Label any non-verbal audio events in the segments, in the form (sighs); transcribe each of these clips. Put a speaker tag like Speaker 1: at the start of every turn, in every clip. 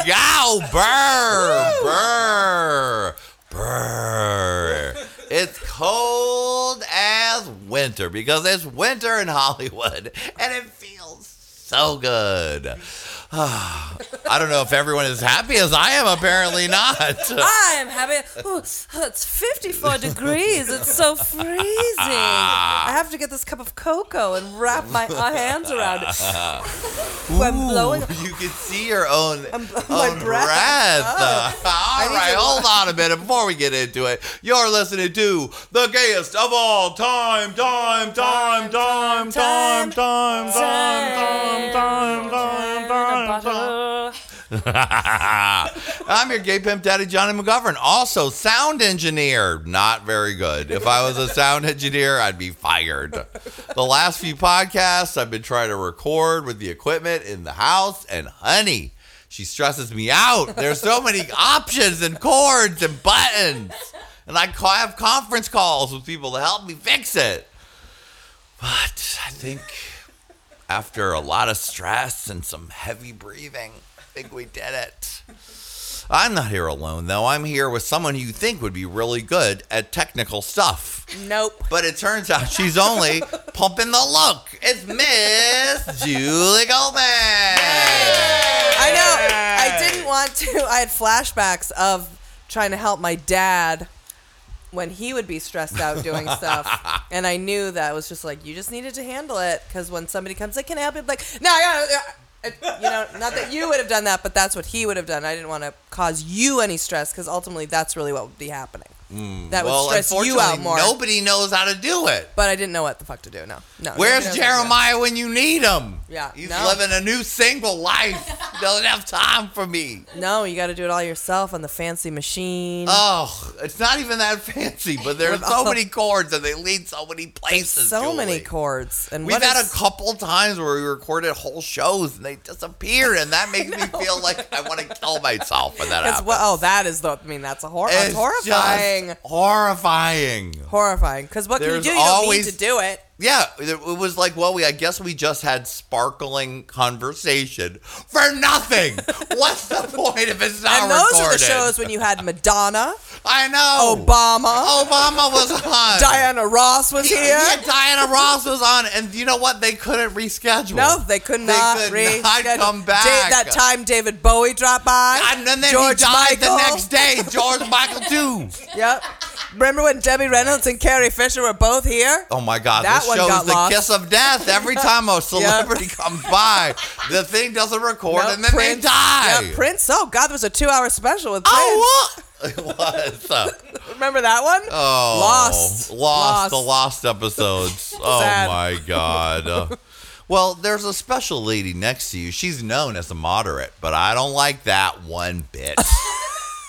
Speaker 1: Oh, burr, burr, burr. It's cold as winter because it's winter in Hollywood and it feels so good. (sighs) I don't know if everyone is happy as I am, apparently (laughs) not.
Speaker 2: I am happy. Ooh, it's 54 degrees. It's so freezing. I have to get this cup of cocoa and wrap my uh, hands around it. Ooh, I'm blowing.
Speaker 1: Ooh, You can see your own,
Speaker 2: my
Speaker 1: own breath.
Speaker 2: breath.
Speaker 1: All
Speaker 2: need
Speaker 1: right,
Speaker 2: to-
Speaker 1: hold on a minute before we get into it. You're listening to the gayest of all time, time, time, time, time, time, time,
Speaker 2: Time,
Speaker 1: time,
Speaker 2: time,
Speaker 1: time, time, time, time. (laughs) I'm your gay pimp daddy, Johnny McGovern. Also, sound engineer. Not very good. If I was a sound engineer, I'd be fired. The last few podcasts, I've been trying to record with the equipment in the house, and honey, she stresses me out. There's so many options and chords and buttons. And I ca- have conference calls with people to help me fix it. But I think after a lot of stress and some heavy breathing. I think we did it. I'm not here alone, though. I'm here with someone you think would be really good at technical stuff.
Speaker 2: Nope.
Speaker 1: But it turns out she's only pumping the look. It's Miss Julie Goldman.
Speaker 2: I know. I didn't want to. I had flashbacks of trying to help my dad when he would be stressed out doing
Speaker 1: (laughs)
Speaker 2: stuff, and I knew that I was just like, you just needed to handle it because when somebody comes, like, can I help you? Like, no, I got You know, not that you would have done that, but that's what he would have done. I didn't want to cause you any stress because ultimately that's really what would be happening. that would
Speaker 1: Mm, Well,
Speaker 2: stress you out
Speaker 1: unfortunately,
Speaker 2: more.
Speaker 1: Nobody knows how to do it.
Speaker 2: But I didn't know what the fuck to do. No, no. nobody knows
Speaker 1: Where's
Speaker 2: what to do.
Speaker 1: Jeremiah when you need him?
Speaker 2: Yeah,
Speaker 1: He's
Speaker 2: no.
Speaker 1: living a new single life. Doesn't have time for me.
Speaker 2: No, you got to do it all yourself on the fancy machine.
Speaker 1: Oh, it's not even that (laughs) fancy, but there's
Speaker 2: With
Speaker 1: so
Speaker 2: all-
Speaker 1: many chords and they lead so many places.
Speaker 2: so many
Speaker 1: Julie.
Speaker 2: chords. And
Speaker 1: We've
Speaker 2: what
Speaker 1: had
Speaker 2: is-
Speaker 1: a couple times where we recorded whole shows and they disappeared, and
Speaker 2: (laughs)
Speaker 1: that makes me feel like I want to kill myself when that
Speaker 2: It's
Speaker 1: happens.
Speaker 2: what, oh, that is the. I mean, that's a hor-
Speaker 1: It's
Speaker 2: it's horrifying.
Speaker 1: just horrifying.
Speaker 2: horrifying. Because what can you
Speaker 1: There's
Speaker 2: do? You don't
Speaker 1: always-
Speaker 2: need to do it.
Speaker 1: Yeah, it it was like, well, we I guess we just had sparkling conversation for
Speaker 2: (laughs)
Speaker 1: nothing. What's the point if it's not
Speaker 2: And those are the
Speaker 1: recorded?
Speaker 2: shows when you
Speaker 1: (laughs)
Speaker 2: had Madonna,
Speaker 1: I know.
Speaker 2: Obama,
Speaker 1: Obama was
Speaker 2: (laughs)
Speaker 1: on.
Speaker 2: Diana Ross was here.
Speaker 1: oh, Yeah, Diana Ross was on, and you know what? They couldn't reschedule.
Speaker 2: No, they could not
Speaker 1: could
Speaker 2: reschedule.
Speaker 1: not come
Speaker 2: Da-
Speaker 1: back.
Speaker 2: that time David Bowie dropped by.
Speaker 1: And then
Speaker 2: George
Speaker 1: he died the
Speaker 2: Michael.
Speaker 1: next day. George Michael too.
Speaker 2: (laughs) Yep. Remember when Debbie Reynolds and Carrie Fisher were both here?
Speaker 1: Oh my God!
Speaker 2: That
Speaker 1: this
Speaker 2: one
Speaker 1: show
Speaker 2: got
Speaker 1: is the
Speaker 2: lost.
Speaker 1: kiss of death. (laughs) Every time a celebrity comes by, the thing doesn't record,
Speaker 2: Nope,
Speaker 1: and then
Speaker 2: Prince.
Speaker 1: they die.
Speaker 2: Yeah, Prince. Oh God, there was a two-hour special with Prince.
Speaker 1: Oh, what? (laughs) It was. uh,
Speaker 2: Remember that one?
Speaker 1: Oh,
Speaker 2: Lost.
Speaker 1: lost, the lost
Speaker 2: Lost. (laughs)
Speaker 1: episodes. oh
Speaker 2: Sad.
Speaker 1: my god.
Speaker 2: (laughs)
Speaker 1: Uh, well, there's a special lady next to you. She's known as a moderate, but I don't like that one
Speaker 2: (laughs)
Speaker 1: bit.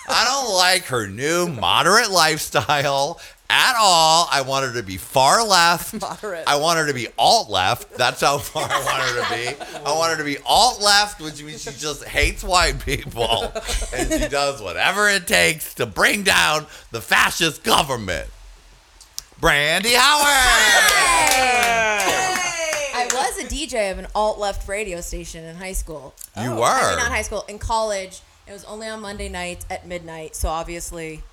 Speaker 1: I don't like her new moderate lifestyle at all. I want her to be far left.
Speaker 2: (laughs) Moderate.
Speaker 1: I want her to be alt left. That's how far I want her to be. I want her to be alt left, which means she just hates white people and she does whatever it takes to bring down the fascist government. Brandy Howard.
Speaker 3: I was a DJ of an alt left radio station in high school. Oh.
Speaker 1: You were.
Speaker 3: I mean, not high school, in college. It was only on Monday nights at midnight, so obviously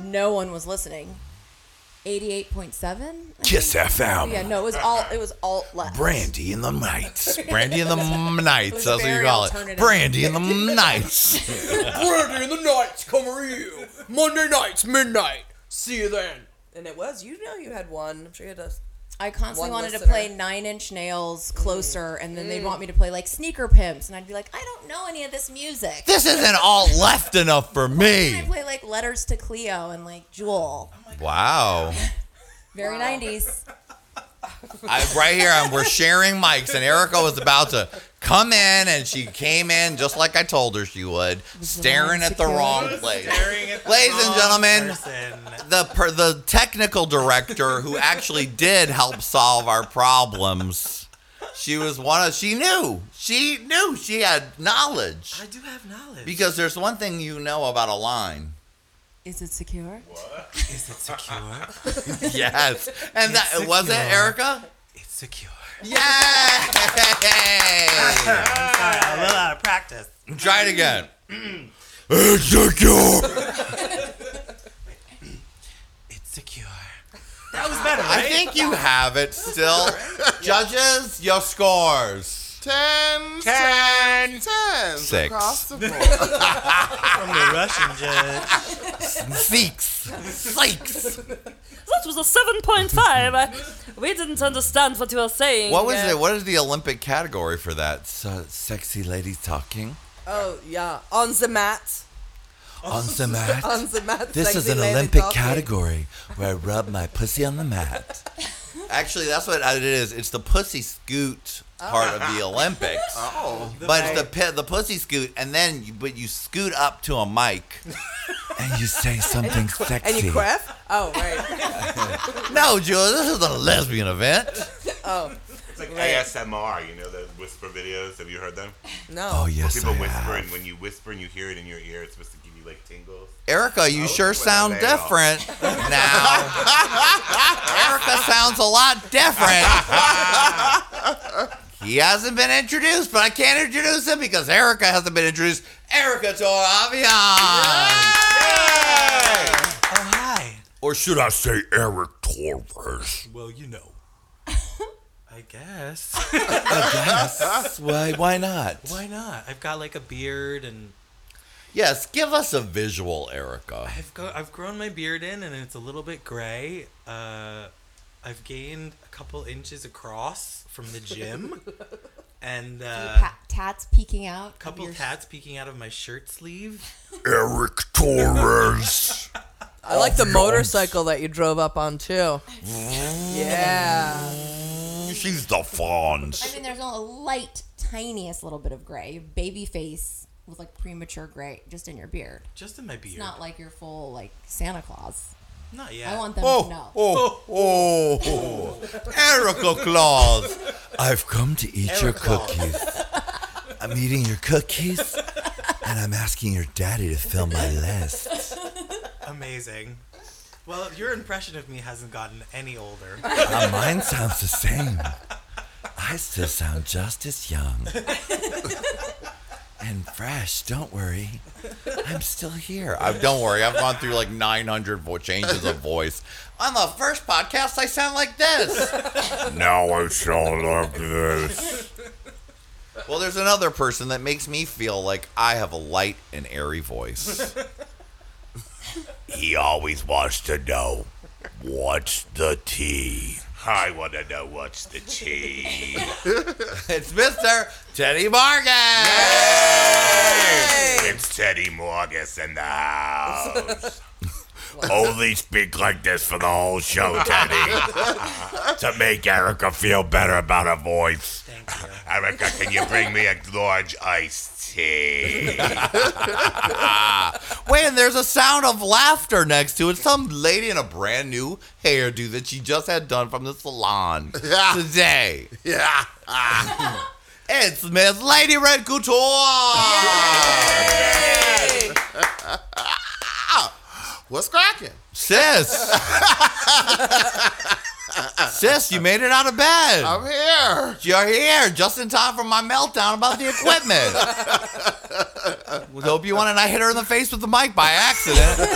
Speaker 3: no one was listening. (laughs) 88.7?
Speaker 1: Kiss FM.
Speaker 3: Yeah, no, it was alt it was alt left.
Speaker 1: Brandy in the nights. Brandy in the m- nights.
Speaker 3: (laughs) It was
Speaker 1: That's what you
Speaker 3: very
Speaker 1: call it.
Speaker 3: alternative.
Speaker 1: Brandy in the m- nights.
Speaker 4: Brandy in the nights, come over you. Monday nights, midnight. See you then.
Speaker 2: And it was. You know, you had one. I'm sure you had a. (laughs)
Speaker 3: I constantly
Speaker 2: One
Speaker 3: wanted
Speaker 2: listener. Mm.
Speaker 3: to play Nine Inch Nails closer, and then they'd want me to play like Sneaker Pimps, and I'd be like, I don't know any of this music.
Speaker 1: This isn't alt left enough for
Speaker 3: I (laughs)
Speaker 1: me.
Speaker 3: play like Letters to Cleo and like Jewel.
Speaker 1: Wow.
Speaker 3: Very 90s.
Speaker 1: I, right here, i we're sharing mics, and Erica was about to come in, and she came in just like I told her she would, staring at the wrong place. Ladies and gentlemen, the per, the technical director who actually did help solve our problems. She was one of she knew she knew she had knowledge
Speaker 4: I do have knowledge.
Speaker 1: because there's one thing you know about a line.
Speaker 3: Is it secure?
Speaker 4: Is it secure?
Speaker 1: Yes, and that
Speaker 4: It's
Speaker 1: was it,
Speaker 4: secure.
Speaker 1: Erica.
Speaker 4: it's secure.
Speaker 1: Yay!
Speaker 4: Sorry, I'm a little out of practice.
Speaker 1: Try it again. It's secure.
Speaker 5: It's secure. That was better,
Speaker 1: I
Speaker 5: right?
Speaker 1: think you have it still. Judges, your scores.
Speaker 6: Ten.
Speaker 5: Ten.
Speaker 6: Tens
Speaker 1: Six.
Speaker 6: across the board.
Speaker 5: From the Russian judge.
Speaker 1: Six. Six.
Speaker 7: That was a 7.5. I- we didn't understand what you were saying.
Speaker 1: What was
Speaker 7: Uh,
Speaker 1: it? What is the Olympic category for that? So, sexy lady talking
Speaker 2: Oh yeah, on the mat,
Speaker 1: on the mat.
Speaker 2: on the mat.
Speaker 1: This is
Speaker 2: sexy
Speaker 1: an
Speaker 2: lady
Speaker 1: Olympic
Speaker 2: talking.
Speaker 1: category where I rub my pussy on the mat. (laughs) Actually, that's what it is. It's the pussy scoot part of the Olympics,
Speaker 6: Oh.
Speaker 1: but it's the pi- the pussy scoot, and then you, but you scoot up to a mic and you say something sexy.
Speaker 2: And you quiff? Oh right. (laughs)
Speaker 1: No, Jules, this is a lesbian event.
Speaker 2: Oh
Speaker 8: It's like ASMR, you know, the whisper videos. Have you heard them?
Speaker 2: no.
Speaker 1: Oh yes,
Speaker 8: People
Speaker 1: I
Speaker 8: whisper,
Speaker 1: have.
Speaker 8: and when you whisper and you hear it in your ear, it's supposed to give you like tingles.
Speaker 1: Erica, you
Speaker 8: Oh,
Speaker 1: sure
Speaker 8: well,
Speaker 1: sound
Speaker 8: they are.
Speaker 1: different now. Erica sounds a lot different. he hasn't been introduced, but I can't introduce him because Erica hasn't been introduced. Erica Toravion.
Speaker 5: Oh, hi.
Speaker 1: Or should I say Eric Torres?
Speaker 5: Well, you
Speaker 3: (laughs)
Speaker 5: know. I guess.
Speaker 1: Yes. Why, why not?
Speaker 5: Why not? I've got like a beard and
Speaker 1: Yes, give us a visual, Erica.
Speaker 5: I've got I've grown my beard in and it's a little bit gray. Uh, I've gained a couple inches across from
Speaker 3: (laughs)
Speaker 5: the gym, and uh,
Speaker 3: Pa- tats peeking out.
Speaker 5: a couple tats peeking out of my shirt sleeve.
Speaker 1: Eric Torres.
Speaker 2: I
Speaker 1: Oh,
Speaker 2: like the motorcycle that you drove up on too. yeah.
Speaker 1: She's the Fonz.
Speaker 3: I mean, there's a light, tiniest little bit of gray, baby face with like premature gray just in your beard.
Speaker 5: Just in my beard.
Speaker 3: It's not like your full like Santa Claus.
Speaker 5: Not yet.
Speaker 6: Uh,
Speaker 3: I want them to know.
Speaker 1: oh, oh, oh. Erica Claus. I've come to eat your cookies. I'm eating your cookies, and I'm asking your daddy to fill my list.
Speaker 5: (laughs) Amazing. Well, your impression of me hasn't gotten
Speaker 3: (laughs)
Speaker 5: any older.
Speaker 1: Uh, mine sounds the same. I still sound just as young. And fresh, don't worry. I'm still here. I, Uh, don't worry, I've gone through like 900 vo- changes of voice. On the first podcast, I sound like this.
Speaker 8: Now I sound like this.
Speaker 1: Well, there's another person that makes me feel like I have a light and airy voice. (laughs) he always wants to know what's the tea.
Speaker 8: I want to know what's the tea.
Speaker 1: It's Mr. Teddy Morgan.
Speaker 8: it's Teddy Morgus in the house.
Speaker 4: (laughs)
Speaker 8: Only speak like this for the whole show,
Speaker 4: (laughs)
Speaker 8: Teddy. to make Erica feel better about her voice.
Speaker 5: Thank you.
Speaker 8: Erica, can you bring me a large
Speaker 1: (laughs)
Speaker 8: iced tea?
Speaker 1: Wait, and there's a sound of laughter next to it. Some lady in a brand new hairdo that she just had done from the salon
Speaker 6: Yeah.
Speaker 1: today.
Speaker 6: Yeah.
Speaker 1: (laughs) It's Miss Lady Red Couture.
Speaker 6: What's cracking?
Speaker 1: Sis.
Speaker 6: (laughs)
Speaker 1: Sis, you made it out of bed.
Speaker 6: I'm here.
Speaker 1: You're here just in time for my meltdown about the equipment. With Obi-Wan and I hit her in the face with the mic by accident.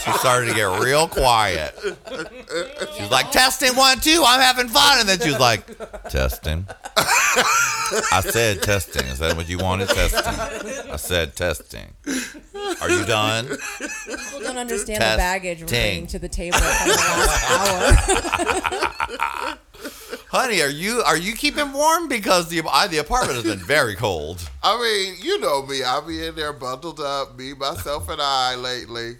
Speaker 1: She started to get real quiet. She was like, testing one, two, I'm having fun. And then she was like, testing. I said testing. Is that what you wanted? Testing. I said testing. Are you done?
Speaker 3: People don't understand
Speaker 1: Test
Speaker 3: the baggage we're
Speaker 1: ting.
Speaker 3: bringing to the table from the
Speaker 6: (laughs)
Speaker 3: last hour.
Speaker 1: Honey, are you are you keeping warm? Because the I, the apartment has been very cold.
Speaker 6: I mean, you know me. I be in there bundled up, me, myself, and I lately.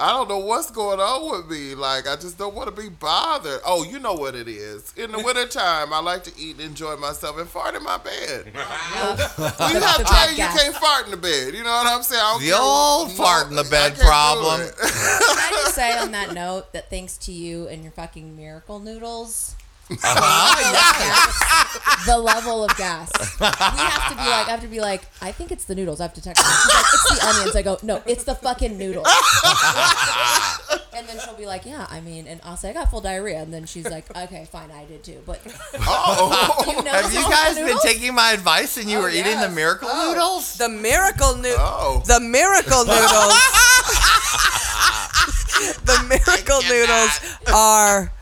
Speaker 6: I don't know what's going on with me. Like, I just don't want to be bothered. Oh, you know what it is. In the wintertime, I like to eat and enjoy myself and fart in my bed. When you have
Speaker 3: The
Speaker 6: time, you
Speaker 3: podcast.
Speaker 6: can't fart in the bed. You know what I'm saying? I don't
Speaker 1: The
Speaker 6: care-
Speaker 1: old fart in the
Speaker 6: I
Speaker 1: bed
Speaker 6: can't do
Speaker 1: problem.
Speaker 6: it.
Speaker 3: Can I just say on that note that thanks to you and your fucking miracle noodles, the level of gas. We have to be like, I have to be like, I think it's the noodles. I have to text her. She's like, it's the onions. I go, no, it's the fucking noodles. and And then she'll be like, "Yeah, I mean," and I'll say, "I got full diarrhea," and then she's like, "Okay, fine, I did too." But (laughs)
Speaker 6: Oh,
Speaker 3: you know,
Speaker 1: Have you guys been taking my advice and you were eating the
Speaker 3: yes.
Speaker 1: miracle
Speaker 2: Oh.
Speaker 1: noodles?
Speaker 2: The miracle noodle.
Speaker 6: Oh.
Speaker 2: The
Speaker 1: (laughs)
Speaker 2: miracle (laughs) noodles. the miracle noodles are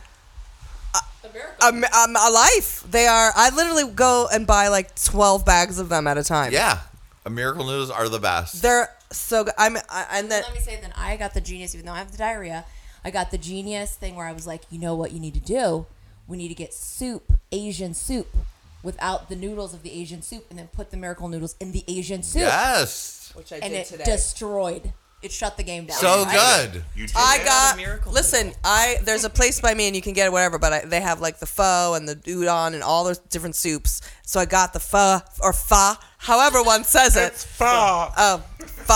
Speaker 2: a, mi- um, a life. They are. I literally go and buy like twelve bags of them at a time.
Speaker 1: Yeah, a miracle noodles are the best.
Speaker 2: They're so good. I'm I, and then
Speaker 3: Let me say, then I got the genius, even though I have the diarrhea. I got the genius thing where I was like, you know what, you need to do? We need to get soup, Asian soup, without the noodles of the Asian soup, and then put the miracle noodles in the Asian soup.
Speaker 1: yes,
Speaker 2: which I
Speaker 3: And
Speaker 2: did
Speaker 3: it
Speaker 2: today.
Speaker 3: destroyed. It shut the game down.
Speaker 1: so
Speaker 3: I-
Speaker 1: good.
Speaker 8: You
Speaker 2: I
Speaker 8: did.
Speaker 5: a
Speaker 2: got.
Speaker 5: miracle
Speaker 2: Listen, I there's a place by me and you can get it whatever, but I, they have like the pho and the udon and all those different soups. So I got the pho or pho, however one says it.
Speaker 5: Fuck.
Speaker 2: Oh, pho.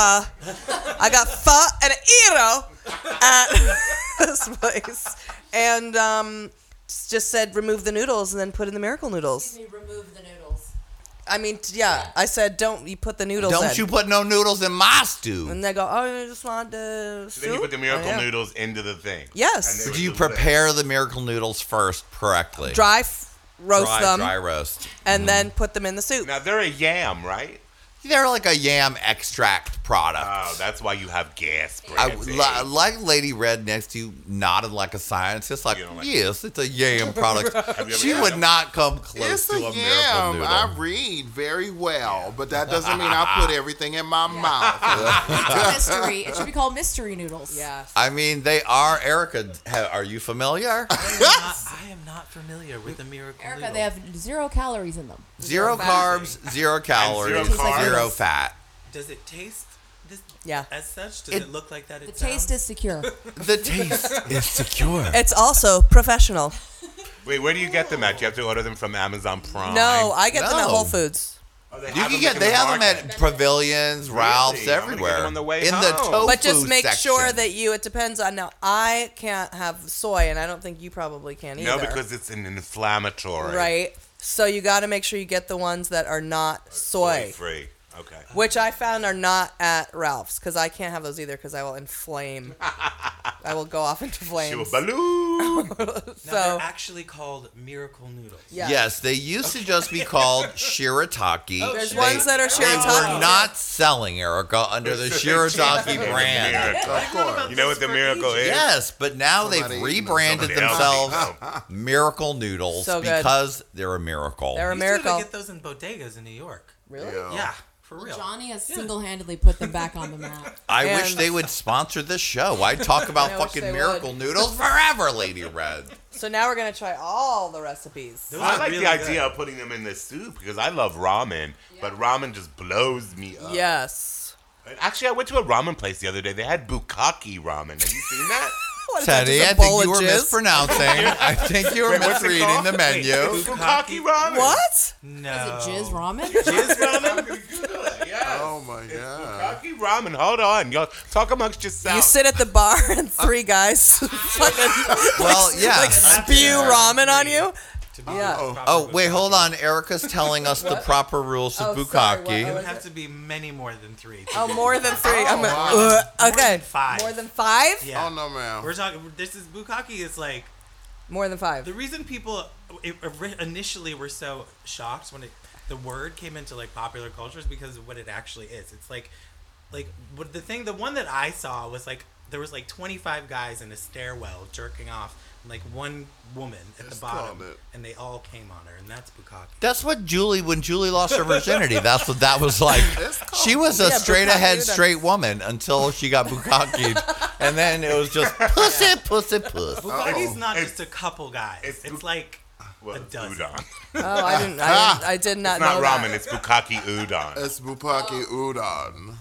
Speaker 2: I got pho and iro at (laughs) this place, and um, s- just said remove the noodles and then put in the miracle noodles.
Speaker 3: We removed the (laughs) noodles.
Speaker 2: I mean, t- yeah, I said don't you put the noodles
Speaker 1: Don't
Speaker 2: in.
Speaker 1: you put no noodles in my stew?
Speaker 2: and they go, oh, you just want the soup.
Speaker 8: Then you put the miracle
Speaker 2: Oh, yeah.
Speaker 8: noodles into the thing.
Speaker 2: Yes.
Speaker 8: And
Speaker 1: Do you prepare the miracle noodles first correctly?
Speaker 2: Dry f- roast
Speaker 1: dry,
Speaker 2: them
Speaker 1: dry Mm-hmm. roast.
Speaker 2: and then put them in the soup.
Speaker 8: Now they're a yam, right?
Speaker 1: They're like a yam extract product.
Speaker 8: Oh, that's why you have gas.
Speaker 1: I,
Speaker 8: Brandy.
Speaker 1: li- like Lady Red next to you nodded like a scientist, like,
Speaker 8: You don't like-
Speaker 1: yes, it's a yam product.
Speaker 8: you ever
Speaker 1: she
Speaker 8: had
Speaker 1: would
Speaker 8: them?
Speaker 1: not come close
Speaker 6: it's
Speaker 1: to
Speaker 6: a
Speaker 1: a,
Speaker 6: yam.
Speaker 1: miracle noodle.
Speaker 6: I read very well, but that doesn't mean I put everything in my
Speaker 5: (laughs)
Speaker 6: mouth.
Speaker 3: mystery. It should be called mystery
Speaker 1: (laughs)
Speaker 3: noodles.
Speaker 2: Yes.
Speaker 1: I mean, they are. Erica, ha- are you
Speaker 8: (laughs)
Speaker 1: familiar?
Speaker 5: Not- I am not familiar with the miracle
Speaker 3: Erica,
Speaker 5: noodle.
Speaker 3: they have zero calories in them.
Speaker 1: zero carbs, zero calories, zero,
Speaker 8: carbs.
Speaker 1: fat.
Speaker 5: Does it taste this?
Speaker 2: Yeah.
Speaker 5: As such, does
Speaker 1: It-
Speaker 5: it, look like that?
Speaker 3: The taste is (laughs) secure.
Speaker 1: The taste is secure.
Speaker 2: It's also professional.
Speaker 8: Wait, where do you get them at? Do you have to order them from Amazon Prime?
Speaker 2: No, I get them at
Speaker 1: No.
Speaker 2: Whole Foods.
Speaker 8: Oh, they
Speaker 1: You
Speaker 8: have
Speaker 1: can
Speaker 8: them
Speaker 1: get.
Speaker 8: in
Speaker 1: They
Speaker 8: the
Speaker 1: have them
Speaker 8: market.
Speaker 1: at pavilions, Ralphs,
Speaker 8: I'm gonna get them
Speaker 1: everywhere.
Speaker 8: on the way
Speaker 1: in the
Speaker 8: home.
Speaker 1: tofu
Speaker 2: But just make sure
Speaker 1: section.
Speaker 2: that you. It depends on. Now, I can't have soy, and I don't think you probably can either.
Speaker 8: No, because it's an inflammatory.
Speaker 2: right. So you got to make sure you get the ones that are not soy,
Speaker 8: Free. Okay.
Speaker 2: which I found are not at Ralph's because I can't have those either because I will
Speaker 8: (laughs)
Speaker 2: inflame. I will go off into
Speaker 8: She
Speaker 2: flames.
Speaker 8: was balloon.
Speaker 5: Now, they're
Speaker 2: So
Speaker 5: actually called miracle noodles.
Speaker 2: yeah.
Speaker 1: Yes, they used to just be
Speaker 8: (laughs)
Speaker 1: called shirataki.
Speaker 8: Oh,
Speaker 2: There's
Speaker 1: They-
Speaker 2: ones that are
Speaker 1: We're
Speaker 2: shirataki.
Speaker 1: not selling Erica under
Speaker 8: (laughs)
Speaker 1: the Shirataki brand.
Speaker 8: Miracle.
Speaker 6: of course.
Speaker 8: You know what the miracle is?
Speaker 1: Yes, but now
Speaker 6: Somebody
Speaker 1: they've
Speaker 6: eating them,
Speaker 1: rebranded
Speaker 8: somebody else Oh.
Speaker 1: themselves
Speaker 8: eating
Speaker 1: Miracle Noodles
Speaker 2: So good.
Speaker 1: because they're a miracle.
Speaker 2: They're a
Speaker 5: You still
Speaker 2: miracle.
Speaker 5: get those in bodegas in New York.
Speaker 2: Really?
Speaker 5: Yeah, for real.
Speaker 3: Johnny has single-handedly put them back on the (laughs) map.
Speaker 1: I wish
Speaker 2: And-
Speaker 1: they would sponsor this show.
Speaker 2: (laughs)
Speaker 1: I talk about
Speaker 2: I wish
Speaker 1: fucking
Speaker 2: they
Speaker 1: Miracle
Speaker 2: (laughs)
Speaker 1: Noodles forever, Lady Red.
Speaker 2: So now we're gonna try all the recipes.
Speaker 5: Those
Speaker 8: I
Speaker 5: are
Speaker 8: like
Speaker 5: really
Speaker 8: the idea
Speaker 5: good.
Speaker 8: of putting them in the soup because I love ramen, but ramen just blows me up.
Speaker 2: Yes.
Speaker 8: Actually, I went to a ramen place the other day. They had bukkake ramen. Have you seen that?
Speaker 2: What is that,
Speaker 1: Teddy,
Speaker 2: just
Speaker 1: I
Speaker 2: a bowl
Speaker 1: think
Speaker 2: of
Speaker 1: you were
Speaker 2: jizz?
Speaker 1: mispronouncing. (laughs) I think you were
Speaker 8: Wait, what's it
Speaker 1: misreading
Speaker 8: called?
Speaker 1: the menu.
Speaker 8: (laughs) bukkake ramen.
Speaker 2: What?
Speaker 5: No.
Speaker 3: Is it jizz (laughs)
Speaker 5: (laughs)
Speaker 3: ramen?
Speaker 8: (laughs) Jizz ramen? yes.
Speaker 6: Oh my god.
Speaker 8: Bukkake ramen. Hold on, y'all. Talk amongst yourselves.
Speaker 2: You sit at the bar and three guys (laughs)
Speaker 1: (laughs)
Speaker 2: fucking (laughs)
Speaker 1: Well, yeah.
Speaker 2: like spew ramen on you.
Speaker 5: To be
Speaker 2: Yeah.
Speaker 5: proper
Speaker 1: Oh, wait,
Speaker 5: bukkake.
Speaker 1: hold on. Erica's telling us the proper rules of
Speaker 2: Oh, sorry, what-
Speaker 1: bukkake.
Speaker 2: oh,
Speaker 5: It would have to be many more than three. to
Speaker 2: Oh,
Speaker 5: be-
Speaker 2: more than three. I'm
Speaker 6: wow.
Speaker 2: uh,
Speaker 5: More
Speaker 2: okay.
Speaker 5: than five.
Speaker 2: More than five.
Speaker 5: Yeah.
Speaker 6: Oh no, ma'am.
Speaker 5: We're talking. This is bukkake is like
Speaker 2: More than
Speaker 5: the
Speaker 2: five.
Speaker 5: reason people i- ori- initially were so shocked when it, the word came into like popular culture is because of what it actually is. It's like, like what the thing, the one that I saw was like there was like 25 guys in a stairwell jerking off, and, like one woman at the bottom,
Speaker 6: called it.
Speaker 5: and they all came on her, and that's bukkake.
Speaker 1: That's what Julie, when Julie lost her virginity, that's what that was
Speaker 2: (laughs)
Speaker 1: like. She was a
Speaker 2: Yeah,
Speaker 1: straight ahead,
Speaker 2: bukkake.
Speaker 1: straight woman until she
Speaker 2: (laughs)
Speaker 1: got bukkakeed. and then it was just pussy, pussy, pussy.
Speaker 5: Bukkake's not
Speaker 8: It's-
Speaker 5: just a couple guys.
Speaker 8: it's
Speaker 5: It's,
Speaker 8: bu-
Speaker 5: like
Speaker 8: well,
Speaker 5: a
Speaker 8: it's (laughs)
Speaker 5: dozen.
Speaker 8: udon.
Speaker 2: Oh, I didn't. I, didn't, I did not
Speaker 8: It's not
Speaker 2: know (laughs)
Speaker 8: ramen.
Speaker 2: that.
Speaker 8: It's bukkake (laughs) udon.
Speaker 6: It's bukkake
Speaker 5: Oh.
Speaker 6: udon.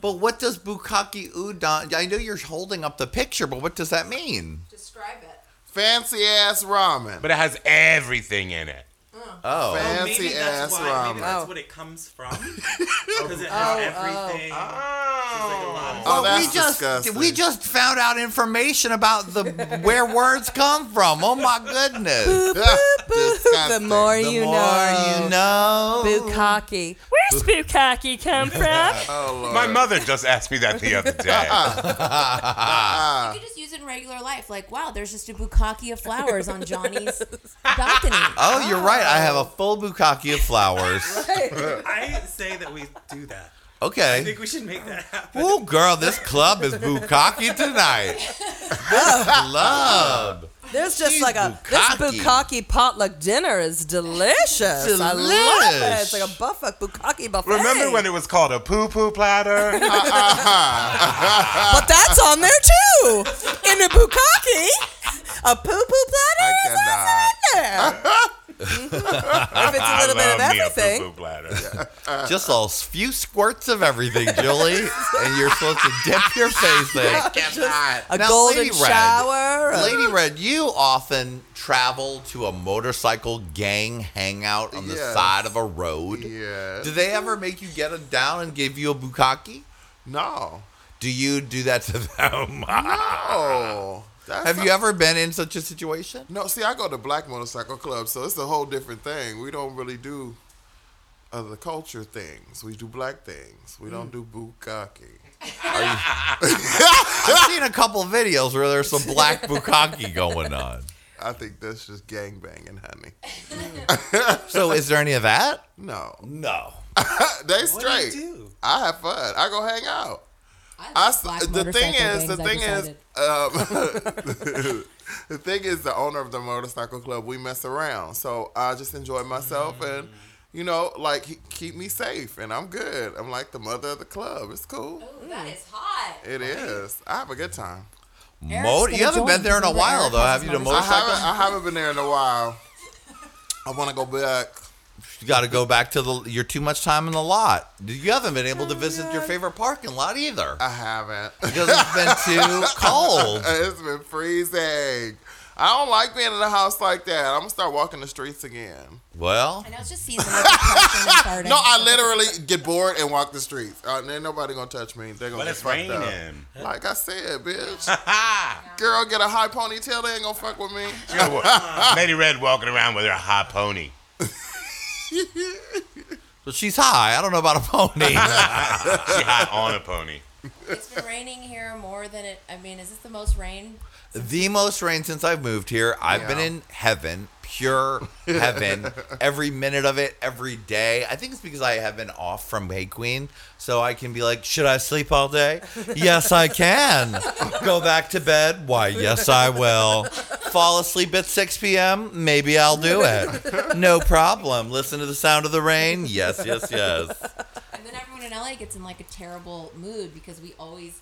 Speaker 1: But what does bukkake udon? I know you're holding up the picture, but what does that mean?
Speaker 3: Describe it.
Speaker 6: Fancy ass ramen.
Speaker 8: But it has everything in it.
Speaker 1: Oh,
Speaker 5: Oh,
Speaker 6: Fancy
Speaker 5: maybe that's
Speaker 6: ass
Speaker 5: why. Maybe
Speaker 6: ramen.
Speaker 5: that's
Speaker 2: Oh.
Speaker 5: what it comes from. Because it has everything.
Speaker 6: Oh,
Speaker 1: Well,
Speaker 6: that's
Speaker 1: we just
Speaker 6: disgusting.
Speaker 1: we just found out information about the where words come from. Oh my goodness!
Speaker 5: (laughs)
Speaker 2: The
Speaker 6: (laughs) Disgusting.
Speaker 2: more
Speaker 1: the
Speaker 2: you
Speaker 1: more
Speaker 2: know.
Speaker 1: you know,
Speaker 2: Bukkake.
Speaker 7: Where's Bukaki come from?
Speaker 6: Oh, Lord. (laughs)
Speaker 8: My mother just asked me that the other day.
Speaker 6: Ah,
Speaker 3: You could just use it in regular life. Like, wow, there's just a bukkake of flowers on (laughs) Johnny's balcony.
Speaker 1: Oh, you're right. I have a full bukkake of
Speaker 2: (laughs)
Speaker 1: flowers.
Speaker 5: I say that we do that. I
Speaker 1: Okay.
Speaker 5: think we should make that happen.
Speaker 1: Oh, girl, this club is bukkake tonight. This club.
Speaker 2: There's just
Speaker 1: She's
Speaker 2: like a
Speaker 1: bukkake.
Speaker 2: this bukkake potluck dinner is delicious. I love it. It's like a buffet bukkake buffet.
Speaker 9: Remember when it was called a poo
Speaker 1: (laughs)
Speaker 9: poo
Speaker 2: (laughs)
Speaker 9: platter?
Speaker 2: But that's on there too. In a bukkake, a poo poo
Speaker 6: I
Speaker 2: platter is
Speaker 6: cannot.
Speaker 2: in there. Mhm. if it's a
Speaker 8: I
Speaker 2: little bit of
Speaker 8: love me a
Speaker 2: everything,
Speaker 8: poo-poo platter.
Speaker 1: Just a few squirts of everything, Julie. And you're supposed to dip your face in.
Speaker 2: a
Speaker 1: Now,
Speaker 2: golden
Speaker 1: Lady Red.
Speaker 2: shower. a-
Speaker 1: Lady Red, you often travel to a motorcycle gang hangout on the
Speaker 6: Yes.
Speaker 1: side of a road.
Speaker 6: Yes.
Speaker 1: Do they ever make you get it down and give you a bukkake?
Speaker 6: No.
Speaker 1: Do you do that to them?
Speaker 6: No. That's
Speaker 1: Have you ever been in such a
Speaker 6: (laughs)
Speaker 1: situation?
Speaker 6: No, see, I go to black motorcycle clubs, so it's a whole different thing. We don't really do other culture things. We do black things. We
Speaker 5: Mm.
Speaker 6: don't do bukkake.
Speaker 1: I've seen a couple videos where there's some black bukkake going on.
Speaker 6: I think that's just gang banging, honey.
Speaker 1: So is there any of that?
Speaker 6: No,
Speaker 1: No.
Speaker 6: (laughs) they
Speaker 5: What do you
Speaker 6: straight.
Speaker 5: do?
Speaker 6: I have fun. I go hang out. I
Speaker 3: love
Speaker 6: s-
Speaker 3: black
Speaker 6: the
Speaker 3: motorcycle
Speaker 6: thing is,
Speaker 3: gangs,
Speaker 6: the
Speaker 3: I
Speaker 6: thing is,
Speaker 3: decided.
Speaker 6: um, the thing is, the owner of the motorcycle club, we mess around. So I just enjoy myself
Speaker 5: Mm.
Speaker 6: and, you know, like he, keep me safe and I'm good. I'm like the mother of the club. It's cool.
Speaker 5: Oh,
Speaker 3: Ooh, that is hot.
Speaker 6: It is. I have a good time.
Speaker 1: Mo-
Speaker 3: gonna
Speaker 1: you haven't
Speaker 3: join.
Speaker 1: been there in a
Speaker 3: Remember
Speaker 1: while,
Speaker 3: Eric
Speaker 1: though,
Speaker 3: has
Speaker 1: have you? To
Speaker 3: his
Speaker 6: I
Speaker 1: motorcycle?
Speaker 6: haven't. I haven't been there in a while. I want to go back.
Speaker 1: You got to go back to the. You're too much time in the lot. You haven't been able to visit your favorite parking lot either
Speaker 6: I haven't. (laughs)
Speaker 1: because it's been too cold.
Speaker 6: it's been freezing. I don't like being in the house like that. I'm gonna start walking the streets again.
Speaker 1: Well,
Speaker 3: I know it's (laughs) just seasonal depression is starting.
Speaker 6: No, I literally get bored and walk the streets. Uh, ain't nobody gonna touch me. They're gonna
Speaker 9: but
Speaker 6: get
Speaker 9: it's
Speaker 6: fucked up.
Speaker 9: raining.
Speaker 6: Like I said, bitch. (laughs) Girl, get a high ponytail. They ain't gonna fuck with me.
Speaker 8: You know what? Lady Red walking around with her hot pony.
Speaker 1: so she's high. I don't know about a pony.
Speaker 8: She hot on a pony.
Speaker 3: It's been raining here more than it. I mean, is this the most rain?
Speaker 1: the most rain since I've moved here. I've been
Speaker 6: Yeah.
Speaker 1: in heaven, pure heaven, every minute of it, every day. I think it's because I have been off from Hey Queen, so I can be like, should I sleep all day? yes, I can. Go back to bed? Why, yes, I will. Fall asleep at 6 p.m.? Maybe I'll do it. No problem. Listen to the sound of the rain? Yes, yes, yes.
Speaker 3: And then everyone in LA gets in like a terrible mood because we always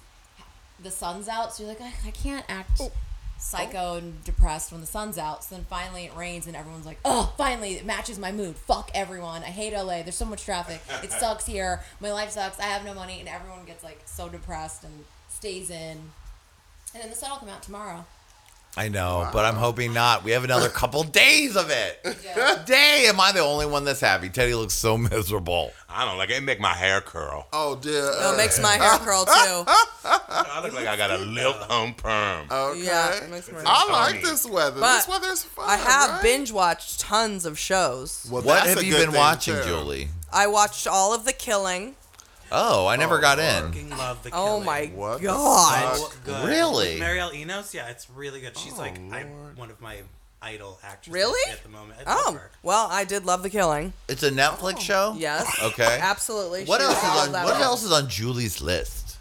Speaker 3: the sun's out, so you're like, I, I can't act
Speaker 2: Oh.
Speaker 3: psycho and depressed when the sun's out. So then finally it rains, and everyone's like, Oh, finally it matches my mood. Fuck everyone. I hate LA. There's so much traffic.
Speaker 8: (laughs)
Speaker 3: It sucks here. My life sucks. I have no money, and everyone gets like so depressed and stays in. And then the sun will come out tomorrow.
Speaker 1: I know, but I'm hoping not. We have another couple days of it.
Speaker 3: (laughs) Yeah.
Speaker 1: Day, am I the only one that's happy? Teddy looks so (laughs) miserable.
Speaker 8: I don't like it. It make my hair curl.
Speaker 6: Oh dear.
Speaker 2: Oh, it makes my hair curl too.
Speaker 9: (laughs)
Speaker 8: I look (laughs) like I got a lilt home perm.
Speaker 6: Uh, okay.
Speaker 2: Yeah, it makes my hair
Speaker 6: I like
Speaker 8: curl.
Speaker 6: this weather.
Speaker 2: But
Speaker 6: this weather's fun.
Speaker 2: I have
Speaker 6: right?
Speaker 2: binge watched tons of shows.
Speaker 6: Well,
Speaker 1: What
Speaker 6: that's
Speaker 1: have
Speaker 6: a
Speaker 1: you
Speaker 6: good
Speaker 1: been
Speaker 6: thing,
Speaker 1: watching,
Speaker 6: too.
Speaker 1: Julie?
Speaker 2: I watched all of The Killing.
Speaker 1: Oh, I never got in.
Speaker 5: Fucking love the
Speaker 2: Oh
Speaker 5: Killing.
Speaker 2: my
Speaker 6: What the
Speaker 2: god!
Speaker 5: So good.
Speaker 1: Really?
Speaker 5: Marielle Enos? Yeah, it's really good. She's like I'm one of my idol actresses
Speaker 2: Really?
Speaker 5: at the moment. I love
Speaker 2: Oh
Speaker 5: her.
Speaker 2: well, I did love The Killing.
Speaker 1: It's a Netflix show.
Speaker 2: Yes.
Speaker 1: Okay.
Speaker 2: Absolutely.
Speaker 1: What
Speaker 2: She
Speaker 1: else is
Speaker 2: all
Speaker 1: on
Speaker 2: that
Speaker 1: What
Speaker 2: up.
Speaker 1: else is on Julie's list?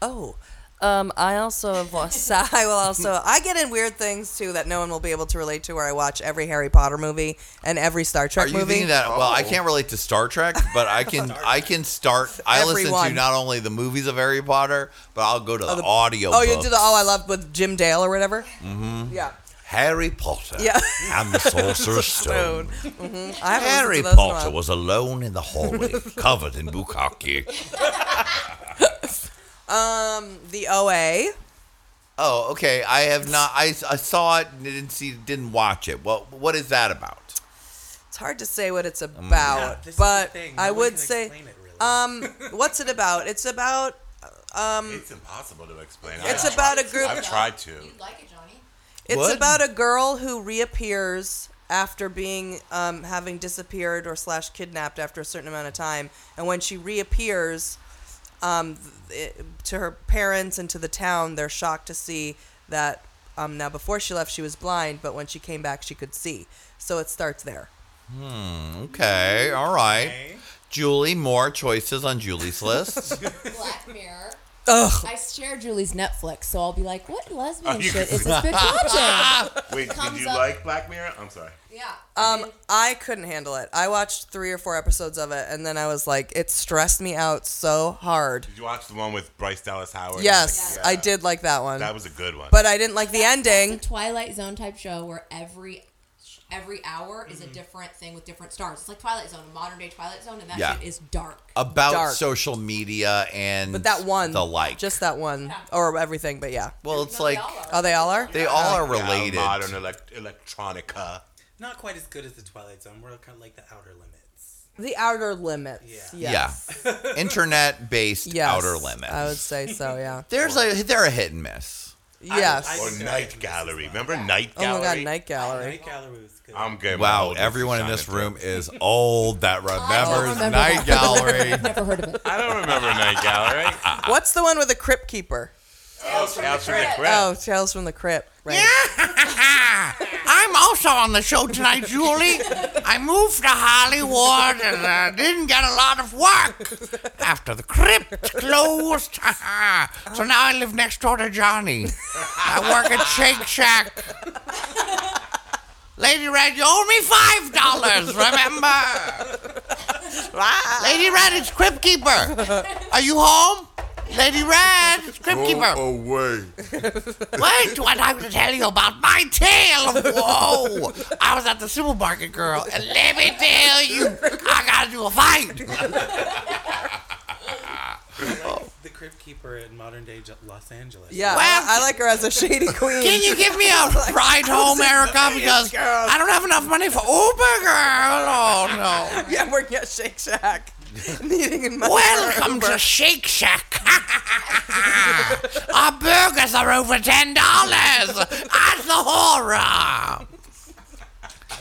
Speaker 2: Oh, um, I also have watched. (laughs) I will also. I get in weird things too that no one will be able to relate to. Where I watch every Harry Potter movie and every Star Trek
Speaker 1: Are you
Speaker 2: movie.
Speaker 1: thinking that? Well, I
Speaker 6: Oh.
Speaker 1: can't relate to Star Trek, but I can. I can start. I listen to
Speaker 2: Everyone.
Speaker 1: not only the movies of Harry Potter, but I'll go to the,
Speaker 2: the-
Speaker 1: audio.
Speaker 2: oh, you did. The, oh, I loved with Jim Dale or whatever. Mm-hmm. Yeah.
Speaker 1: Harry Potter.
Speaker 2: Yeah.
Speaker 1: And
Speaker 2: (laughs)
Speaker 1: the Sorcerer's Stone.
Speaker 2: Mm-hmm. I haven't listened
Speaker 1: Harry
Speaker 2: to those in a
Speaker 1: Potter
Speaker 2: while.
Speaker 1: was alone in the hallway, covered in bukkake.
Speaker 2: the OA.
Speaker 1: Oh, okay. I have not. I, I saw it. and Didn't see. Didn't watch it. Well, what is that about?
Speaker 2: It's hard to say what it's about,
Speaker 5: this is the
Speaker 2: but
Speaker 5: thing.
Speaker 2: I
Speaker 5: Nobody
Speaker 2: would
Speaker 5: can
Speaker 2: say.
Speaker 5: explain it, really.
Speaker 2: Um, what's it about? It's about um,
Speaker 8: it's impossible to explain.
Speaker 2: it's
Speaker 8: I've
Speaker 2: about a
Speaker 8: tried-
Speaker 2: group.
Speaker 8: I've tried to.
Speaker 3: You like it, Johnny?
Speaker 2: It's
Speaker 1: What?
Speaker 2: about a girl who reappears after being um, having disappeared or slash kidnapped after a certain amount of time, and when she reappears, um, th- it, to her parents and to the town, they're shocked to see that Um, now, before she left, she was blind, but when she came back, she could see. So it starts there.
Speaker 1: Mm, Okay, all right. Julie, more choices on Julie's (laughs) list.
Speaker 3: Black Mirror.
Speaker 2: Ugh.
Speaker 3: I share Julie's Netflix, so I'll be like, "What lesbian
Speaker 8: Oh, you
Speaker 3: shit
Speaker 8: can-
Speaker 3: is this
Speaker 8: (laughs)
Speaker 3: bitch (laughs) watching?"
Speaker 8: Wait, did
Speaker 3: Comes
Speaker 8: you
Speaker 3: up-
Speaker 8: like Black Mirror? I'm sorry.
Speaker 3: yeah.
Speaker 2: Um, I couldn't handle it. I watched three or four episodes of it, and then I was like, it stressed me out so hard.
Speaker 8: Did you watch the one with Bryce Dallas Howard?
Speaker 2: Yes,
Speaker 8: Yeah.
Speaker 2: I did like that one,
Speaker 8: That was a good one.
Speaker 2: but I didn't like the ending.
Speaker 3: It's a Twilight Zone type show where every every hour is
Speaker 8: Mm-hmm.
Speaker 3: a different thing with different stars. It's like Twilight Zone, a modern day Twilight Zone, and that
Speaker 1: Yeah.
Speaker 3: shit is dark.
Speaker 1: About
Speaker 2: Dark.
Speaker 1: social media and
Speaker 2: But that one,
Speaker 1: the like.
Speaker 2: just that one, or everything. But yeah,
Speaker 1: well, it's
Speaker 3: No,
Speaker 1: like
Speaker 3: they all are.
Speaker 2: oh, they all are.
Speaker 1: they all are
Speaker 8: Yeah,
Speaker 1: related. (laughs)
Speaker 8: modern elect- electronica.
Speaker 5: Not quite as good as the Twilight Zone. We're kind of like the outer limits.
Speaker 2: the outer limits.
Speaker 5: Yeah.
Speaker 2: Yes.
Speaker 1: Yeah, internet based
Speaker 2: Yes.
Speaker 1: outer limits.
Speaker 2: I would say so. Yeah.
Speaker 1: There's a they're a hit and miss.
Speaker 2: yes.
Speaker 5: I-
Speaker 8: Or
Speaker 5: Yeah.
Speaker 8: Night Gallery. Remember Night
Speaker 2: oh
Speaker 8: Gallery?
Speaker 2: my god, night gallery.
Speaker 5: Night Gallery was good.
Speaker 8: I'm good. My
Speaker 1: Wow,
Speaker 8: oldest is
Speaker 1: everyone in
Speaker 8: shining
Speaker 1: this
Speaker 8: through.
Speaker 1: room is old (laughs) that remembers
Speaker 3: remember
Speaker 1: Night
Speaker 3: that.
Speaker 1: Gallery.
Speaker 3: Never heard of (laughs) it.
Speaker 8: I don't remember Night (laughs) Gallery.
Speaker 2: What's the one with the crypt keeper?
Speaker 8: Tales from the Crypt.
Speaker 2: Oh, Tales from the Crypt. Right.
Speaker 1: (laughs) I'm also on the show tonight, Julie. I moved to Hollywood and I didn't get a (laughs) lot of work after the crypt closed. so now (laughs) I live next door to Johnny. I work at (laughs) Shake Shack. Lady Red, you owe me five dollars, remember? Lady Red, it's Crypt Keeper. Are you home? Lady Red, it's Crypt Keeper.
Speaker 8: Oh,
Speaker 6: Go away.
Speaker 1: Wait, what I'm to tell you about my tale of woe. I was at the supermarket, girl, and let me tell you, I got into a fight.
Speaker 5: the Crypt Keeper in modern day J- Los Angeles.
Speaker 2: Yeah,
Speaker 1: Well-
Speaker 2: I, I like her as a shady
Speaker 1: (laughs)
Speaker 2: queen.
Speaker 1: Can you give me a ride
Speaker 6: (laughs)
Speaker 1: home, Erica? Because I don't have enough money for Uber, girl. Oh,
Speaker 2: (laughs) yeah, working at Shake
Speaker 1: (laughs)
Speaker 2: Shack, (laughs) needing in my
Speaker 1: no. Welcome to Shake Shack. (laughs) Our burgers are over $10. That's the horror.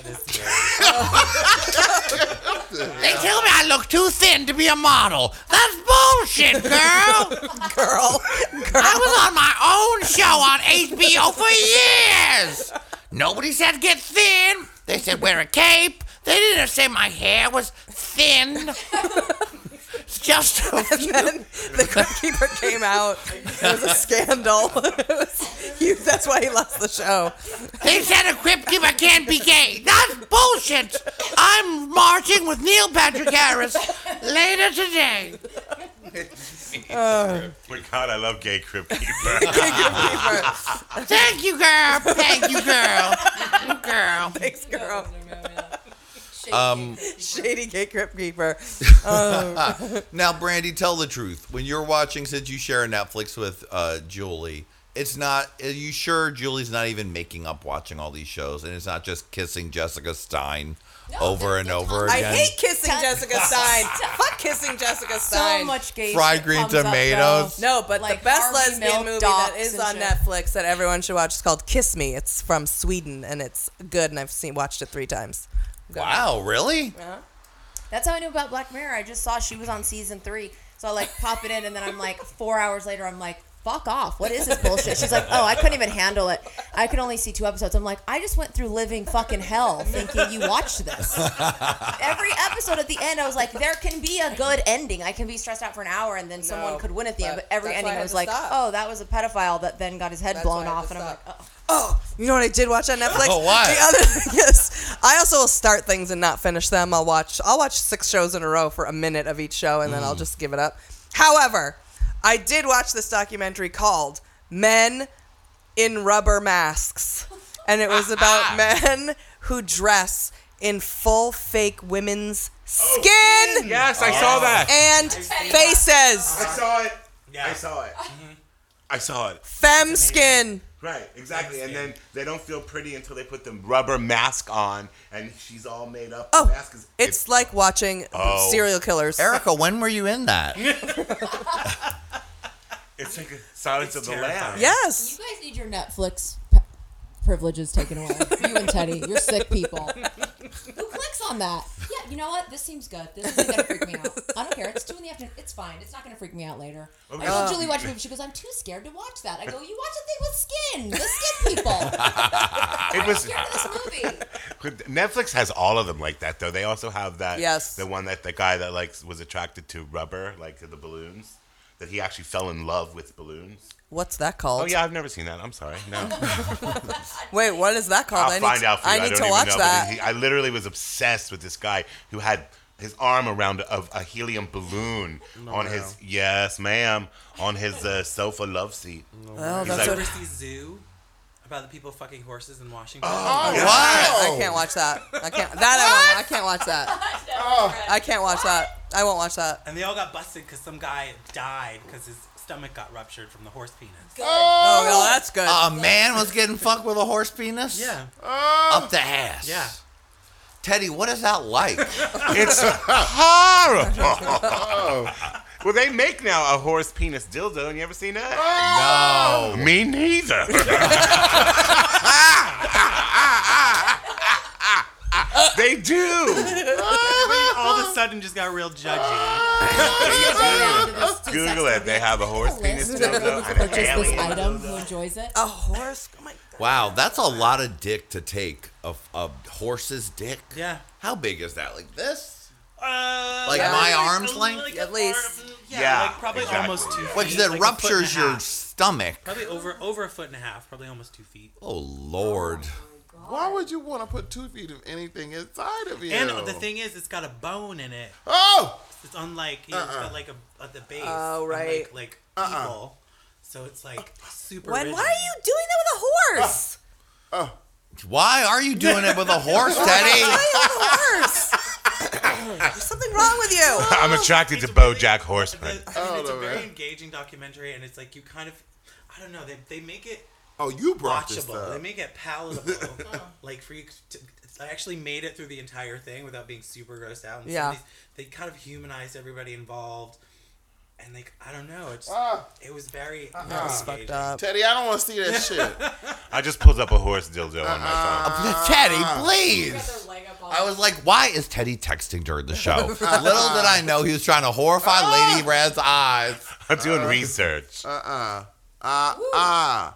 Speaker 1: They tell me I look too thin to be a model. That's bullshit, girl.
Speaker 2: girl. (laughs)
Speaker 1: I was on my own show on HBO for years. Nobody said get thin. They said wear a cape. They didn't say my hair was thin. It's Just
Speaker 2: And then the crypt keeper came out. It was a scandal. (laughs) It was huge. That's why he left the show.
Speaker 1: they said a crypt keeper can't be gay. That's bullshit. I'm marching with Neil Patrick Harris later today.
Speaker 8: My God, I love Gay Crypt Keeper.
Speaker 1: Thank you, girl. Thank you, girl. Thank you, girl.
Speaker 2: Thanks, girl.
Speaker 3: Um,
Speaker 2: Shady gay crypt keeper.
Speaker 1: Now, Brandy, tell the truth. When you're watching, since you share Netflix with uh, Julie, it's not. Are you sure Julie's not even making up watching all these shows, and it's not just kissing Jessica Stein over
Speaker 3: they're-
Speaker 1: and
Speaker 3: they're
Speaker 1: over
Speaker 2: I
Speaker 1: again?
Speaker 2: hate kissing Jessica
Speaker 3: (laughs)
Speaker 2: Stein. Fuck kissing Jessica Stein.
Speaker 3: so much gay.
Speaker 1: Fried
Speaker 3: shit
Speaker 1: green
Speaker 3: comes up,
Speaker 1: tomatoes.
Speaker 3: though.
Speaker 2: No, but
Speaker 3: Like
Speaker 2: the best
Speaker 3: Harvey
Speaker 2: lesbian
Speaker 3: Milk
Speaker 2: movie that
Speaker 3: docs
Speaker 2: is
Speaker 3: and
Speaker 2: on
Speaker 3: shit.
Speaker 2: Netflix that everyone should watch is called Kiss Me. It's from Sweden and it's good, and I've seen watched it three times. Go.
Speaker 1: Wow, really?
Speaker 3: That's how I knew about Black Mirror. I just saw she was on season three, so I like pop it in, and then I'm like, four hours later, I'm like, fuck off. What is this bullshit? She's like, oh, I couldn't even handle it. I could only see two episodes. I'm like, I just went through living fucking hell thinking you watched this. Every episode at the end, I was like, there can be a good ending. I can be stressed out for an hour, and then someone could win at the end.
Speaker 2: but
Speaker 3: But every
Speaker 2: that's why I
Speaker 3: ending, I,
Speaker 2: had
Speaker 3: was
Speaker 2: to
Speaker 3: like,
Speaker 2: stop.
Speaker 3: oh, that was a pedophile that then got his head
Speaker 2: That's why I
Speaker 3: blown
Speaker 2: had
Speaker 3: off,
Speaker 2: to
Speaker 3: and I'm like,
Speaker 2: stop.
Speaker 3: oh.
Speaker 2: Oh, you know what I did watch
Speaker 9: (laughs)
Speaker 2: on Netflix?
Speaker 1: Oh, what?
Speaker 2: The other (laughs) thing is, I also will start things and not finish them. I'll watch I'll watch six shows in a row for a minute of each show and then
Speaker 9: Mm.
Speaker 2: I'll just give it up. However, I did watch this documentary called Men in Rubber Masks. And it was
Speaker 9: (laughs)
Speaker 2: about men who dress in full fake women's skin
Speaker 9: Yes, I saw that.
Speaker 2: and faces.
Speaker 8: I saw it.
Speaker 5: Yeah.
Speaker 8: I saw it. I saw it.
Speaker 2: Femme skin.
Speaker 8: Right, exactly. And then they don't feel pretty until they put the rubber mask on, and she's all made up. The
Speaker 2: Oh,
Speaker 8: mask is,
Speaker 2: It's like watching
Speaker 8: Oh.
Speaker 2: serial killers.
Speaker 1: Erica, when were you in that?
Speaker 2: (laughs)
Speaker 8: it's like a Silence of the
Speaker 5: terrifying.
Speaker 8: Lambs.
Speaker 2: Yes.
Speaker 3: You guys need your Netflix p- privileges taken away. you and Teddy, you're sick people. Who clicks on that? Yeah, you know what? This seems good. This isn't gonna freak me out. I don't care. It's two in the afternoon. It's fine. It's not gonna freak me out later. I told Julie watch a movie. She goes, "I'm too scared to watch that." I go, "You watch a thing with skin. The skin people.
Speaker 8: it
Speaker 2: (laughs)
Speaker 8: was
Speaker 3: movie.
Speaker 8: Netflix has all of them like that though. They also have that
Speaker 2: Yes.
Speaker 8: the one that the guy that like was attracted to rubber, like to the balloons, that he actually fell in love with balloons.
Speaker 2: What's that called?
Speaker 8: Oh yeah, I've never seen that. I'm sorry.
Speaker 2: (laughs)
Speaker 8: No.
Speaker 2: Wait, what is that called?
Speaker 8: I'll
Speaker 2: I need
Speaker 8: find
Speaker 2: to,
Speaker 8: out for you.
Speaker 2: I need
Speaker 8: don't
Speaker 2: to
Speaker 8: even
Speaker 2: watch
Speaker 8: know, but
Speaker 2: that.
Speaker 8: he- I literally was obsessed with this guy who had his arm around a, a helium balloon on his yes, ma'am, on his uh, sofa love seat.
Speaker 2: (laughs) Oh,
Speaker 8: He's
Speaker 2: that's
Speaker 8: like,
Speaker 2: what-
Speaker 5: Ever see Zoo? About the people fucking horses in Washington.
Speaker 2: I can't watch that. I can't. That I won't. I can't watch that. I can't watch that. I won't watch that.
Speaker 5: And they all got busted because some guy died because his stomach got ruptured from the horse penis.
Speaker 2: Oh, no, that's good.
Speaker 1: A man was getting fucked with a horse penis?
Speaker 5: Yeah.
Speaker 1: Up the ass.
Speaker 5: Yeah.
Speaker 1: Teddy, what is that
Speaker 2: (laughs)
Speaker 1: like?
Speaker 8: It's horrible. well, they make now a horse penis dildo. And you ever seen that?
Speaker 1: no.
Speaker 8: Me neither. they do.
Speaker 5: All
Speaker 2: Uh-huh.
Speaker 5: of a sudden just got real judgy.
Speaker 8: Google it. They have a horse penis dildo and an
Speaker 3: Purchase this (laughs)
Speaker 8: alien
Speaker 3: item. Who enjoys it?
Speaker 2: A horse. Oh my god.
Speaker 1: Wow, that's a lot of dick to take. A, a horse's dick?
Speaker 5: Yeah.
Speaker 1: How big is that? Like this?
Speaker 5: Uh,
Speaker 1: Like my arm's length?
Speaker 2: At
Speaker 5: a
Speaker 2: least.
Speaker 5: arm- yeah,
Speaker 8: Yeah,
Speaker 5: like probably
Speaker 8: exactly.
Speaker 5: almost two.
Speaker 1: Like, that
Speaker 5: feet, like a foot and a
Speaker 1: ruptures your
Speaker 5: half.
Speaker 1: stomach.
Speaker 5: Probably over over a foot and a half. Probably almost two feet.
Speaker 1: Oh, Lord.
Speaker 6: Why would you want to put two feet of anything inside of you?
Speaker 5: And uh, the thing is, it's got a bone in it.
Speaker 6: Oh,
Speaker 5: It's unlike you know, it's got like a at the base.
Speaker 2: Uh-uh. Oh, right. Uh-uh. Uh,
Speaker 5: Unlike, like people. So it's like super.
Speaker 2: When,
Speaker 5: rigid.
Speaker 2: why are you doing that with a horse?
Speaker 1: Why are you doing it with a horse,
Speaker 5: (laughs)
Speaker 1: Teddy?
Speaker 2: Why with a horse? (coughs) There's something wrong with you.
Speaker 8: I'm attracted to BoJack Horseman.
Speaker 5: The- I mean, it's a
Speaker 6: no,
Speaker 5: very
Speaker 6: man.
Speaker 5: engaging documentary, and it's like you kind of, I don't know, they, they make it
Speaker 6: oh, you brought this
Speaker 5: watchable. They
Speaker 6: up.
Speaker 5: make it
Speaker 6: (laughs)
Speaker 5: palatable.
Speaker 2: Oh.
Speaker 5: like for you, to, I actually made it through the entire thing without being super grossed out. And some
Speaker 2: Yeah.
Speaker 5: of these- they kind of humanized everybody involved, and like I don't know, it's
Speaker 6: Ah.
Speaker 5: it was very
Speaker 2: Fucked
Speaker 5: engaging.
Speaker 2: up.
Speaker 6: Teddy, I don't want to see
Speaker 5: (laughs)
Speaker 6: that shit.
Speaker 8: I just pulled up a horse dildo on my
Speaker 1: Uh-huh.
Speaker 8: phone.
Speaker 1: Teddy, please. I was like, why is Teddy texting during the
Speaker 5: (laughs)
Speaker 1: show? Little did I know he was trying to horrify
Speaker 5: Oh.
Speaker 1: Lady Rad's eyes.
Speaker 8: I'm doing research.
Speaker 6: Uh-uh. Uh-uh.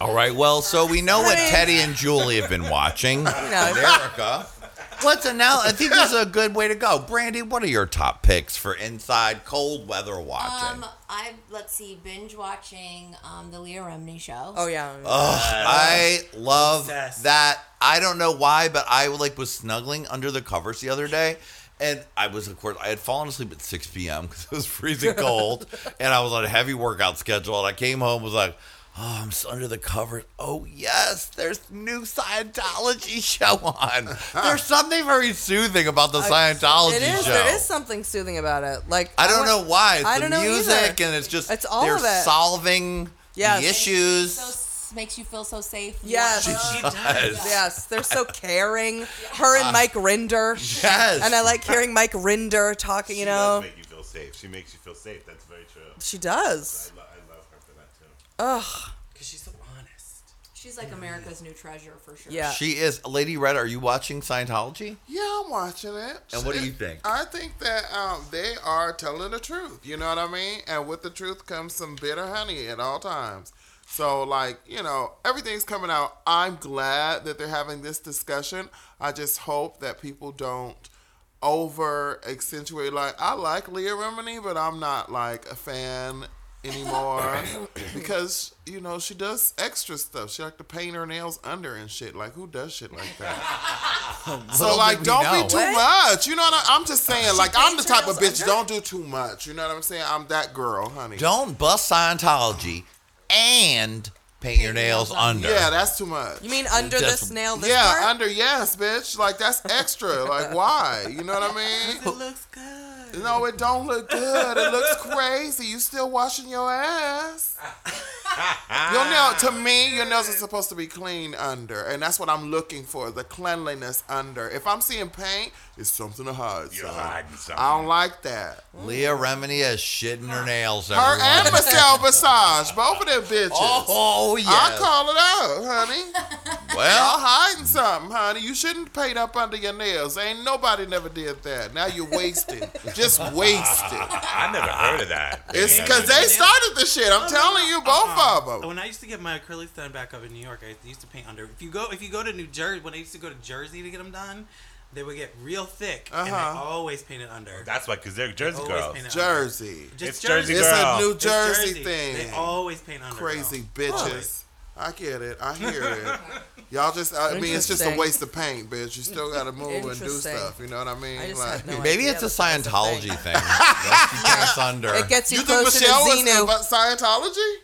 Speaker 1: All right, well, so we know what Teddy and Julie have been
Speaker 5: (laughs)
Speaker 1: watching. America. What's a now? I think this is a good way to go. Brandy, what are your top picks for inside cold weather watching?
Speaker 3: Um, I let's see, binge watching um the Leah Remini show.
Speaker 2: Oh yeah.
Speaker 1: I love
Speaker 5: Obsessed.
Speaker 1: that. I don't know why, but I like was snuggling under the covers the other day, and I was of course I had fallen asleep at 6 (laughs) p.m. because it was freezing
Speaker 2: (laughs)
Speaker 1: cold, and I was on a heavy workout schedule, and I came home was like. Oh, I'm s- under the covers. Oh yes, there's new Scientology (laughs) show
Speaker 2: (laughs)
Speaker 1: on. There's something very soothing about the Scientology
Speaker 2: it is.
Speaker 1: show.
Speaker 2: There is something soothing about it. Like
Speaker 1: I don't know
Speaker 2: want-
Speaker 1: why. It's
Speaker 2: I
Speaker 1: the
Speaker 2: don't know
Speaker 1: music,
Speaker 2: either.
Speaker 1: and it's just
Speaker 2: It's all
Speaker 1: they're
Speaker 2: of it.
Speaker 1: solving
Speaker 2: Yes.
Speaker 1: the issues.
Speaker 3: So s- makes you feel so safe.
Speaker 2: Yes.
Speaker 5: She does.
Speaker 2: Yes, they're
Speaker 6: (laughs)
Speaker 2: so caring. Her
Speaker 6: Ah.
Speaker 2: and Mike Rinder.
Speaker 1: (laughs) yes,
Speaker 2: And I like hearing Mike Rinder talking, you know.
Speaker 8: She does make you feel safe. She makes you feel safe. That's very true.
Speaker 2: She does.
Speaker 8: I, lo- I love her for that too.
Speaker 5: because she's so honest.
Speaker 3: She's like America's new treasure for sure.
Speaker 2: Yeah.
Speaker 1: She is Lady Red. Are you watching Scientology?
Speaker 6: Yeah, I'm watching it.
Speaker 1: And what do you think?
Speaker 6: I think that um, they are telling the truth. You know what I mean? And with the truth comes some bitter honey at all times. So, like, you know, everything's coming out. I'm glad that they're having this discussion. I just hope that people don't over accentuate. Like, I like Leah Remini, but I'm not like a fan anymore
Speaker 1: (coughs)
Speaker 6: because you know she does extra stuff she like to paint her nails under and shit like who does shit like that so
Speaker 1: Little
Speaker 6: like,
Speaker 1: did we
Speaker 6: don't
Speaker 1: know.
Speaker 6: be too much. You know what I, I'm just saying? Like, I'm the type of bitch. Don't do too much. You know what I'm saying? I'm that girl, honey.
Speaker 1: Don't bust Scientology and paint your nails under.
Speaker 6: Yeah, that's too much.
Speaker 2: You mean under
Speaker 1: Just-
Speaker 2: this nail this
Speaker 6: yeah,
Speaker 2: part?
Speaker 6: under yes, bitch. Like that's extra. like why? You know what I mean?
Speaker 2: (laughs)
Speaker 5: It looks good.
Speaker 6: No, it don't look good. It looks crazy. You still washing your ass. Your nail, to me, your nails are supposed to be clean under, and that's what I'm looking for—the cleanliness under. If I'm seeing paint, it's something to hide.
Speaker 8: You're
Speaker 6: son.
Speaker 8: hiding something.
Speaker 6: I don't like that.
Speaker 1: Leah Remini is shitting her nails.
Speaker 6: Her
Speaker 1: everyone.
Speaker 6: and Michelle Visage, both of them bitches.
Speaker 1: (laughs) oh yes.
Speaker 6: I call it out, honey.
Speaker 1: Well-
Speaker 6: y'all hiding something, honey. You shouldn't paint up under your nails. Ain't nobody never did that. Now you're wasted, just wasted.
Speaker 8: I never heard of that.
Speaker 6: It's because they started the shit. I'm telling you, both
Speaker 5: Uh-huh.
Speaker 6: of them.
Speaker 5: When I used to get my acrylics done back up in New York, I used to paint under. If you go, if you go to New Jersey, when I used to go to Jersey to get them done, they would get real thick, and I
Speaker 6: Uh-huh.
Speaker 5: always painted under.
Speaker 8: That's why, because they're Jersey
Speaker 5: Always
Speaker 8: girls.
Speaker 5: paint it under.
Speaker 6: Jersey.
Speaker 5: Just
Speaker 8: It's Jersey
Speaker 6: It's a
Speaker 8: girl.
Speaker 6: New
Speaker 5: It's
Speaker 6: Jersey,
Speaker 5: Jersey.
Speaker 6: thing.
Speaker 5: They always paint under.
Speaker 6: Crazy
Speaker 5: girl. Always.
Speaker 6: bitches. I get it. I hear it. Y'all just, I mean, it's just a
Speaker 2: Interesting.
Speaker 6: waste of paint, bitch. You still got to move and do
Speaker 2: Interesting.
Speaker 6: stuff. You know what I mean?
Speaker 2: I just had
Speaker 6: Like- (laughs)
Speaker 2: no
Speaker 1: Maybe
Speaker 2: idea
Speaker 1: it's a
Speaker 2: that that was
Speaker 1: Scientology thing.
Speaker 2: thing.
Speaker 1: Let's keep us under.
Speaker 2: It gets you,
Speaker 6: you think
Speaker 2: closer to
Speaker 6: Michelle was
Speaker 2: Xenu.
Speaker 6: about Scientology?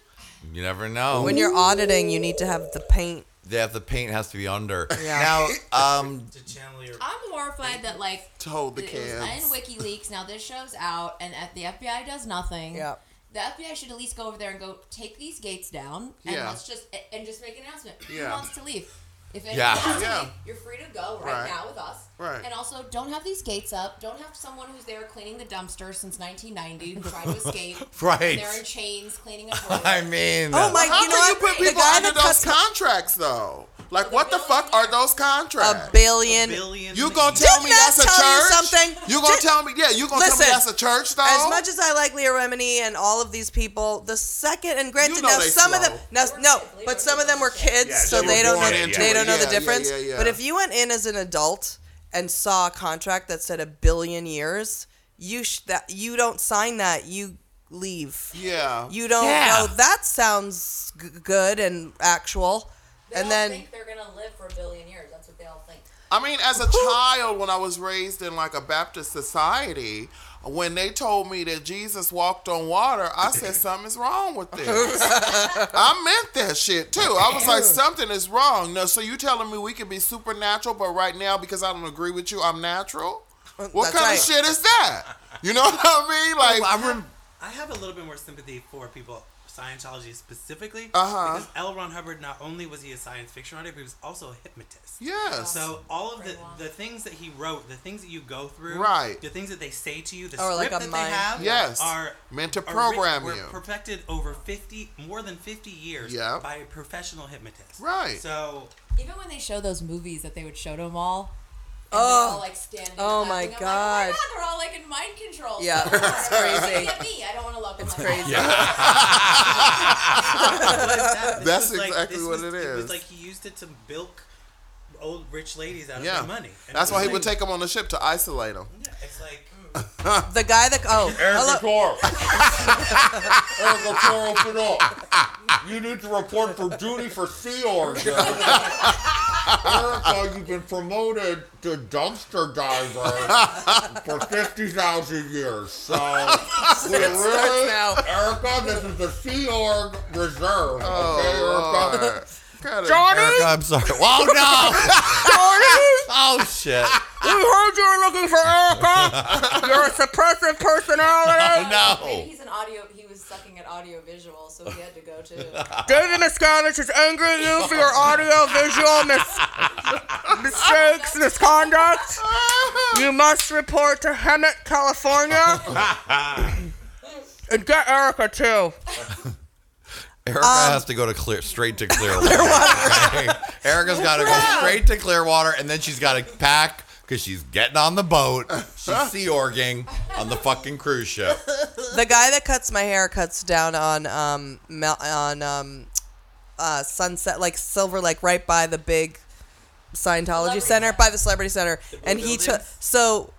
Speaker 1: you never know.
Speaker 2: When you're auditing, you need to have the paint.
Speaker 1: they have the paint has to be under.
Speaker 2: Yeah.
Speaker 1: Now, um,
Speaker 5: To channel your.
Speaker 3: I'm horrified that like
Speaker 6: Told the
Speaker 3: it was
Speaker 6: kids.
Speaker 3: in WikiLeaks. Now this show's out, and at the FBI does nothing.
Speaker 2: Yeah.
Speaker 3: The FBI should at least go over there and go take these gates down, and
Speaker 6: Yeah.
Speaker 3: let's just and just make an announcement.
Speaker 6: Yeah.
Speaker 3: Who wants to leave? If anyone
Speaker 1: Yeah.
Speaker 3: wants to
Speaker 6: Yeah.
Speaker 3: leave, you're free to go right,
Speaker 6: Right.
Speaker 3: now with us.
Speaker 6: Right.
Speaker 3: And also, don't have these gates up. Don't have someone who's there cleaning the dumpster since 1990 who tried to escape.
Speaker 1: Right.
Speaker 3: And they're in chains cleaning up.
Speaker 1: I mean,
Speaker 2: Oh my!
Speaker 6: How
Speaker 2: you know
Speaker 6: can you
Speaker 2: what?
Speaker 6: put
Speaker 2: the
Speaker 6: people
Speaker 2: guy
Speaker 6: under
Speaker 2: that
Speaker 6: those
Speaker 2: cuts
Speaker 6: contracts, though? Like, what the fuck are those contracts?
Speaker 2: a billion.
Speaker 5: Billions
Speaker 6: You
Speaker 5: and
Speaker 6: gonna
Speaker 5: billions.
Speaker 6: tell
Speaker 2: Didn't
Speaker 6: me
Speaker 2: that
Speaker 6: that's a
Speaker 2: tell you
Speaker 6: church?
Speaker 2: something?
Speaker 6: You gonna
Speaker 2: Did-
Speaker 6: tell me? Yeah, you gonna tell
Speaker 2: Listen,
Speaker 6: me that's a church though?
Speaker 2: As much as I like Leah Remini and all of these people, the second and granted
Speaker 6: You know
Speaker 2: now
Speaker 6: they
Speaker 2: some of
Speaker 6: slow.
Speaker 2: them now, no, but some of them were kids,
Speaker 8: Yeah,
Speaker 2: so
Speaker 8: they
Speaker 2: they
Speaker 8: were
Speaker 2: don't know
Speaker 8: born
Speaker 2: the,
Speaker 8: into
Speaker 2: they
Speaker 8: it.
Speaker 2: don't know the
Speaker 6: Yeah, yeah,
Speaker 2: difference.
Speaker 6: yeah, yeah.
Speaker 2: But if you went in as an adult and saw a contract that said a billion years, you sh- that you don't sign that, you leave.
Speaker 6: yeah,
Speaker 2: You don't
Speaker 1: Yeah.
Speaker 2: go. That sounds g- good and actual. and then
Speaker 3: think they're gonna live for a billion years. That's what they all think.
Speaker 6: I mean, as a child, when I was raised in like a Baptist society, when they told me that Jesus walked on water, I said something's wrong with this. I meant that shit too. I was like, something is wrong. No, so you telling me we can be supernatural, but right now because I don't agree with you, I'm natural.
Speaker 2: that's
Speaker 6: What kind
Speaker 2: right.
Speaker 6: of shit is that? You know what I mean? Like,
Speaker 1: I rem-
Speaker 5: I have a little bit more sympathy for people Scientology specifically
Speaker 6: Uh-huh.
Speaker 5: because L. Ron Hubbard not only was he a science fiction writer, but he was also a hypnotist.
Speaker 6: yes.
Speaker 5: So all of the the things that he wrote, the things that you go through,
Speaker 6: Right.
Speaker 5: The things that they say to you, the
Speaker 2: Or like
Speaker 5: script
Speaker 2: a
Speaker 5: that
Speaker 2: mind-
Speaker 5: they have,
Speaker 6: Yes.
Speaker 5: are
Speaker 6: Meant to
Speaker 5: are writ-
Speaker 6: program
Speaker 5: were
Speaker 6: you.
Speaker 5: perfected over fifty, more than fifty years,
Speaker 6: Yep.
Speaker 5: by a professional hypnotist,
Speaker 6: Right.
Speaker 5: So
Speaker 3: Even when they show those movies that they would show to them all. And
Speaker 2: Oh.
Speaker 3: they're all like standing.
Speaker 2: Oh,
Speaker 3: clapping.
Speaker 2: my
Speaker 3: I'm like,
Speaker 2: God.
Speaker 3: oh my god! They're all like in mind control.
Speaker 2: Yeah,
Speaker 3: Sorry.
Speaker 2: it's crazy.
Speaker 3: Look at me. I don't want to look.
Speaker 2: (laughs)
Speaker 3: It's
Speaker 2: crazy.
Speaker 5: that- this was
Speaker 6: That's
Speaker 5: like-
Speaker 6: exactly
Speaker 5: this
Speaker 6: what
Speaker 5: was-
Speaker 6: it
Speaker 5: It
Speaker 6: is.
Speaker 5: was like he used it to bilk old rich ladies out of
Speaker 6: yeah,
Speaker 5: their money. And
Speaker 6: that's
Speaker 5: it
Speaker 6: why he
Speaker 5: was
Speaker 6: would
Speaker 5: like-
Speaker 6: take them on the ship to isolate them.
Speaker 5: Yeah, it's like.
Speaker 2: Uh, the guy that
Speaker 6: (laughs)
Speaker 2: oh hello,
Speaker 9: Coro. Erica Coro, open up. You need to report for duty for sea origin. Erica, you've been promoted to dumpster diver for 50,000 years. So, we really, Erica, this is the Sea Org Reserve. okay,
Speaker 6: Oh,
Speaker 9: Erica?
Speaker 6: Lord. Kinda-
Speaker 1: Erica, I'm sorry. Well, no.
Speaker 2: (laughs)
Speaker 1: Oh shit.
Speaker 7: We heard you were looking for Erica. You're a suppressive
Speaker 6: (laughs)
Speaker 7: personality.
Speaker 1: No.
Speaker 3: He's an audio. He was sucking at audio visual, so he had to go to.
Speaker 7: David Miscavige is angry at you for your audio visual mis- mistakes, misconduct. You must report to Hemet, California. and get Erica too.
Speaker 1: Erica
Speaker 6: Um,
Speaker 1: has to go to clear straight to
Speaker 6: (laughs)
Speaker 1: Clearwater. okay? Erica's got to go straight to Clearwater, and then she's got to pack because she's getting on the boat.
Speaker 6: Uh-huh.
Speaker 1: She's sea orging on the fucking cruise ship.
Speaker 2: the guy that cuts my hair cuts down on um Mel- on um uh sunset like silver like right by the big Scientology
Speaker 3: Celebrity
Speaker 2: center by the celebrity center and he took
Speaker 5: buildings?
Speaker 2: so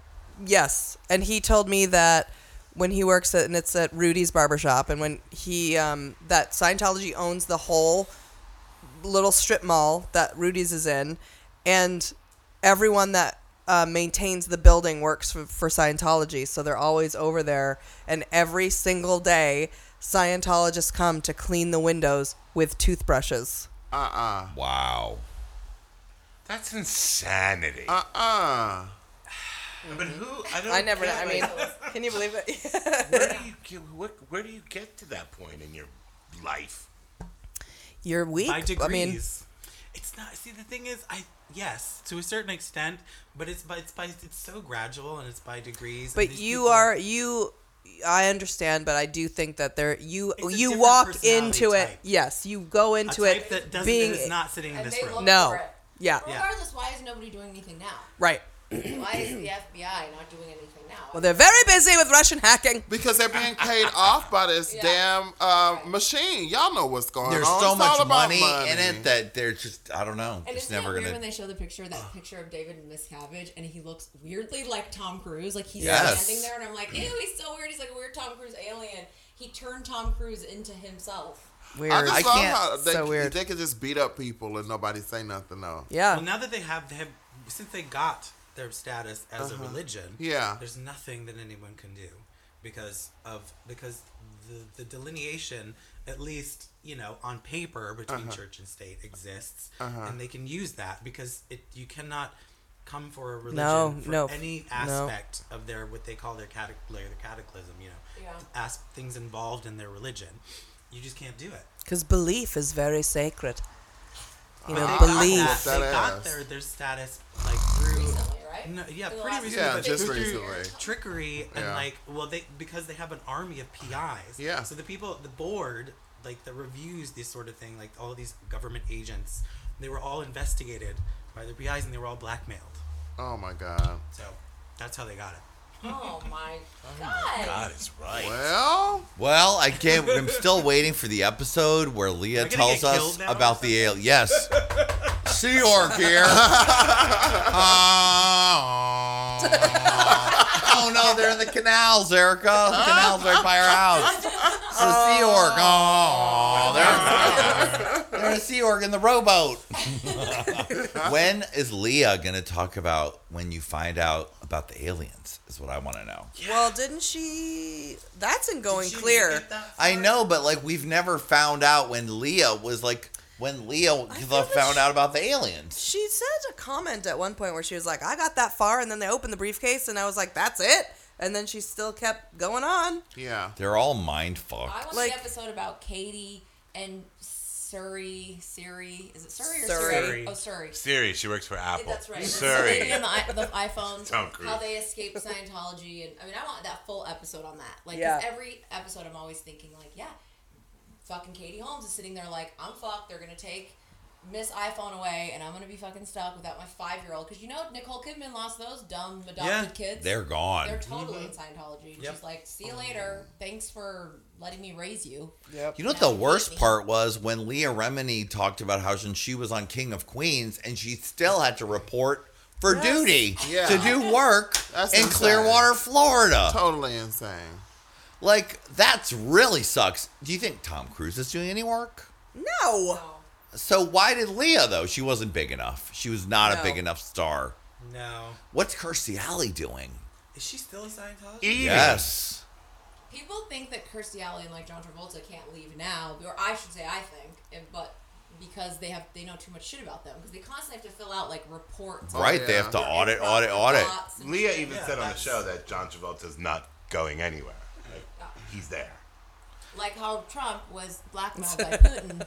Speaker 2: yes and he told me that when he works at and it's at Rudy's barbershop and when he um that Scientology owns the whole little strip mall that Rudy's is in, and everyone that uh, maintains the building works for, for Scientology, so they're always over there. And every single day, Scientologists come to clean the windows with toothbrushes.
Speaker 6: Uh-uh.
Speaker 1: Wow.
Speaker 8: That's insanity.
Speaker 6: Uh-uh.
Speaker 8: but who? I, don't
Speaker 2: I never.
Speaker 8: get,
Speaker 2: I
Speaker 8: like,
Speaker 2: mean, can you believe it? (laughs)
Speaker 8: where do you get? What, where do you get to that point in your life?
Speaker 2: You're weak.
Speaker 5: by degrees.
Speaker 2: I mean,
Speaker 5: it's not. See, the thing is, I yes, to a certain extent, but it's by it's by it's so gradual and it's by degrees. and
Speaker 2: but
Speaker 5: these
Speaker 2: you
Speaker 5: people-
Speaker 2: are you. I understand, but I do think that there you
Speaker 5: It's a
Speaker 2: you
Speaker 5: different
Speaker 2: walk
Speaker 5: personality
Speaker 2: into
Speaker 5: type.
Speaker 2: it. Yes, you go into
Speaker 5: a
Speaker 2: it
Speaker 5: type that doesn't
Speaker 2: being
Speaker 5: that is not sitting in
Speaker 3: And
Speaker 5: this
Speaker 3: they
Speaker 5: room.
Speaker 3: look
Speaker 2: no,
Speaker 3: for it.
Speaker 2: yeah,
Speaker 3: Regardless, why is nobody doing anything now?
Speaker 2: right.
Speaker 3: Why is the FBI not doing anything now?
Speaker 2: Well, they're very busy with Russian hacking.
Speaker 6: Because they're
Speaker 2: (laughs)
Speaker 6: being paid off by this damn uh, machine. Y'all know what's going
Speaker 1: There's
Speaker 6: on.
Speaker 1: so
Speaker 6: It's all
Speaker 1: much
Speaker 6: about
Speaker 1: money, in it that there's just I don't know.
Speaker 3: and
Speaker 1: it's
Speaker 3: it's
Speaker 1: never
Speaker 3: weird
Speaker 1: gonna.
Speaker 3: when they show the picture, that picture of David and Miss Cabbage, and he looks weirdly like Tom Cruise. Like he's
Speaker 1: Yes.
Speaker 3: standing there, and I'm like, ew, he's so weird. He's like a weird Tom Cruise alien. He turned Tom Cruise into himself.
Speaker 2: Weird.
Speaker 6: I just
Speaker 1: I
Speaker 6: love
Speaker 1: can't-
Speaker 6: how they,
Speaker 2: so weird.
Speaker 6: they can just beat up people and nobody say nothing though.
Speaker 2: yeah.
Speaker 5: Well, now that they have, they have since they got their status as
Speaker 2: Uh-huh.
Speaker 5: a religion,
Speaker 6: Yeah.
Speaker 5: there's nothing that anyone can do because of because the the delineation, at least you know on paper between
Speaker 6: Uh-huh.
Speaker 5: church and state exists, and they can use that because it you cannot come for a religion
Speaker 2: No,
Speaker 5: for
Speaker 2: no,
Speaker 5: any
Speaker 2: no.
Speaker 5: aspect of their what they call their, catac- like, their cataclysm, you know,
Speaker 3: Yeah.
Speaker 5: as things involved in their religion. You just can't do it.
Speaker 2: Because belief is very sacred. You know,
Speaker 5: They got
Speaker 2: belief.
Speaker 5: that- They
Speaker 6: That
Speaker 5: got
Speaker 6: ass.
Speaker 5: their, their status like through
Speaker 3: Recently, right?
Speaker 5: no, yeah,
Speaker 3: For the
Speaker 5: pretty
Speaker 3: last-
Speaker 5: recently.
Speaker 6: Yeah,
Speaker 5: but
Speaker 6: just
Speaker 5: through
Speaker 6: recently.
Speaker 5: Trickery and
Speaker 6: Yeah.
Speaker 5: like, well, they because they have an army of PIs.
Speaker 6: Yeah.
Speaker 5: So the people, the board, like that reviews this sort of thing, like all these government agents, they were all investigated by the PIs and they were all blackmailed.
Speaker 6: Oh my god.
Speaker 5: So that's how they got it.
Speaker 3: Oh my god.
Speaker 8: God is right.
Speaker 6: Well,
Speaker 1: Well, I can't. I'm still waiting for the episode where Leah
Speaker 5: gonna
Speaker 1: tells
Speaker 5: get
Speaker 1: us
Speaker 5: killed now or
Speaker 1: about the alien.
Speaker 5: (laughs)
Speaker 1: Yes, Sea Orc here. Uh, oh no, they're in the canals, Erica. The canals right by our house. It's a Sea Orc. Oh,
Speaker 5: (laughs)
Speaker 1: they're, they're a Sea Orc in the rowboat. when is Leah gonna talk about when you find out about the aliens? Is what I want to know.
Speaker 2: Well, didn't she? That's in going
Speaker 5: Did you
Speaker 2: clear.
Speaker 5: get that?
Speaker 1: I know, but like we've never found out when Leah was like when Leah
Speaker 2: feel that
Speaker 1: found
Speaker 2: she-
Speaker 1: out about the aliens.
Speaker 2: She said a comment at one point where she was like, "I got that far," and then they opened the briefcase, and I was like, "That's it." And then she still kept going on.
Speaker 6: yeah.
Speaker 1: They're all mind
Speaker 3: I
Speaker 1: fucked.
Speaker 3: watched
Speaker 2: Like-
Speaker 3: an episode about Katie and Surrey. Surrey. Is it Surrey or
Speaker 2: Surrey.
Speaker 3: Surrey? Oh, Surrey.
Speaker 8: Siri, she works for
Speaker 5: Oh,
Speaker 8: Apple.
Speaker 3: That's right.
Speaker 2: (laughs)
Speaker 8: Surrey.
Speaker 3: And the, i- the
Speaker 5: (laughs)
Speaker 3: iPhones,
Speaker 8: Tom Cruise.
Speaker 3: how they escaped Scientology, and I mean, I want that full episode on that. Like 'cause
Speaker 2: Yeah.
Speaker 3: every episode, I'm always thinking like, yeah, fucking Katie Holmes is sitting there like, I'm fucked. They're gonna take Miss iPhone away, and I'm gonna be fucking stuck without my five year old. Because you know Nicole Kidman lost those dumb adopted
Speaker 5: Yeah. Mm-hmm.
Speaker 3: kids.
Speaker 1: They're gone.
Speaker 3: They're totally in Scientology. And
Speaker 5: Yep.
Speaker 3: She's like, see you later. Thanks for letting me raise you.
Speaker 1: you know what the worst part was when Leah Remini talked about how when she was on King of Queens and she still had to report for duty
Speaker 6: Yeah.
Speaker 1: to do work
Speaker 6: That's
Speaker 1: in
Speaker 6: insane.
Speaker 1: Clearwater, Florida.
Speaker 6: Totally insane.
Speaker 1: Like that's really sucks. Do you think Tom Cruise is doing any work?
Speaker 2: No,
Speaker 3: Oh.
Speaker 1: So why did Leah though? She wasn't big enough. She was not a
Speaker 2: No.
Speaker 1: big enough star.
Speaker 5: No.
Speaker 1: What's Kirstie Alley doing?
Speaker 5: Is she still a Scientologist?
Speaker 1: Yes.
Speaker 3: People think that Kirstie Alley and like John Travolta can't leave now, or I should say I think, and- but because they have they know too much shit about them because they constantly have to fill out like reports.
Speaker 6: Oh,
Speaker 1: right. They
Speaker 6: yeah.
Speaker 1: have to
Speaker 6: They're
Speaker 1: audit,
Speaker 3: About
Speaker 1: audit,
Speaker 3: the
Speaker 1: audit.
Speaker 3: plots and
Speaker 8: Leah
Speaker 3: shit.
Speaker 8: even
Speaker 5: Yeah,
Speaker 8: said on the
Speaker 5: that's-
Speaker 8: show that John Travolta's not going anywhere. Like, he's there.
Speaker 3: like how Trump was
Speaker 1: (laughs)
Speaker 3: blackmailed by Putin.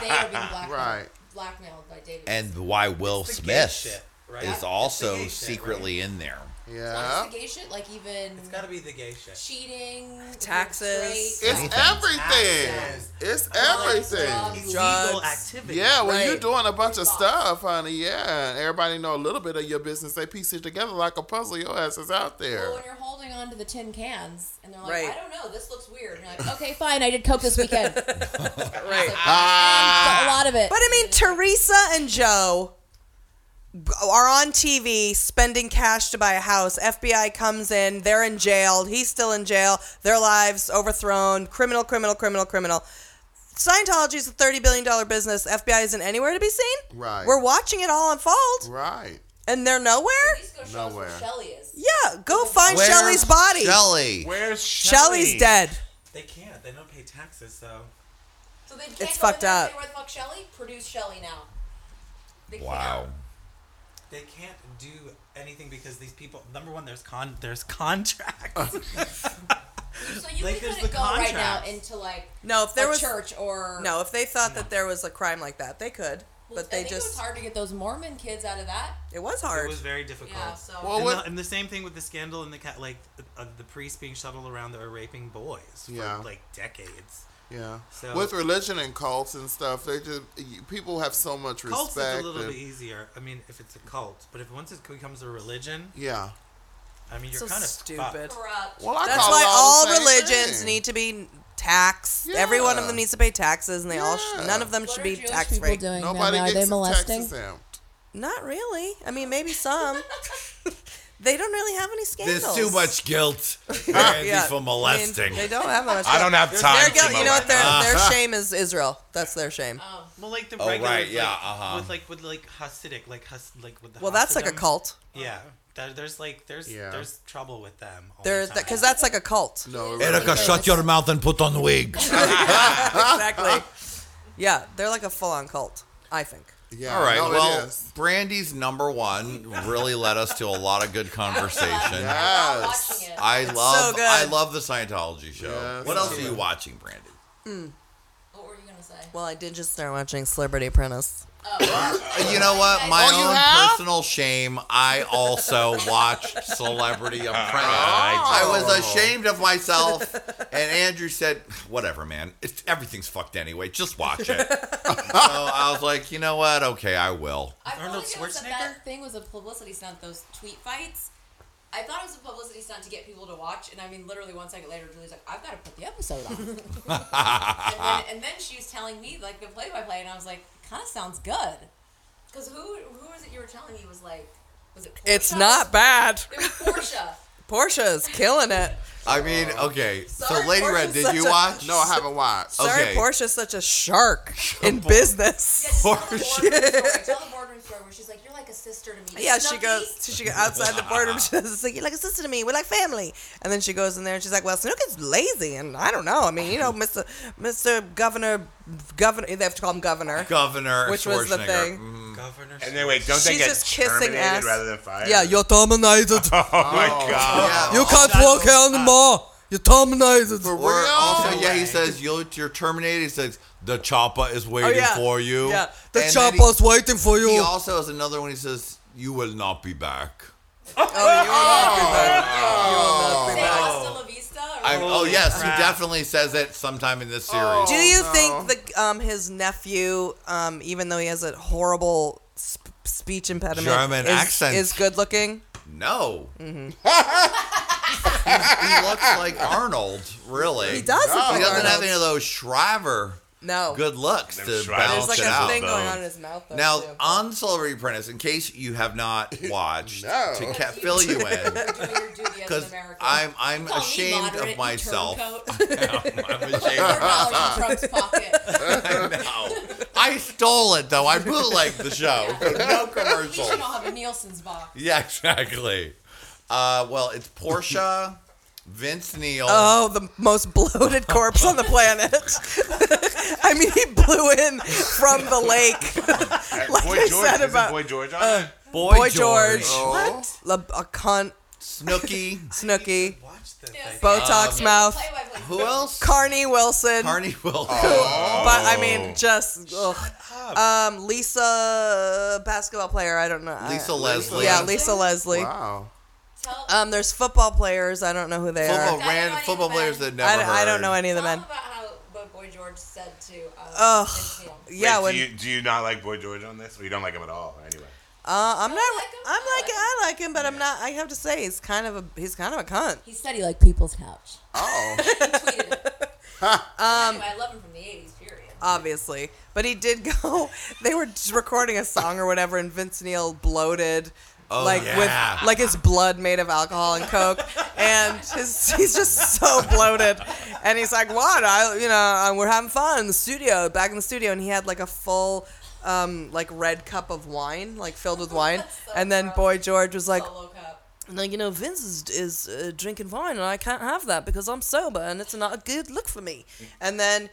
Speaker 3: they are being blackmailed,
Speaker 6: Right.
Speaker 3: blackmailed by David.
Speaker 1: And why Will
Speaker 5: It's the gay
Speaker 1: Smith
Speaker 5: shit, right? It's
Speaker 1: is
Speaker 5: the
Speaker 1: also
Speaker 5: gay shit,
Speaker 1: secretly in there.
Speaker 6: Yeah.
Speaker 3: Honest to gay shit, like even
Speaker 5: It's got to be the gay shit.
Speaker 3: cheating,
Speaker 2: Taxes.
Speaker 3: rape,
Speaker 6: It's everything. It's everything.
Speaker 3: drugs.
Speaker 5: Illegal activity.
Speaker 6: Yeah, when you're
Speaker 2: Right.
Speaker 6: doing a bunch of stuff, honey, yeah, and everybody know a little bit of your business. They piece it together like a puzzle. Your ass is out there.
Speaker 3: Well, when you're holding on to the tin cans and they're like,
Speaker 2: Right.
Speaker 3: I don't know, this looks weird. And you're like, okay, fine, I did coke
Speaker 2: (laughs)
Speaker 3: this weekend. and
Speaker 2: right.
Speaker 3: a lot of it.
Speaker 2: But I mean, Teresa and Joe b- are on TV spending cash to buy a house. FBI comes in, they're in jail, he's still in jail, their lives overthrown, criminal, criminal, criminal, criminal. Scientology is a $30 billion business. FBI isn't anywhere to be seen.
Speaker 6: Right.
Speaker 2: We're watching it all unfold,
Speaker 6: Right.
Speaker 2: and they're
Speaker 3: At
Speaker 2: nowhere.
Speaker 3: least go show us where
Speaker 6: Nowhere.
Speaker 3: Shelly is.
Speaker 2: Yeah, go find
Speaker 1: Where's
Speaker 2: Shelley's body.
Speaker 1: Shelley.
Speaker 8: Where's Shelley?
Speaker 2: Shelley's dead.
Speaker 5: They can't. They don't pay taxes, so.
Speaker 3: So they can't
Speaker 2: It's
Speaker 3: go in
Speaker 2: fucked
Speaker 3: there and
Speaker 2: up.
Speaker 3: Say, where the fuck Shelly? Produce Shelly now. They
Speaker 1: Wow.
Speaker 3: can't.
Speaker 5: they can't do anything because these people number one there's con there's contracts
Speaker 3: So you
Speaker 5: Like, there's
Speaker 3: couldn't
Speaker 5: the
Speaker 3: go right now
Speaker 5: contracts.
Speaker 3: into like
Speaker 2: No, if there
Speaker 3: a
Speaker 2: was
Speaker 3: church or
Speaker 2: no, if they thought that there was a crime like that, they could. but
Speaker 3: I
Speaker 2: they
Speaker 3: think it was
Speaker 2: just
Speaker 3: hard to get those Mormon kids out of that.
Speaker 2: it was hard.
Speaker 5: It was very difficult.
Speaker 3: Yeah, so
Speaker 6: Well,
Speaker 5: and,
Speaker 6: what-
Speaker 5: the, and the same thing with the scandal and the cat, like of the priest being shuttled around that were raping boys for
Speaker 6: Yeah.
Speaker 5: like decades.
Speaker 6: Yeah.
Speaker 5: So-
Speaker 6: With religion and cults and stuff, they just you- people have so much respect.
Speaker 5: Cults is a little
Speaker 6: and-
Speaker 5: bit easier. I mean, if it's a cult, but if once it becomes a religion,
Speaker 6: yeah.
Speaker 5: I mean, you're
Speaker 2: so
Speaker 5: kind of
Speaker 2: stupid.
Speaker 3: corrupt.
Speaker 6: Well, I
Speaker 2: That's
Speaker 6: call
Speaker 2: why
Speaker 6: it
Speaker 2: all
Speaker 6: the same
Speaker 2: religions
Speaker 6: thing.
Speaker 2: need to be taxed. Every one of
Speaker 6: Yeah.
Speaker 2: them needs to pay taxes, and they all
Speaker 6: Yeah.
Speaker 2: sh- none of them
Speaker 3: What
Speaker 2: should
Speaker 3: are
Speaker 2: be
Speaker 3: Jewish
Speaker 2: tax
Speaker 3: people
Speaker 2: free.
Speaker 3: doing now?
Speaker 6: Nobody
Speaker 3: Are
Speaker 6: gets
Speaker 3: they
Speaker 6: a tax
Speaker 3: molesting?
Speaker 6: exempt.
Speaker 2: Not really. I mean, maybe
Speaker 3: (laughs)
Speaker 2: some. they don't really have any scandals.
Speaker 1: There's too much
Speaker 2: (laughs)
Speaker 1: guilt Randy,
Speaker 2: Yeah. I
Speaker 1: for
Speaker 2: mean,
Speaker 1: molesting.
Speaker 2: they don't have that much.
Speaker 8: I don't have time
Speaker 2: Their
Speaker 8: to
Speaker 2: guilt, you know what? Their,
Speaker 8: molest.
Speaker 2: their shame is Israel. That's their shame.
Speaker 3: Uh,
Speaker 5: Well, like the
Speaker 1: Oh,
Speaker 5: regular,
Speaker 1: right,
Speaker 5: like,
Speaker 1: yeah, uh-huh.
Speaker 5: with like with like Hasidic, like Hus, like with the.
Speaker 2: Well, that's like a
Speaker 5: Hasidim.
Speaker 2: cult.
Speaker 5: Yeah, there, there's like there's
Speaker 6: Yeah.
Speaker 5: there's trouble with them. all the
Speaker 2: They're
Speaker 5: time.
Speaker 2: because that's like a cult.
Speaker 6: No,
Speaker 1: Erica, shut your mouth and put on wig.
Speaker 2: (laughs) exactly. Yeah, they're like a full-on cult. I think.
Speaker 6: yeah.
Speaker 1: All right.
Speaker 6: no, it
Speaker 1: well,
Speaker 6: is.
Speaker 1: Brandy's number one really led us to a lot of
Speaker 2: (laughs)
Speaker 1: good conversation.
Speaker 3: Not
Speaker 6: Yes.
Speaker 3: watching it.
Speaker 1: I love
Speaker 2: good.
Speaker 1: I love the Scientology show.
Speaker 6: Yes.
Speaker 1: what else are you watching, Brandy?
Speaker 3: What were you gonna say?
Speaker 2: Well, I did just start watching Celebrity Apprentice.
Speaker 1: Uh, You know what? My
Speaker 6: Oh, you
Speaker 1: own
Speaker 6: have?
Speaker 1: personal shame. I also watched Celebrity Apprentice.
Speaker 6: Ah,
Speaker 1: I was ashamed of myself. And Andrew said, "Whatever, man. It's, everything's fucked anyway. Just watch it." so
Speaker 6: (laughs)
Speaker 1: I was like, "You know what? Okay, I will."
Speaker 3: I felt
Speaker 5: Arnold
Speaker 3: like it was that,
Speaker 5: Schwarzenegger?
Speaker 3: that thing was a publicity stunt. Those tweet fights. I thought it was a publicity stunt to get people to watch, and I mean, literally one second later, Julie's like, "I've got to put the episode
Speaker 5: (laughs)
Speaker 3: on." and, then, and then she was telling me like the play-by-play, and I was like, "Kind of sounds good." Because who who was it you were telling me was like, was it? Portia?
Speaker 2: It's not bad.
Speaker 3: It was
Speaker 2: (laughs)
Speaker 3: Portia.
Speaker 2: Portia's killing it.
Speaker 1: I mean, okay.
Speaker 2: Sorry,
Speaker 1: so Lady
Speaker 2: Portia's
Speaker 1: Red, did
Speaker 2: such
Speaker 1: you
Speaker 2: a-
Speaker 1: watch?
Speaker 6: Oh. No, I haven't watched.
Speaker 2: Sorry,
Speaker 1: Okay.
Speaker 2: Portia's such
Speaker 1: (laughs)
Speaker 2: a shark in
Speaker 3: Yeah,
Speaker 2: business.
Speaker 3: just tell the boardroom story. Tell the boardroom story where she's like, "You're like a sister to me."
Speaker 2: Yeah, she
Speaker 3: Snooki."
Speaker 2: goes. She goes outside the boardroom. She's like, "You're like a sister to me. We're like family." And then she goes in there and she's like, "Well, Snook is lazy, and I don't know. I mean,
Speaker 1: (laughs)
Speaker 2: you know, Mister Mister Governor, Governor. They have to call him Governor.
Speaker 1: Governor
Speaker 2: Which
Speaker 1: Schwarzenegger.
Speaker 2: was the thing.
Speaker 1: Mm,
Speaker 5: governor.
Speaker 8: And then wait, don't they
Speaker 2: She's
Speaker 8: get
Speaker 2: just kissing
Speaker 8: terminated
Speaker 2: ass.
Speaker 8: rather than fired?
Speaker 2: Yeah, you're terminated.
Speaker 8: Oh my god.
Speaker 1: yeah. (laughs)
Speaker 2: You can't walk out anymore. You're terminated.
Speaker 1: Or
Speaker 6: Real?
Speaker 1: also,
Speaker 6: No
Speaker 1: yeah, he says you're, you're terminated. He says the chopper is waiting
Speaker 2: Oh, yeah.
Speaker 1: for you.
Speaker 2: Yeah, the
Speaker 1: And then he-
Speaker 2: chopper's waiting for you.
Speaker 1: He Oh, also has another one. He says you will not be back.
Speaker 2: Oh.
Speaker 3: Say hasta la vista. Or
Speaker 1: I,
Speaker 3: like,
Speaker 1: oh yes,
Speaker 5: crap.
Speaker 1: he definitely says it sometime in this series.
Speaker 2: Do you think that um, his nephew, um, even though he has a horrible sp- speech impediment,
Speaker 1: German
Speaker 2: is,
Speaker 1: accent.
Speaker 2: is good looking?
Speaker 1: No. Mm-hmm. (laughs) he, he looks like Arnold, really.
Speaker 2: He does look
Speaker 1: He
Speaker 2: like
Speaker 1: doesn't have
Speaker 2: Arnold.
Speaker 1: any of those Shriver
Speaker 2: No.
Speaker 1: good looks
Speaker 8: Them
Speaker 1: to
Speaker 8: Shriver-
Speaker 1: balance
Speaker 2: There's like
Speaker 1: it
Speaker 2: a
Speaker 1: out.
Speaker 2: thing going
Speaker 8: though.
Speaker 2: on in his mouth. Though,
Speaker 1: Now,
Speaker 2: too.
Speaker 1: on Celebrity Apprentice, in case you have (laughs) not watched,
Speaker 6: No.
Speaker 1: to
Speaker 2: (laughs)
Speaker 1: ca- fill you in,
Speaker 3: doing your duty as an
Speaker 1: because
Speaker 3: American.
Speaker 1: I'm I'm
Speaker 3: Call me
Speaker 1: ashamed
Speaker 3: moderate,
Speaker 1: of
Speaker 3: you
Speaker 1: myself. (laughs)
Speaker 3: turncoat.
Speaker 1: I'm ashamed of
Speaker 3: $4 in
Speaker 1: (laughs)
Speaker 3: Trump's pocket.
Speaker 1: myself. I stole it though. I bootlegged the
Speaker 2: (laughs)
Speaker 1: show. So no
Speaker 3: We should all
Speaker 1: commercials.
Speaker 3: have a Nielsen's box.
Speaker 1: Yeah, (laughs) exactly. Uh, well, it's Portia, Vince Neil.
Speaker 2: Oh, the most
Speaker 1: (laughs)
Speaker 2: bloated corpse on the planet. (laughs) I mean, he blew in from the lake.
Speaker 1: (laughs)
Speaker 8: Hey,
Speaker 2: Like
Speaker 8: Boy
Speaker 2: I
Speaker 8: George,
Speaker 2: said
Speaker 8: isn't
Speaker 2: about- Uh,
Speaker 8: Boy George on it?
Speaker 2: Boy George.
Speaker 1: Oh.
Speaker 6: What?
Speaker 2: La- a cunt,
Speaker 1: Snooky.
Speaker 2: Snooky,
Speaker 1: Um,
Speaker 5: Watch the
Speaker 3: Yes.
Speaker 5: thing.
Speaker 2: Botox mouth,
Speaker 3: Play by play.
Speaker 1: Who else?
Speaker 2: Carney Wilson.
Speaker 1: Carney Wilson.
Speaker 2: But I
Speaker 1: Oh.
Speaker 2: mean, just ugh. um, Lisa basketball player. I don't know. I-
Speaker 1: Lisa Leslie.
Speaker 2: Yeah, Lisa Leslie.
Speaker 6: Wow.
Speaker 3: Tell,
Speaker 2: Um, there's football players. I don't know who they
Speaker 1: Football,
Speaker 2: are.
Speaker 1: ran, football players that never
Speaker 2: I,
Speaker 1: heard.
Speaker 2: I don't know any of
Speaker 3: tell
Speaker 2: the men.
Speaker 3: about how what Boy George said to uh,
Speaker 2: Ugh.
Speaker 3: Vince Neil.
Speaker 2: Yeah,
Speaker 8: Wait,
Speaker 2: when
Speaker 8: do, you, do you not like Boy George on this? Or you don't like him at all, anyway?
Speaker 2: uh, I'm not.
Speaker 3: like him?
Speaker 2: I'm
Speaker 3: I
Speaker 2: like I like him, but I'm not. I have to say he's kind of a he's kind of a cunt.
Speaker 3: He said he liked people's couch.
Speaker 6: Oh.
Speaker 3: (laughs) He tweeted it.
Speaker 1: (laughs)
Speaker 3: um, anyway, I love him from the 80s, period.
Speaker 2: uh, obviously. But he did (laughs) go. They were just recording a song or whatever, and Vince Neil bloated. like
Speaker 1: yeah.
Speaker 2: with like his blood made of alcohol and coke, and his, he's just so bloated, and he's like, "What? I, you know, uh, we're having fun in the studio, back in the studio." And he had like a full, um, like red cup of wine, like filled with wine,
Speaker 3: (laughs) That's so
Speaker 2: and then
Speaker 3: gross.
Speaker 2: Boy George was like,
Speaker 3: Solo cup.
Speaker 2: like you know vince is, is uh, drinking wine and i can't have that because i'm sober and it's not a good look for me and then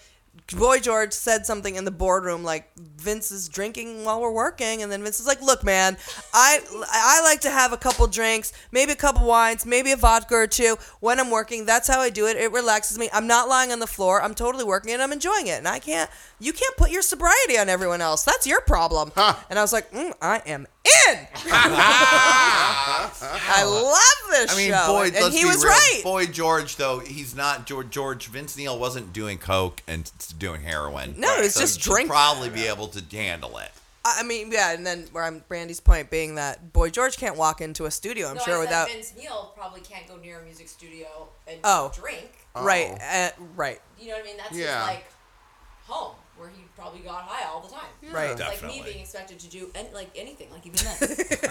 Speaker 2: Boy George said something in the boardroom like Vince is drinking while we're working, and then Vince is like, "Look, man, I I like to have a couple drinks, maybe a couple wines, maybe a vodka or two when I'm working. That's how I do it. It relaxes me. I'm not lying on the floor. I'm totally working and I'm enjoying it. And I can't, you can't put your sobriety on everyone else. That's your problem." And I was like, mm, "I am in. I love this
Speaker 1: I mean,
Speaker 2: show."
Speaker 1: Boyd,
Speaker 2: and
Speaker 1: let's
Speaker 2: he
Speaker 1: be
Speaker 2: was
Speaker 1: real.
Speaker 2: right.
Speaker 1: Boy George, though, he's not George. George Vince Neil wasn't doing coke and t- doing heroin.
Speaker 2: No, he was just
Speaker 1: she'll
Speaker 2: drinking.
Speaker 1: Probably be able to handle it.
Speaker 2: I I mean, yeah, and then where I'm Brandy's point being that boy George can't walk into a studio. I'm
Speaker 3: No, I
Speaker 2: sure
Speaker 3: said
Speaker 2: without
Speaker 3: Vince Neil probably can't go near a music studio and
Speaker 2: Oh.
Speaker 3: drink.
Speaker 2: right, uh, right,
Speaker 3: You know what I mean? That's
Speaker 6: Yeah.
Speaker 3: his like home where he probably got high all the time.
Speaker 2: right.
Speaker 3: It's Like me
Speaker 1: Definitely.
Speaker 3: being expected to do any, like anything, like even this.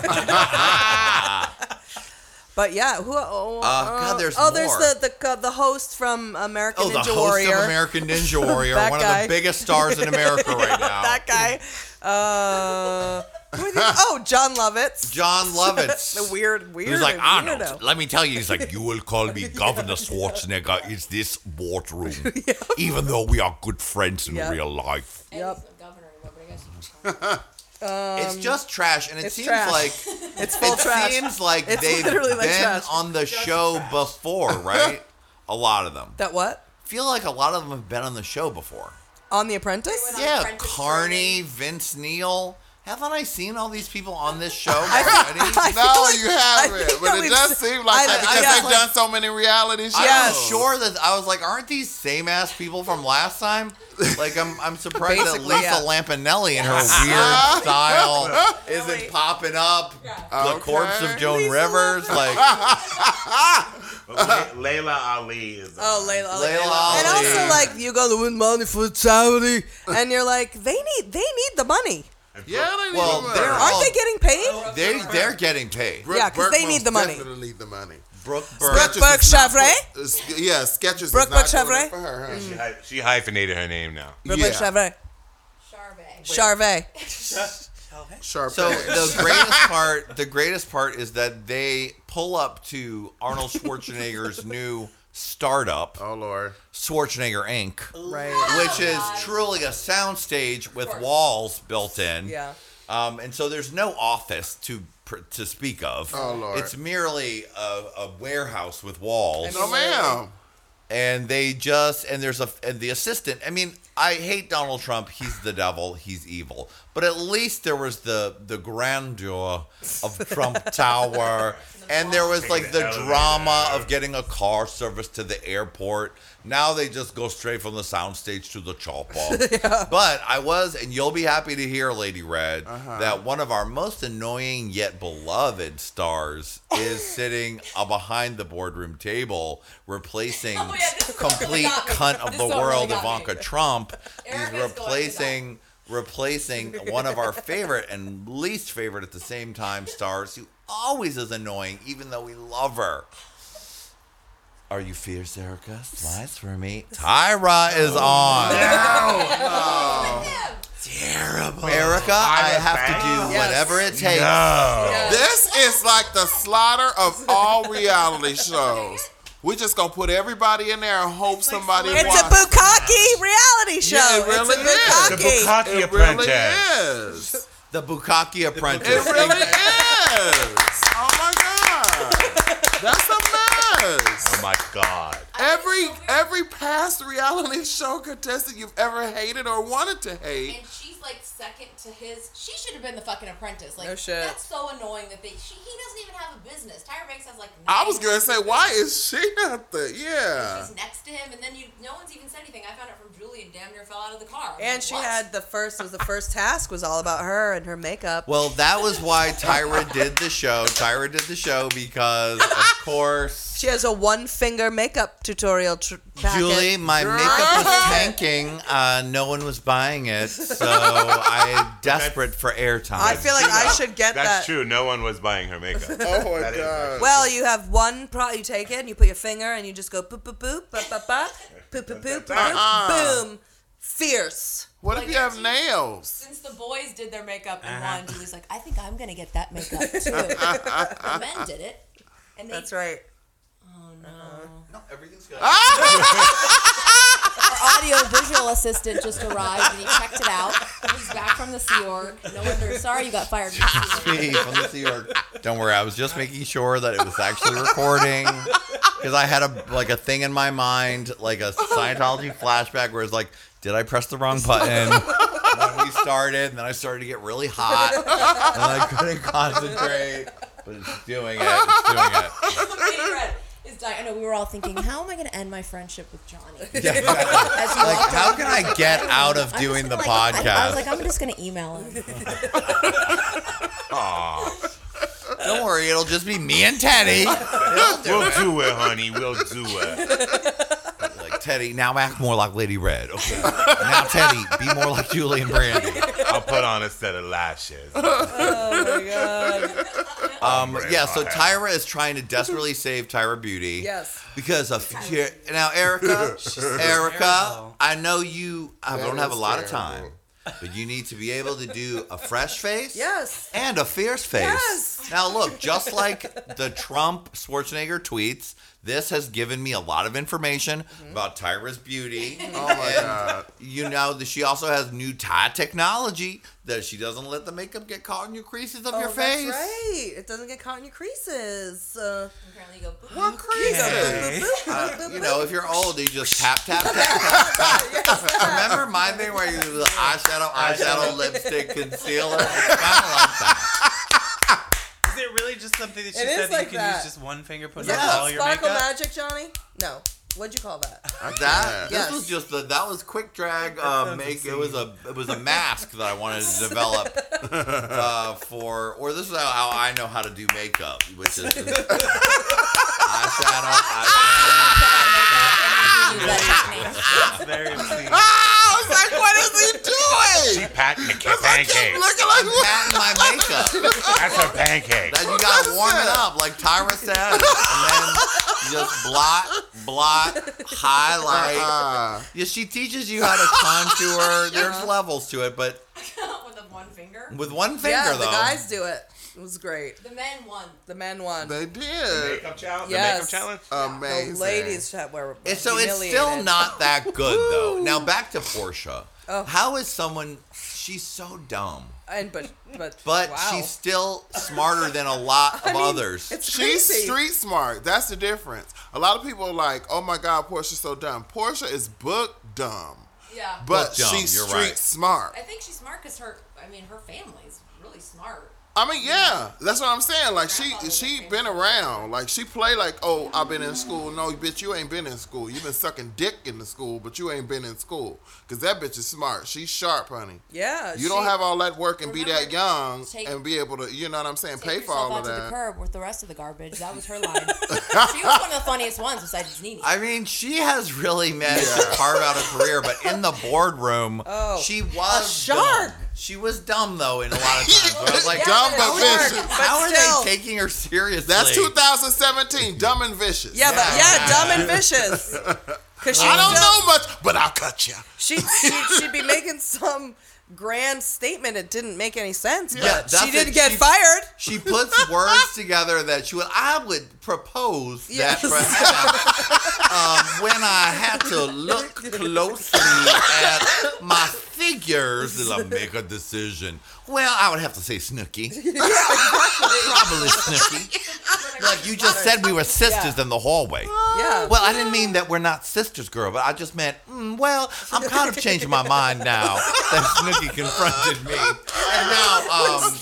Speaker 2: But yeah, who? Oh,
Speaker 1: Uh, God, there's
Speaker 2: oh, there's
Speaker 1: more.
Speaker 2: the the co- the host from American
Speaker 1: Oh, the
Speaker 2: Ninja
Speaker 1: host
Speaker 2: Warrior.
Speaker 1: of American Ninja Warrior,
Speaker 2: That
Speaker 1: one
Speaker 2: guy.
Speaker 1: of the biggest stars in America right now.
Speaker 2: (laughs) that guy. Uh,
Speaker 1: (laughs)
Speaker 2: who are these- oh, John Lovitz.
Speaker 1: John Lovitz.
Speaker 2: (laughs) the weird, weird.
Speaker 1: He's like, Arnold,
Speaker 2: weirdo.
Speaker 1: let me tell you, he's
Speaker 2: (laughs)
Speaker 1: like, you will call me Governor Schwarzenegger in this boardroom,
Speaker 2: (laughs)
Speaker 1: even though we are good friends in
Speaker 2: Yep.
Speaker 1: real life.
Speaker 3: And
Speaker 2: Yep.
Speaker 3: he's not governor anymore, but I guess you
Speaker 6: (laughs)
Speaker 3: can
Speaker 1: it's just trash, and it
Speaker 2: Um, it's
Speaker 1: seems
Speaker 2: trash.
Speaker 1: like
Speaker 2: It's full
Speaker 1: it
Speaker 2: trash.
Speaker 1: seems like
Speaker 2: It's
Speaker 1: they've
Speaker 2: literally like
Speaker 1: been
Speaker 2: trash.
Speaker 1: on the show
Speaker 2: (laughs)
Speaker 1: before, right? a lot of them.
Speaker 2: that what
Speaker 1: feel like a lot of them have been on the show before.
Speaker 2: on The Apprentice? (laughs)
Speaker 3: They went on-
Speaker 1: Yeah,
Speaker 3: Apprentice
Speaker 1: Carney,
Speaker 3: training.
Speaker 1: Vince Neal. Haven't I seen all these people on
Speaker 2: (laughs)
Speaker 1: this show already?
Speaker 6: No,
Speaker 2: like-
Speaker 6: you
Speaker 2: I
Speaker 6: haven't.
Speaker 2: think
Speaker 6: But
Speaker 2: that
Speaker 6: it
Speaker 2: we've
Speaker 6: does
Speaker 2: s-
Speaker 6: seem like
Speaker 2: I-
Speaker 6: that
Speaker 2: I-
Speaker 6: because
Speaker 2: yeah.
Speaker 6: they've done so many reality shows.
Speaker 1: I'm
Speaker 2: Yes.
Speaker 1: sure that I was like, aren't these same ass people from last time? Like, I'm, I'm surprised that
Speaker 2: Basically,
Speaker 1: Lisa
Speaker 2: yeah.
Speaker 1: Lampanelli
Speaker 2: (laughs)
Speaker 1: and her weird style isn't popping up. The
Speaker 6: Okay.
Speaker 1: corpse of Joan
Speaker 2: Lisa
Speaker 1: Rivers,
Speaker 2: (laughs)
Speaker 1: like
Speaker 8: But Le- Layla Ali is. the
Speaker 2: Uh-huh. Oh,
Speaker 8: one.
Speaker 2: Layla. Ali.
Speaker 1: Layla
Speaker 2: And
Speaker 1: Ali.
Speaker 2: also, like, you got to win money for charity, and you're like, they need, they need the money.
Speaker 6: Yeah, they need
Speaker 1: Well,
Speaker 6: the money.
Speaker 1: they're-
Speaker 2: Aren't
Speaker 1: Oh.
Speaker 2: they getting paid?
Speaker 1: they they're getting paid.
Speaker 6: Brooke
Speaker 2: yeah, 'cause they
Speaker 6: Burke
Speaker 2: need
Speaker 6: most
Speaker 2: the money.
Speaker 6: Definitely need the money.
Speaker 1: Brooke
Speaker 2: Brooke
Speaker 1: Burke.
Speaker 6: Skechers
Speaker 2: Burke
Speaker 6: is not
Speaker 2: Chevrolet?
Speaker 6: doing- uh, Ske- Yeah, Sketches
Speaker 2: Brooke
Speaker 6: is not
Speaker 2: Burke
Speaker 6: doing
Speaker 2: Chevrolet?
Speaker 6: it for her, huh?
Speaker 8: She, hy- she hyphenated her name now.
Speaker 2: Rebecca Charvet.
Speaker 3: Charvet.
Speaker 2: Charvet.
Speaker 6: Sharp
Speaker 1: So
Speaker 6: edge.
Speaker 1: the greatest part, the greatest part is that they pull up to Arnold
Speaker 2: (laughs)
Speaker 1: Schwarzenegger's new startup,
Speaker 6: oh Lord,
Speaker 1: Schwarzenegger Inc.,
Speaker 2: Oh Right.
Speaker 1: which is truly a soundstage with walls built in.
Speaker 2: Yeah.
Speaker 1: Um, and so there's no office to pr- to speak of.
Speaker 6: Oh, Lord.
Speaker 1: It's merely a, a warehouse with walls,
Speaker 6: no ma'am.
Speaker 1: and they just and there's a and the assistant. I mean, I hate Donald Trump. He's the devil. He's evil. But at least there was the the grandeur of Trump Tower, and there was like the
Speaker 8: elevator
Speaker 1: drama of getting a car service to the airport. Now they just go straight from the soundstage to the chopper. But I was, and you'll be happy to hear, Lady Red, that one of our most annoying yet beloved stars is sitting uh, behind the boardroom table, replacing
Speaker 3: (laughs) Oh, yeah, this is what
Speaker 1: complete
Speaker 3: really got me.
Speaker 1: cunt of
Speaker 3: This
Speaker 1: the
Speaker 3: is what really
Speaker 1: world,
Speaker 3: got me.
Speaker 1: Ivanka
Speaker 3: (laughs)
Speaker 1: Trump. is
Speaker 3: Erica's going to die.
Speaker 1: replacing replacing one of our favorite and least favorite at the same time stars who always is annoying, even though we love her. Are you fierce, Erica? Slice for me. Tyra
Speaker 3: Oh,
Speaker 1: is on.
Speaker 8: Terrible.
Speaker 1: Erica, I
Speaker 8: Tyra
Speaker 1: have
Speaker 8: Banks?
Speaker 1: to do whatever it takes.
Speaker 8: No.
Speaker 6: This is like the slaughter of all reality shows. We just gonna put everybody in there and hope somebody
Speaker 2: It's a
Speaker 6: watches.
Speaker 2: bukkake reality show.
Speaker 6: Yeah, it really
Speaker 2: it's a
Speaker 6: is.
Speaker 2: bukkake.
Speaker 8: The Bukaki
Speaker 6: It really
Speaker 8: apprentice.
Speaker 6: is.
Speaker 1: The Bukaki
Speaker 6: It
Speaker 1: Apprentice.
Speaker 6: really is. Oh my God, that's a mess.
Speaker 8: Oh my God.
Speaker 6: Every every past reality (laughs) show contestant you've ever hated or wanted to hate.
Speaker 3: And she's like second to his. She should have been the fucking apprentice. Like
Speaker 2: No shit.
Speaker 3: that's so annoying that they. She, he doesn't even have a business. Tyra Banks has like.
Speaker 6: I
Speaker 3: nine.
Speaker 6: was gonna say, uh, why is she not the yeah?
Speaker 3: She's next to him, and then you. No one's even said anything. I found out from Julie, and damn near fell out of the car. I'm
Speaker 2: And
Speaker 3: like,
Speaker 2: she
Speaker 3: what?
Speaker 2: had the first was the first task was all about her and her makeup.
Speaker 1: Well, that was why Tyra did the show. Tyra did the show because, of course,
Speaker 2: she has a one finger makeup tutorial tr- packet.
Speaker 1: Julie, my makeup was tanking. Uh, no one was buying it, so I desperate for airtime.
Speaker 2: I feel like I should get that.
Speaker 8: That's true. No one was buying her makeup.
Speaker 6: Oh my
Speaker 8: That is
Speaker 6: God.
Speaker 2: Well, you have one pro. You take it and you put your finger and you just go boop boop boop boop boop boop boop
Speaker 1: (laughs)
Speaker 2: boop boop
Speaker 1: Ah.
Speaker 2: boop boom, fierce.
Speaker 6: What if
Speaker 3: Like,
Speaker 6: you have
Speaker 2: (laughs)
Speaker 3: she-
Speaker 6: nails?
Speaker 3: Since the boys did their makeup and
Speaker 5: Uh-huh.
Speaker 3: won, Julie's like, I think I'm gonna get that
Speaker 2: (laughs)
Speaker 3: makeup
Speaker 6: (laughs)
Speaker 3: too. the men did it. And they,
Speaker 2: That's right.
Speaker 3: Oh no.
Speaker 1: everything's good.
Speaker 3: Our audio visual assistant just arrived and he checked it out. He's back from the Sea Org. No wonder. Sorry you got fired. from the Sea Org.
Speaker 1: Hey, from the Sea Org. Don't worry, I was just making sure that it was actually recording because I had a like a thing in my mind, like a Scientology flashback, where it's like, did I press the wrong button when we started? And then I started to get really hot, and I couldn't concentrate. But it's doing it. It's doing it.
Speaker 3: Lady Red is dying. I know we were all thinking, how am I going to end my friendship with Johnny?
Speaker 1: Yeah.
Speaker 3: As you
Speaker 1: Like,
Speaker 3: walked
Speaker 1: how
Speaker 3: out.
Speaker 1: can I get out of
Speaker 3: I'm just
Speaker 1: doing the
Speaker 3: gonna, like,
Speaker 1: podcast?
Speaker 3: I, I was like, I'm just going to email him.
Speaker 1: Don't worry, it'll just be me and
Speaker 3: (laughs)
Speaker 1: Teddy.
Speaker 8: We'll do it, honey. We'll do it.
Speaker 1: Like Teddy, now act more like Lady Red. Okay. Now Teddy, be more like Julie and Brandy.
Speaker 8: I'll put on a set of lashes.
Speaker 2: (laughs) Oh my god.
Speaker 1: Um,
Speaker 8: Right,
Speaker 1: yeah, so
Speaker 8: right.
Speaker 1: Tyra is trying
Speaker 6: (laughs)
Speaker 1: to desperately save Tyra Beauty.
Speaker 2: Yes.
Speaker 1: Because of fear. Now,
Speaker 6: (laughs)
Speaker 1: Erica, Erica,
Speaker 5: terrible.
Speaker 1: I know you I
Speaker 6: That
Speaker 1: don't have a
Speaker 6: is
Speaker 1: lot of time,
Speaker 6: terrible.
Speaker 1: but you need to be able to do a fresh face.
Speaker 2: Yes.
Speaker 1: And a fierce face.
Speaker 2: Yes.
Speaker 1: Now, look, just like the Trump Schwarzenegger tweets, this has given me a lot of information about Tyra's beauty.
Speaker 6: Mm-hmm. (laughs) Oh my god.
Speaker 1: You know that she also has new tie technology that she doesn't let the makeup get caught in your creases of your
Speaker 2: Oh,
Speaker 1: face.
Speaker 2: That's right. It doesn't get caught in your creases. Uh,
Speaker 3: Apparently you go,
Speaker 6: What crazy?
Speaker 1: Uh, You know, if you're old, you just tap, tap, tap, tap, tap. Remember my thing where you do the eyeshadow, eyeshadow, lipstick, concealer? It's kind of like that.
Speaker 5: Is it really just something that she
Speaker 2: It is
Speaker 5: said that
Speaker 2: like
Speaker 5: you can
Speaker 2: that.
Speaker 5: use just one finger, put
Speaker 1: Yeah.
Speaker 5: on all your
Speaker 2: Sparkle
Speaker 5: makeup?
Speaker 2: magic, Johnny? No. What'd you
Speaker 1: (laughs)
Speaker 2: call that?
Speaker 1: That
Speaker 2: Yes.
Speaker 1: this was just the that was quick drag uh,
Speaker 5: sounds
Speaker 1: make. It was a it was a mask that I wanted to develop uh, for, or this is how, how I know how to do makeup, which is eyeshadow, eyeshadow.
Speaker 3: you got his name.
Speaker 5: That's very obscene.
Speaker 6: Ah, I was like, what is he doing?
Speaker 8: She patting the ca-
Speaker 6: I kept
Speaker 8: pancakes.
Speaker 6: looking like what?
Speaker 1: Patent my makeup.
Speaker 8: That's her pancake.
Speaker 1: That you gotta warm it up, like Tyra said, and then just blot, blot, highlight.
Speaker 2: Uh-uh.
Speaker 6: Uh,
Speaker 1: Yeah, she teaches you how to contour. There's levels to it, but
Speaker 3: With the one finger.
Speaker 1: with one finger
Speaker 2: yeah,
Speaker 1: though.
Speaker 2: the guys do it. It was great.
Speaker 3: The men won.
Speaker 2: The men won.
Speaker 6: they did.
Speaker 8: Makeup challenge.
Speaker 2: Yes.
Speaker 8: The makeup challenge.
Speaker 9: Oh,
Speaker 6: Amazing.
Speaker 2: the ladies that were
Speaker 1: and so it's still
Speaker 2: humiliated.
Speaker 1: not that good though. Now back to Portia.
Speaker 2: Oh.
Speaker 1: How is someone? She's so dumb,
Speaker 2: And but but
Speaker 1: (laughs) but
Speaker 2: wow.
Speaker 1: she's still smarter than a
Speaker 2: (laughs)
Speaker 1: lot of others.
Speaker 2: it's
Speaker 6: She's
Speaker 2: crazy.
Speaker 6: street smart. That's the difference. A lot of people are like, oh my God, Portia's so dumb. Portia is book dumb,
Speaker 3: Yeah.
Speaker 6: but
Speaker 1: Book dumb,
Speaker 6: she's
Speaker 1: you're
Speaker 6: street
Speaker 1: right.
Speaker 6: smart.
Speaker 3: I think she's smart because her, I mean, her family's really smart.
Speaker 6: I mean, yeah, that's what I'm saying. Like she,
Speaker 3: Grandpa was
Speaker 6: she
Speaker 3: a
Speaker 6: been around. Like she play like, oh, I've been in school. No, bitch, you ain't been in school. you been sucking dick in the school, but you ain't been in school. Cause that bitch is smart. She's sharp, honey.
Speaker 2: Yeah.
Speaker 6: You don't
Speaker 2: she-
Speaker 6: have all that work and be that
Speaker 3: Remember,
Speaker 6: young
Speaker 3: take-
Speaker 6: and be able to, you know what I'm saying,
Speaker 3: Take
Speaker 6: pay for
Speaker 3: yourself
Speaker 6: all
Speaker 3: out
Speaker 6: of
Speaker 3: to the
Speaker 6: that.
Speaker 3: curb with the rest of the garbage. That was her
Speaker 6: (laughs)
Speaker 3: line. she was one of the funniest ones besides Nene.
Speaker 1: I mean, she has really managed to carve out a career, but in the boardroom,
Speaker 2: (laughs) Oh,
Speaker 1: she was
Speaker 2: shark.
Speaker 1: Dumb. She was dumb though in a
Speaker 6: (laughs)
Speaker 1: lot of times. where I was like,
Speaker 6: Yeah, Dumb
Speaker 1: how
Speaker 6: but
Speaker 1: are-
Speaker 6: vicious.
Speaker 1: How
Speaker 2: But
Speaker 1: are
Speaker 2: still.
Speaker 1: they taking her seriously?
Speaker 6: That's 2017, dumb and vicious.
Speaker 2: Yeah, but yeah, dumb and
Speaker 6: (laughs)
Speaker 2: vicious. Cause she
Speaker 6: I don't
Speaker 2: still,
Speaker 6: know much, but I'll cut
Speaker 3: (laughs)
Speaker 6: you.
Speaker 2: She she she'd be making some grand statement. It didn't make any sense.
Speaker 1: Yeah,
Speaker 2: but
Speaker 1: that's
Speaker 2: she didn't
Speaker 1: it.
Speaker 2: get
Speaker 1: She-
Speaker 2: fired.
Speaker 1: She puts
Speaker 2: (laughs)
Speaker 1: words together that she would. I would propose
Speaker 2: Yes.
Speaker 1: that perhaps um, when I had to look closely at my figures, that I make a decision. Well, I would have to say
Speaker 2: (laughs)
Speaker 1: Snooky. Probably Snooky. Like you just said, we were sisters
Speaker 2: Yeah. Oh,
Speaker 1: in the hallway.
Speaker 6: Oh,
Speaker 2: Yeah.
Speaker 1: Well, I didn't mean that we're not sisters, girl, but I just meant, mm, well, I'm kind of changing my mind now that Snooky confronted me.
Speaker 2: (laughs)
Speaker 1: And now, um,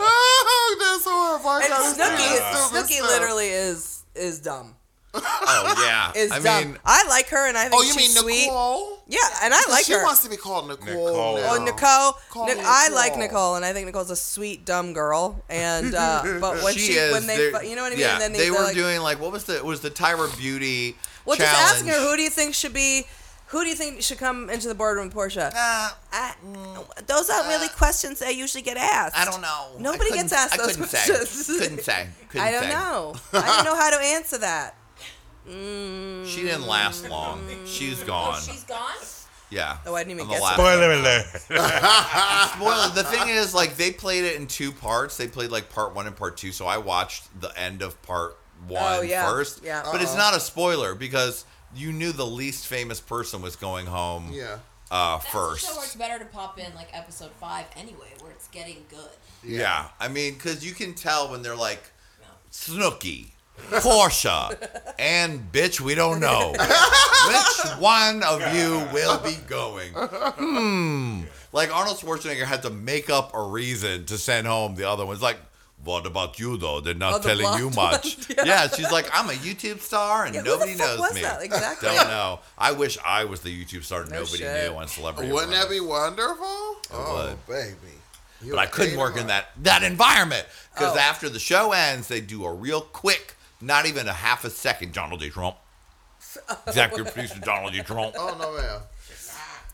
Speaker 6: Oh, (laughs) that's horrible. I
Speaker 2: and
Speaker 6: gotta see
Speaker 2: Snooki,
Speaker 6: this stupid
Speaker 2: Snooki
Speaker 6: stuff.
Speaker 2: literally is is dumb.
Speaker 1: oh, yeah.
Speaker 2: Is
Speaker 1: I
Speaker 2: dumb.
Speaker 1: mean,
Speaker 2: I like her and I think
Speaker 6: Oh, you mean
Speaker 2: she's sweet.
Speaker 6: Nicole?
Speaker 2: Yeah, and I like
Speaker 6: she
Speaker 2: her.
Speaker 6: wants to be called Nicole.
Speaker 8: Nicole.
Speaker 6: now.
Speaker 2: Oh, Nicole.
Speaker 6: Call
Speaker 2: Nic-
Speaker 6: me
Speaker 2: I like
Speaker 6: Nicole.
Speaker 2: Nicole, and I think Nicole's a sweet dumb girl. And
Speaker 6: (laughs)
Speaker 2: uh, but when she,
Speaker 1: she is.
Speaker 2: when they
Speaker 1: they're-
Speaker 2: fu- you know what I mean.
Speaker 1: Yeah,
Speaker 2: and then
Speaker 1: they,
Speaker 2: they're
Speaker 1: were
Speaker 2: like,
Speaker 1: doing like what was the was the Tyra Beauty
Speaker 2: Well,
Speaker 1: challenge?
Speaker 2: just asking her, who do you think should be, who do you think should come into the boardroom, with Portia?
Speaker 1: Uh,
Speaker 2: I,
Speaker 6: mm.
Speaker 2: those aren't
Speaker 6: Uh,
Speaker 2: really questions that usually get asked.
Speaker 1: I don't know. I
Speaker 2: Nobody gets
Speaker 1: couldn't-
Speaker 2: asked
Speaker 1: I
Speaker 2: those
Speaker 1: couldn't
Speaker 2: questions.
Speaker 1: Say. Couldn't say. Couldn't
Speaker 2: I don't
Speaker 1: say.
Speaker 2: know. I don't know
Speaker 6: (laughs)
Speaker 2: how to answer that.
Speaker 1: She didn't last long. She's gone.
Speaker 3: She's gone?
Speaker 1: Yeah.
Speaker 2: Mm. Oh, I didn't even
Speaker 1: On the
Speaker 2: get
Speaker 1: last
Speaker 8: Spoiler alert.
Speaker 1: Well, the thing is, like, they played it in two parts. They played like part one and part two. So I watched the end of part one first.
Speaker 2: Oh, yeah.
Speaker 1: But it's
Speaker 2: Uh-oh.
Speaker 1: not a spoiler because you knew the least famous person was going home
Speaker 6: Yeah.
Speaker 1: uh,
Speaker 3: That's
Speaker 1: first.
Speaker 3: a show where it's better to pop in like episode five anyway, where it's getting good.
Speaker 1: Yeah. I mean, because you can tell when they're like Snooky, Portia, and bitch, we don't
Speaker 2: (laughs)
Speaker 1: know. Which one of you will be going? Hmm. Like Arnold Schwarzenegger had to make up a reason to send home the other ones. Like, what about you though? They're not
Speaker 2: Oh, the
Speaker 1: telling you
Speaker 2: blonde
Speaker 1: much.
Speaker 2: one, (laughs) yeah.
Speaker 1: yeah. she's like, I'm a YouTube star and
Speaker 2: Yeah, who the
Speaker 1: nobody
Speaker 2: fuck
Speaker 1: knows
Speaker 2: was
Speaker 1: me.
Speaker 2: that? Exactly.
Speaker 1: Don't know. I wish I was the YouTube star nobody
Speaker 2: shit.
Speaker 1: knew on Celebrity.
Speaker 6: Wouldn't that
Speaker 1: Apprentice.
Speaker 6: be wonderful? Oh,
Speaker 1: would.
Speaker 6: baby. You
Speaker 1: But I couldn't
Speaker 6: ate
Speaker 1: work
Speaker 6: hard.
Speaker 1: in that that environment because
Speaker 2: Oh.
Speaker 1: after the show ends, they do a real quick, not even a half a second, Donald J. Trump. Executive producer Donald J. Trump.
Speaker 6: Oh no,
Speaker 1: (laughs)
Speaker 6: ma'am.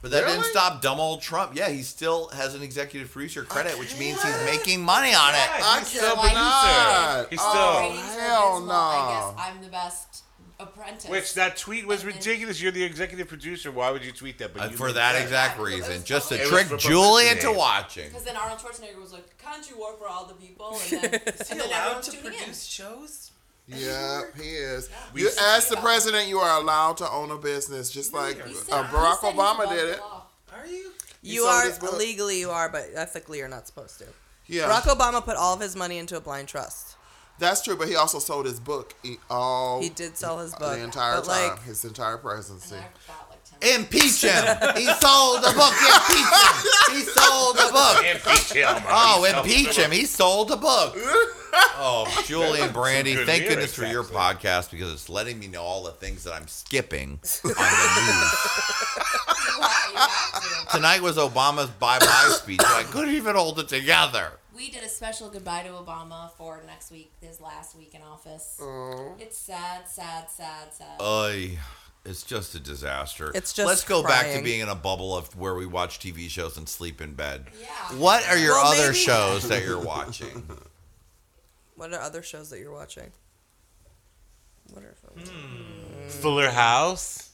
Speaker 1: But that didn't
Speaker 6: really?
Speaker 1: stop dumb old Trump. Yeah, he still has an executive producer credit, which means he's making money on it.
Speaker 6: I
Speaker 5: he's
Speaker 6: cannot.
Speaker 3: like
Speaker 6: not.
Speaker 10: He's
Speaker 6: Oh,
Speaker 10: still-
Speaker 3: Ratings are
Speaker 6: hell
Speaker 3: abysmal. I
Speaker 6: no.
Speaker 3: guess I'm the best apprentice.
Speaker 10: Which that tweet was
Speaker 3: And then-
Speaker 10: ridiculous. You're the executive producer. Why would you tweet that?
Speaker 6: Uh,
Speaker 10: But
Speaker 1: And
Speaker 10: you
Speaker 1: for
Speaker 10: did
Speaker 1: that exact
Speaker 3: It
Speaker 1: reason,
Speaker 3: was
Speaker 1: just to
Speaker 3: for
Speaker 1: trick
Speaker 10: publicity.
Speaker 1: Julie into watching.
Speaker 3: Because then Arnold Schwarzenegger was like, "Can't you work for all the people?"
Speaker 6: (laughs)
Speaker 3: And then,
Speaker 5: Is
Speaker 3: and
Speaker 5: he
Speaker 3: then
Speaker 5: allowed
Speaker 3: everyone's
Speaker 5: to
Speaker 3: tuning in.
Speaker 5: produce shows?
Speaker 6: Yep, he is.
Speaker 10: We
Speaker 6: you,
Speaker 10: see
Speaker 6: as the
Speaker 3: that.
Speaker 6: president, you are allowed to own a business, just like
Speaker 3: He said-
Speaker 6: uh,
Speaker 3: he
Speaker 6: Barack
Speaker 3: said he's
Speaker 6: Obama
Speaker 3: above
Speaker 6: did
Speaker 3: the
Speaker 6: it.
Speaker 3: law.
Speaker 5: Are you?
Speaker 6: He
Speaker 2: You
Speaker 6: sold
Speaker 2: are
Speaker 6: his book.
Speaker 2: legally you are, but ethically you're not supposed to.
Speaker 6: Yeah,
Speaker 2: Barack Obama put all of his money into a blind trust.
Speaker 6: that's true. But he also sold his book. He,
Speaker 9: um,
Speaker 6: all
Speaker 2: He did sell his book.
Speaker 6: Oh, the entire
Speaker 2: but
Speaker 6: time,
Speaker 2: like
Speaker 6: his entire presidency.
Speaker 3: And I forgot, like, 10
Speaker 1: Impeach him. He sold the book. Impeach him. He sold the book.
Speaker 8: (laughs)
Speaker 10: Impeach him. (laughs)
Speaker 1: Oh, impeach him. He sold the book. Oh, Julie and Brandy,
Speaker 10: good
Speaker 1: thank
Speaker 10: lyrics,
Speaker 1: goodness for your
Speaker 10: actually.
Speaker 1: podcast because it's letting me know all the things that I'm skipping (laughs) on the news.
Speaker 3: minutes.
Speaker 1: Tonight was Obama's bye bye
Speaker 10: (laughs)
Speaker 1: speech. so I couldn't even hold it together.
Speaker 3: we did a special goodbye to Obama for next week, his last week in office. It's sad, sad, sad, sad.
Speaker 2: Uh,
Speaker 1: I. It's just a disaster.
Speaker 2: It's just
Speaker 1: Let's go back to
Speaker 2: crying.
Speaker 1: being in a bubble of where we watch TV shows and sleep in bed.
Speaker 3: Yeah.
Speaker 1: What are your
Speaker 2: Well,
Speaker 1: other
Speaker 2: maybe-
Speaker 1: shows that you're watching?
Speaker 2: (laughs) what are other shows that you're watching? What are
Speaker 10: Fuller House.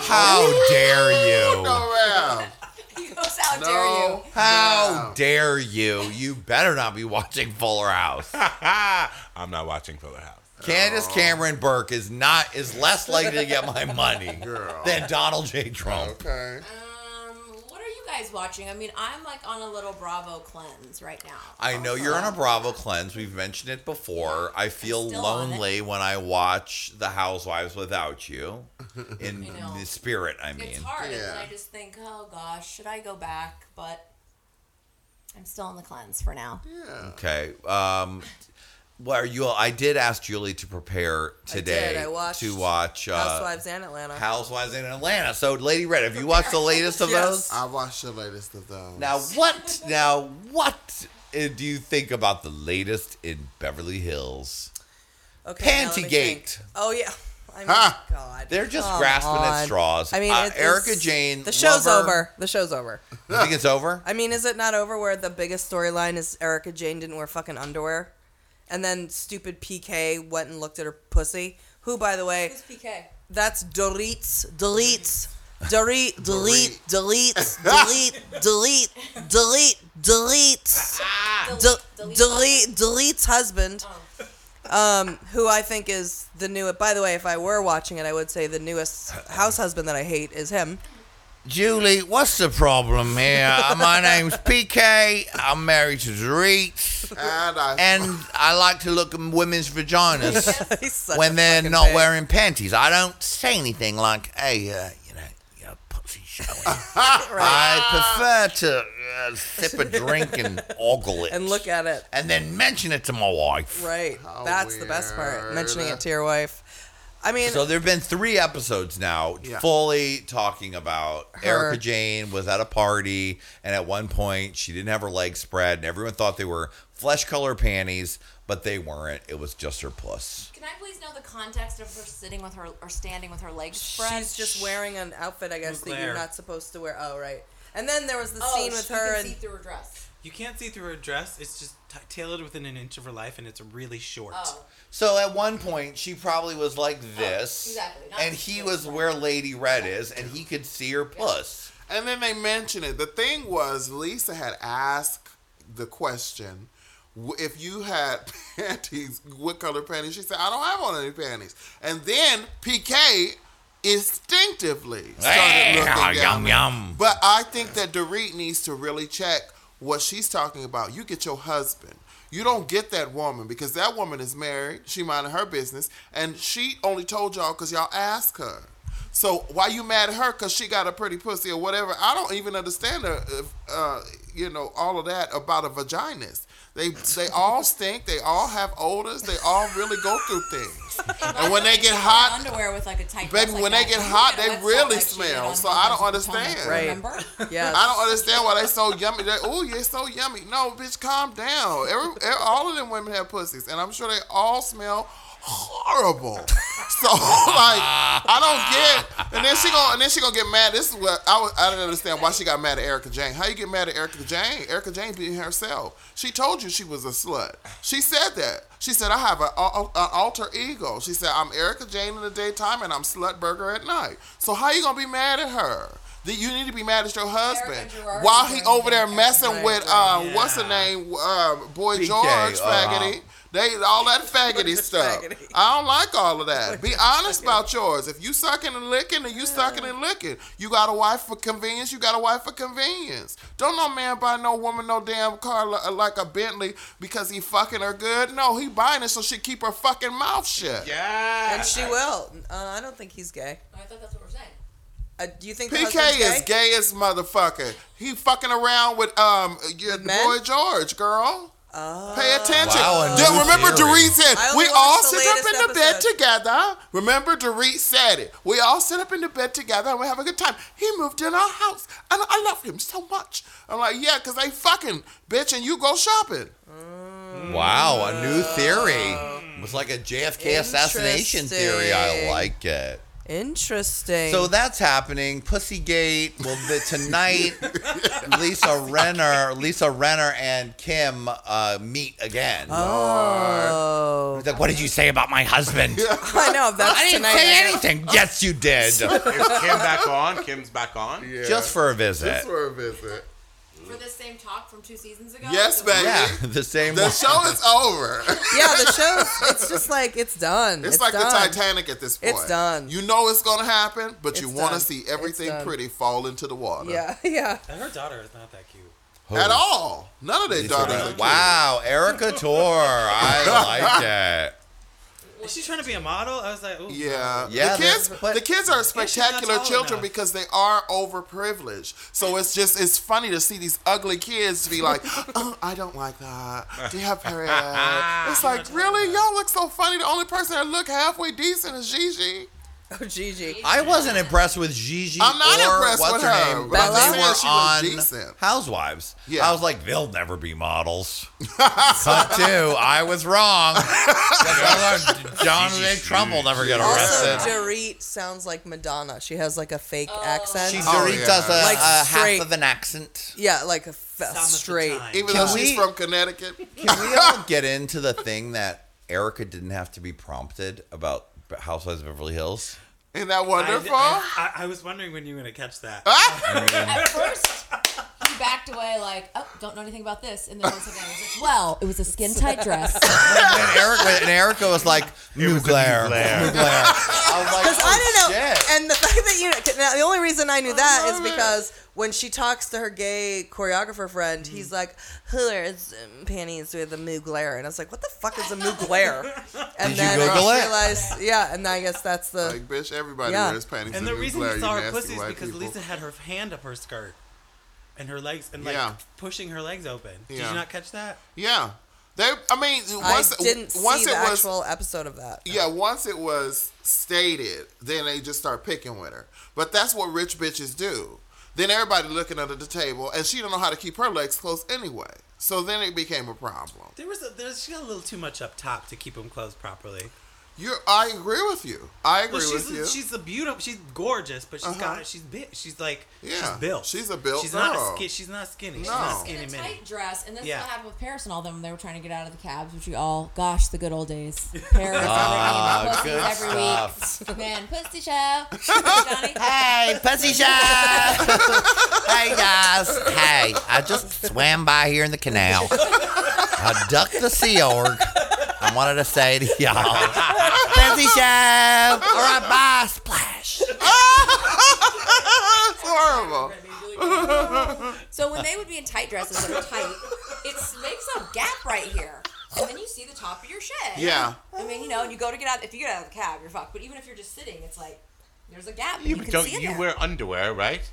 Speaker 1: How dare you?
Speaker 6: No, ma'am.
Speaker 3: (laughs) He goes, "How dare you?"
Speaker 6: No.
Speaker 1: How dare you? You better not be watching Fuller House.
Speaker 8: (laughs)
Speaker 10: I'm not watching Fuller House.
Speaker 1: Candace Cameron Burke is not is less likely to get my money than Donald J. Trump.
Speaker 6: Okay.
Speaker 3: Um, what are you guys watching? I mean, I'm like on a little Bravo cleanse right now.
Speaker 1: I know you're on a Bravo cleanse. We've mentioned it before. I feel
Speaker 3: still on it.
Speaker 1: lonely when I watch The Housewives without you. In
Speaker 3: I know.
Speaker 1: the spirit, I mean.
Speaker 3: It's hard, and then
Speaker 6: Yeah.
Speaker 3: I just think, oh gosh, should I go back? But I'm still on the cleanse for now.
Speaker 6: Yeah.
Speaker 1: Okay. Um well, are you I did ask Julie to prepare today
Speaker 2: I watched
Speaker 1: to watch
Speaker 6: Mm.
Speaker 1: uh,
Speaker 2: Housewives and Atlanta.
Speaker 1: Housewives in Atlanta. So, Lady Red, have you watched the latest
Speaker 3: (laughs)
Speaker 1: of
Speaker 2: Yes.
Speaker 1: those?
Speaker 6: I watched the latest of those.
Speaker 1: Now what? Now what uh, do you think about the latest in Beverly Hills?
Speaker 2: okay, now let me
Speaker 1: Pantygate.
Speaker 2: think. Oh yeah. (laughs) I mean,
Speaker 6: Ha!
Speaker 2: God.
Speaker 1: They're just
Speaker 2: Come
Speaker 1: grasping
Speaker 2: on.
Speaker 1: at straws.
Speaker 2: I mean,
Speaker 1: Uh,
Speaker 2: it- it's-
Speaker 1: Erica Jane.
Speaker 2: The show's
Speaker 1: Lover-
Speaker 2: over. The show's over.
Speaker 1: You think it's over?
Speaker 2: I mean, is it not over where the biggest storyline is Erica Jane didn't wear fucking underwear? And then stupid PK went and looked at her pussy. Who, by the way,
Speaker 3: Who's PK?
Speaker 2: that's deletes, deletes, delete, delete, deletes, delete, delete, delete, deletes, de- delete, deletes husband. Um, who I think is the new. By the way, if I were watching it, I would say the newest house husband that I hate is him.
Speaker 1: Julie, what's the problem here? Uh, My name's PK. I'm married to Dorit,
Speaker 6: and I
Speaker 1: and I like to look at women's vaginas
Speaker 2: (laughs) He's such
Speaker 1: when
Speaker 2: a
Speaker 1: they're
Speaker 2: fucking
Speaker 1: not
Speaker 2: bitch.
Speaker 1: wearing panties. I don't say anything like, "Hey, uh, you know, your pussy
Speaker 2: (laughs)
Speaker 1: showing." I prefer to uh, sip a drink and ogle it
Speaker 2: and look at it.
Speaker 1: and then mention it to my wife.
Speaker 2: Right.
Speaker 6: How
Speaker 2: That's the best part.
Speaker 6: weird.
Speaker 2: Mentioning it to your wife. I mean,
Speaker 1: So there have been three episodes now,
Speaker 6: Yeah.
Speaker 1: fully talking about
Speaker 2: Her.
Speaker 1: Erica Jane was at a party, and at one point she didn't have her legs spread, and everyone thought they were flesh color panties, but they weren't. It was just her puss.
Speaker 3: Can I please know the context of her sitting with her or standing with her legs spread?
Speaker 2: she's just wearing an outfit, I guess, that
Speaker 5: Claire.
Speaker 2: you're not supposed to wear. Oh, right. And then there was the
Speaker 3: oh,
Speaker 2: scene with
Speaker 3: she
Speaker 2: her
Speaker 3: can
Speaker 2: and
Speaker 3: see through her dress.
Speaker 5: You can't see through her dress. It's just t- tailored within an inch of her life, and it's really short.
Speaker 3: Oh,
Speaker 1: So at one point she probably was like this,
Speaker 3: exactly. Not
Speaker 1: and
Speaker 3: the
Speaker 1: he
Speaker 3: puss
Speaker 1: was
Speaker 3: part.
Speaker 1: where Lady Red is, and he could see her puss.
Speaker 6: And then they mention it. The thing was, Lisa had asked the question w- if you
Speaker 9: (laughs)
Speaker 6: had panties, what color panties? She said, I don't have on any panties. And then PK
Speaker 9: instinctively started
Speaker 1: Hey, yum,
Speaker 9: looking down
Speaker 1: yum.
Speaker 9: But I think that Dorit needs to really check what she's talking about. You get your husband. You don't get that woman because that woman is married. She minded her business, and she only told y'all because y'all asked her. So why you mad at her? Because she got a pretty pussy or whatever. I don't even understand her. If, uh, you know all of that about a vaginist. They they all stink. They all have odors. They all really go through things. And when they get hot,
Speaker 3: underwear with like a tight.
Speaker 9: Baby,
Speaker 3: dress
Speaker 9: when
Speaker 3: like that,
Speaker 9: they get
Speaker 3: you
Speaker 9: hot,
Speaker 3: know,
Speaker 9: they
Speaker 3: that's
Speaker 9: really
Speaker 3: not like she did
Speaker 9: smell,
Speaker 3: on
Speaker 9: so I don't
Speaker 3: Hocus Pocus,
Speaker 9: understand.
Speaker 2: Right.
Speaker 3: Remember?
Speaker 2: Yes.
Speaker 9: I don't understand why they so yummy. They, oh, you're so yummy. No, bitch, calm down. Every, every- all of them women have pussies, and I'm sure they all smell horrible. (laughs) So like, I don't get. And then she gonna and then she gonna get mad. This is what I was, I didn't understand why she got mad at Erica Jane. How you get mad at Erica Jane? Erica Jane being herself. She told you she was a slut. She said that. She said I have a, a- an alter ego. She said I'm Erica Jane in the daytime and I'm slut burger at night. So how you gonna be mad at her? That you need to be mad at your husband
Speaker 3: Gerard
Speaker 9: while
Speaker 3: is
Speaker 9: he
Speaker 3: wearing
Speaker 9: over there
Speaker 3: that
Speaker 9: messing
Speaker 2: Erica
Speaker 9: with
Speaker 2: Jane,
Speaker 9: um
Speaker 5: yeah.
Speaker 9: what's the name um boy
Speaker 1: PK,
Speaker 9: George
Speaker 1: uh-huh.
Speaker 9: faggoty. They all that faggoty stuff.
Speaker 2: Faggoty.
Speaker 9: I don't like all of that. Be honest about yours. If you sucking and licking, then you sucking and licking. You got a wife for convenience. You got a wife for convenience. Don't no man buy no woman no damn car li- uh, like a Bentley because he fucking her good. No, he buying it so she keep her fucking mouth shut.
Speaker 8: Yeah.
Speaker 2: And she will. Uh, I don't think he's gay.
Speaker 3: I thought that's what we're saying.
Speaker 2: Uh, do you think the husband's
Speaker 9: PK is gay as motherfucker. He fucking around with um your
Speaker 2: men?
Speaker 9: boy George, girl. Pay attention.
Speaker 1: Wow, a
Speaker 9: Do-
Speaker 1: new
Speaker 9: remember
Speaker 1: theory.
Speaker 9: Dorit said
Speaker 2: I only
Speaker 9: we all
Speaker 2: watched the
Speaker 9: sit up in
Speaker 2: latest
Speaker 9: the bed
Speaker 2: episode."
Speaker 9: together. Remember Dorit said it. We all sit up in the bed together and we have a good time. He moved in our house and I love him so much. I'm like, yeah, cause they fucking bitch and you go shopping.
Speaker 3: Mm.
Speaker 1: Wow, a new theory. It was like a JFK assassination theory. I
Speaker 2: Interesting.
Speaker 1: like it.
Speaker 2: Interesting.
Speaker 1: So that's happening. Pussygate. Well, the, tonight, Lisa Renner, Lisa Renner and Kim uh, meet again.
Speaker 2: oh,
Speaker 1: He's like, what did you say about my husband?
Speaker 2: I know that's
Speaker 1: I didn't
Speaker 2: tonight.
Speaker 1: say anything. yes, you did.
Speaker 8: Is Kim back on? Kim's back on.
Speaker 9: Yeah.
Speaker 1: Just for a visit.
Speaker 9: for a visit.
Speaker 3: For this same talk from two seasons ago.
Speaker 9: Yes, baby.
Speaker 1: yeah, the same.
Speaker 9: The
Speaker 1: one.
Speaker 9: show is over.
Speaker 2: Yeah, the show. It's just like it's done.
Speaker 9: It's, like
Speaker 2: done.
Speaker 9: the Titanic at this point.
Speaker 2: It's done.
Speaker 9: You know it's gonna happen, but you
Speaker 2: It's
Speaker 9: want
Speaker 2: done.
Speaker 9: to see
Speaker 2: It's
Speaker 9: everything
Speaker 2: done.
Speaker 9: pretty fall into the water.
Speaker 2: Yeah, (laughs) yeah.
Speaker 5: Her daughter is not that cute.
Speaker 9: At all. None of their
Speaker 1: Lisa
Speaker 9: daughters.
Speaker 1: Renner.
Speaker 9: are cute.
Speaker 1: Wow, Erica Tor. I
Speaker 5: Is she trying to be a model? I was like, ooh.
Speaker 9: Yeah.
Speaker 1: Yeah,
Speaker 9: the kids
Speaker 1: that's- but-
Speaker 9: the kids are spectacular
Speaker 5: tall
Speaker 9: children
Speaker 5: enough.
Speaker 9: because they are overprivileged. So it's just it's funny to see these ugly kids to
Speaker 2: (laughs)
Speaker 9: be like, oh, I don't like that. Do you have (laughs) period? It's like, really? Y'all look so funny. The only person that look halfway decent is Gigi.
Speaker 2: Oh, Gigi.
Speaker 1: like it. I wasn't impressed with Gigi.
Speaker 9: I'm not
Speaker 1: or
Speaker 9: impressed
Speaker 1: what's
Speaker 9: with
Speaker 1: her,
Speaker 9: her,
Speaker 1: name.
Speaker 9: but
Speaker 1: When
Speaker 2: I'm
Speaker 1: they
Speaker 2: just
Speaker 9: saying
Speaker 1: were
Speaker 9: she was
Speaker 1: on
Speaker 9: decent.
Speaker 1: Housewives.
Speaker 9: Yeah.
Speaker 1: I was like, they'll never be
Speaker 9: (laughs)
Speaker 1: models. Cut two. I was wrong.
Speaker 2: (laughs)
Speaker 1: John and Trump will never get
Speaker 2: Also,
Speaker 1: arrested.
Speaker 2: Dorit sounds like Madonna. She has like a fake accent.
Speaker 1: She
Speaker 9: Oh,
Speaker 1: Dorit
Speaker 9: yeah.
Speaker 1: does a,
Speaker 2: Like
Speaker 1: a half
Speaker 2: straight.
Speaker 1: of an accent.
Speaker 2: (laughs) yeah, like a f-
Speaker 5: Some of the
Speaker 2: straight.
Speaker 5: time.
Speaker 9: Even
Speaker 1: Can
Speaker 9: though she's
Speaker 1: we-
Speaker 9: from Connecticut.
Speaker 1: Can we all get into the thing that Erica didn't have to be prompted about Housewives of Beverly Hills?
Speaker 9: Isn't that
Speaker 5: I,
Speaker 9: wonderful? Ah!
Speaker 5: I, I was wondering when you were going to catch that.
Speaker 3: At first, he backed away like, oh, don't know anything about this. And then once again, I was like, well, it was a (laughs) skin tight dress.
Speaker 1: And Erica, and Erica was like, nuclear. Nuclear. I
Speaker 2: (laughs)
Speaker 1: was like,
Speaker 2: Because I
Speaker 1: "Oh,
Speaker 2: didn't know.
Speaker 1: shit."
Speaker 2: And the fact that you now the only reason I knew that is because when she talks to her gay choreographer friend, he's like, "Who wears um, panties with a mugler?" And I was like, "What the fuck is a mugler?" And
Speaker 1: Did you
Speaker 2: then I
Speaker 1: Google
Speaker 2: just
Speaker 1: it?
Speaker 2: realized, yeah. And I guess that's the
Speaker 9: Like, bitch, everybody
Speaker 2: Yeah.
Speaker 9: wears panties.
Speaker 5: and the
Speaker 9: in
Speaker 5: reason
Speaker 9: Blair,
Speaker 5: you saw her
Speaker 9: nasty
Speaker 5: pussy is
Speaker 9: white
Speaker 5: because
Speaker 9: people.
Speaker 5: Lisa had her hand up her skirt and her legs and like
Speaker 9: Yeah.
Speaker 5: pushing her legs open. Did
Speaker 9: Yeah.
Speaker 5: you not catch that?
Speaker 9: Yeah. They, I mean, once,
Speaker 2: I didn't see
Speaker 9: once
Speaker 2: the
Speaker 9: it was,
Speaker 2: actual episode of that.
Speaker 9: yeah, once it was stated, then they just start picking with her. But that's what rich bitches do. Then everybody looking under the table, and she don't know how to keep her legs closed anyway. So then it became a problem.
Speaker 5: There was a, there's she got a little too much up top to keep them closed properly.
Speaker 9: You, I agree with you. I agree
Speaker 5: Well, she's
Speaker 9: with you. Uh-huh.
Speaker 5: a, she's a beautiful, she's gorgeous, but she's got she's big. She's like
Speaker 9: Yeah.
Speaker 5: she's built.
Speaker 9: She's a built
Speaker 5: She's not
Speaker 9: girl.
Speaker 5: a ski, she's not skinny. She's
Speaker 9: No.
Speaker 5: not
Speaker 3: in
Speaker 5: skinny
Speaker 3: a
Speaker 5: mini.
Speaker 3: tight dress. And this
Speaker 5: Yeah.
Speaker 3: is what happened with Paris and all them. They were trying to get out of the cabs, which we all, gosh, the good old (laughs) days. Paris,
Speaker 1: Ah,
Speaker 3: every,
Speaker 1: good
Speaker 3: every
Speaker 1: stuff.
Speaker 3: week. Man, pussy
Speaker 9: (laughs)
Speaker 3: show. Johnny.
Speaker 1: Hey, pussy shop.
Speaker 6: (laughs)
Speaker 1: hey, guys. Hey, I just swam by here in the canal. I ducked the Sea Org. I wanted to say to y'all, pussy shop. All right, bye, splash.
Speaker 6: horrible. (laughs)
Speaker 3: So when they would be in tight dresses that are tight, it makes a gap right here. And then you see the top of your shed.
Speaker 6: Yeah.
Speaker 3: I mean, you know, you go to get out. If you get out of the cab, you're fucked. But even if you're just sitting, it's like there's a gap. and
Speaker 10: You,
Speaker 3: you can
Speaker 10: don't.
Speaker 3: see it
Speaker 10: You
Speaker 3: there.
Speaker 10: wear underwear, right?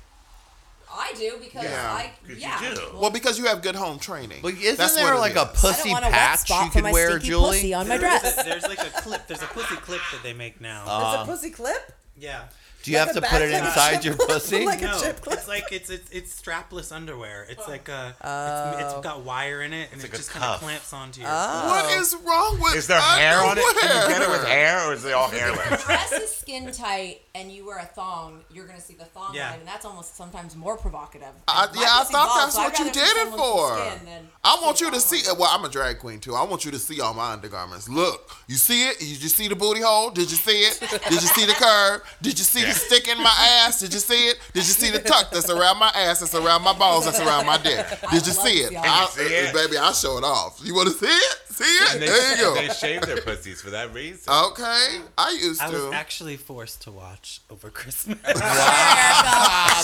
Speaker 3: I do because
Speaker 6: Yeah,
Speaker 3: I
Speaker 10: you
Speaker 3: yeah.
Speaker 10: do.
Speaker 6: Well, because you have good home training.
Speaker 1: But isn't
Speaker 6: That's
Speaker 1: there
Speaker 6: what it
Speaker 1: like a
Speaker 6: is.
Speaker 1: pussy
Speaker 3: want a wet
Speaker 1: patch
Speaker 3: spot
Speaker 1: you
Speaker 3: for
Speaker 1: can
Speaker 3: my
Speaker 1: wear,
Speaker 3: stinky
Speaker 1: Julie?
Speaker 3: pussy on my
Speaker 5: There is-
Speaker 3: dress.
Speaker 5: (laughs)
Speaker 6: (laughs)
Speaker 5: There's like a clip. There's a pussy clip that they make now.
Speaker 10: Uh.
Speaker 2: It's
Speaker 9: Uh,
Speaker 2: a pussy clip.
Speaker 5: yeah.
Speaker 1: Do you
Speaker 2: Like
Speaker 1: have
Speaker 2: a
Speaker 1: to put
Speaker 2: bag,
Speaker 1: it
Speaker 2: like a
Speaker 1: inside
Speaker 2: chip
Speaker 3: (laughs)
Speaker 1: your
Speaker 2: clip,
Speaker 1: pussy?
Speaker 2: like a
Speaker 5: No,
Speaker 2: chip clip.
Speaker 5: it's like it's it's it's strapless underwear. It's like a it's,
Speaker 2: Oh.
Speaker 5: it's got wire in it and it
Speaker 10: like a
Speaker 5: just kind of
Speaker 10: cuff.
Speaker 5: clamps onto your.
Speaker 6: What is wrong with
Speaker 10: Is there hair on it? Can you get it with
Speaker 6: underwear?
Speaker 10: hair, or is it all hairless?
Speaker 3: dress is skin tight and you wear a thong, you're gonna see the thong
Speaker 5: Yeah.
Speaker 3: line, and that's almost sometimes more provocative.
Speaker 6: I,
Speaker 3: My
Speaker 6: yeah, I
Speaker 3: pussy's
Speaker 6: thought
Speaker 3: long,
Speaker 6: that's
Speaker 3: so I'd
Speaker 6: what you
Speaker 3: rather
Speaker 6: did
Speaker 3: see
Speaker 6: it
Speaker 3: someone with
Speaker 6: for.
Speaker 3: skin than
Speaker 6: I want you to
Speaker 3: the
Speaker 6: see.
Speaker 3: thong line.
Speaker 6: Well, I'm a drag queen too. I want you to see all my undergarments. Look, you see it? Did you see the booty hole? Did you see it? Did you see the curve? Did you see the stick in my ass? Did you see it? Did you see the tuck that's around my ass? That's around my balls? That's around my dick? Did you
Speaker 3: love
Speaker 6: see
Speaker 3: to
Speaker 6: it?
Speaker 3: see all
Speaker 6: I,
Speaker 10: that. See it?
Speaker 6: baby, I show it off. You want to see it? See it?
Speaker 10: And they,
Speaker 6: There you go.
Speaker 10: they shave their pussies for that reason.
Speaker 6: Okay, I used
Speaker 5: I was
Speaker 6: to.
Speaker 5: actually forced to watch over Christmas.
Speaker 9: (laughs)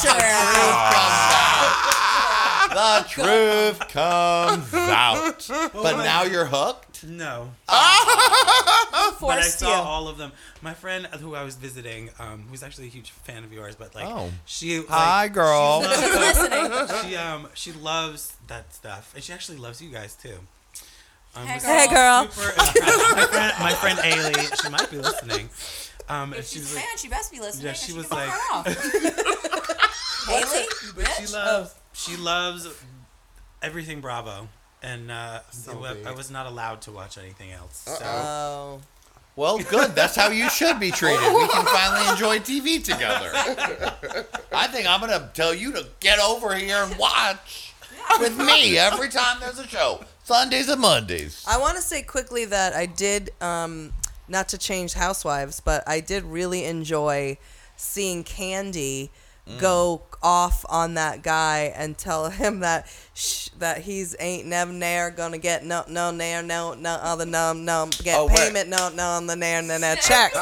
Speaker 3: Sure, Erica, sure.
Speaker 1: the truth
Speaker 3: (laughs) Oh
Speaker 1: comes out. But now you're hooked.
Speaker 5: no, but I
Speaker 3: Forced
Speaker 5: saw
Speaker 3: you.
Speaker 5: all of them. My friend who I was visiting, um, who's actually a huge fan of yours, but like
Speaker 1: Oh.
Speaker 5: she, like,
Speaker 1: Hi, girl.
Speaker 5: She loves,
Speaker 3: Listening.
Speaker 5: she um she loves that stuff, and she actually loves you guys too. Um,
Speaker 3: Hey,
Speaker 5: was
Speaker 3: girl.
Speaker 2: Hey, girl.
Speaker 5: super impressed. my friend, my friend Ailey, she might be listening. Um, and
Speaker 3: If
Speaker 5: she
Speaker 3: she's
Speaker 5: was
Speaker 3: a
Speaker 5: like,
Speaker 3: fan, she best be listening.
Speaker 5: Yeah,
Speaker 3: and
Speaker 5: she
Speaker 3: she
Speaker 5: was
Speaker 3: can
Speaker 5: like-
Speaker 3: fuck her off. (laughs) Haley, you
Speaker 5: she
Speaker 3: bitch.
Speaker 5: loves she loves everything Bravo, and uh, I-
Speaker 6: big.
Speaker 5: I was not allowed to watch anything else. So
Speaker 2: Oh.
Speaker 1: Well, good. That's how you should be treated. We can finally enjoy TV together. I think I'm going to tell you to get over here and watch with me every time there's a show. Sundays and Mondays.
Speaker 2: I want to say quickly that I did, um, not to change Housewives, but I did really enjoy seeing Candy
Speaker 9: Mm.
Speaker 2: go off on that guy and tell (laughs) him that sh- that he's ain't never ne'er gonna get no no nair no no other no no get
Speaker 1: Oh, wait.
Speaker 2: payment no no on the nair no no
Speaker 9: (laughs)
Speaker 2: check.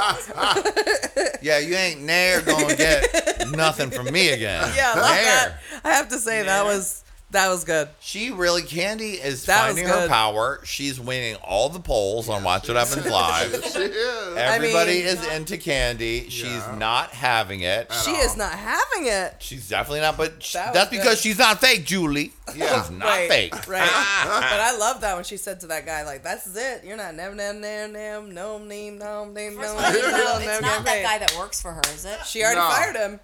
Speaker 1: Yeah, you ain't never going to get nothing from me again.
Speaker 2: Yeah, I love
Speaker 1: Ne'er.
Speaker 2: that. I have to say that was that was good.
Speaker 1: She really, Candy is
Speaker 2: That was
Speaker 1: finding her
Speaker 2: good.
Speaker 1: power. She's winning all the polls on Watch It Up
Speaker 2: (laughs)
Speaker 1: and Live.
Speaker 6: Yeah.
Speaker 1: Everybody
Speaker 2: mean-
Speaker 1: is into Candy. She's not having it.
Speaker 2: She is not having it.
Speaker 1: She's definitely not, but sh-
Speaker 2: That was
Speaker 1: that's because
Speaker 2: good.
Speaker 1: she's not fake,
Speaker 3: (laughs)
Speaker 1: Julie.
Speaker 6: Yeah.
Speaker 1: She's not
Speaker 2: Right,
Speaker 1: fake.
Speaker 2: Right. but
Speaker 1: (laughs)
Speaker 2: I love that when she said to that guy, like, that's it. You're not never, never, never, never, no, neem, no, neem, no,
Speaker 3: First
Speaker 2: neem,
Speaker 3: of all, you
Speaker 2: no,
Speaker 3: know,
Speaker 2: never,
Speaker 3: it's
Speaker 2: never,
Speaker 3: not that guy
Speaker 2: never.
Speaker 3: that works for her, is it?
Speaker 2: She already
Speaker 6: No.
Speaker 2: fired him.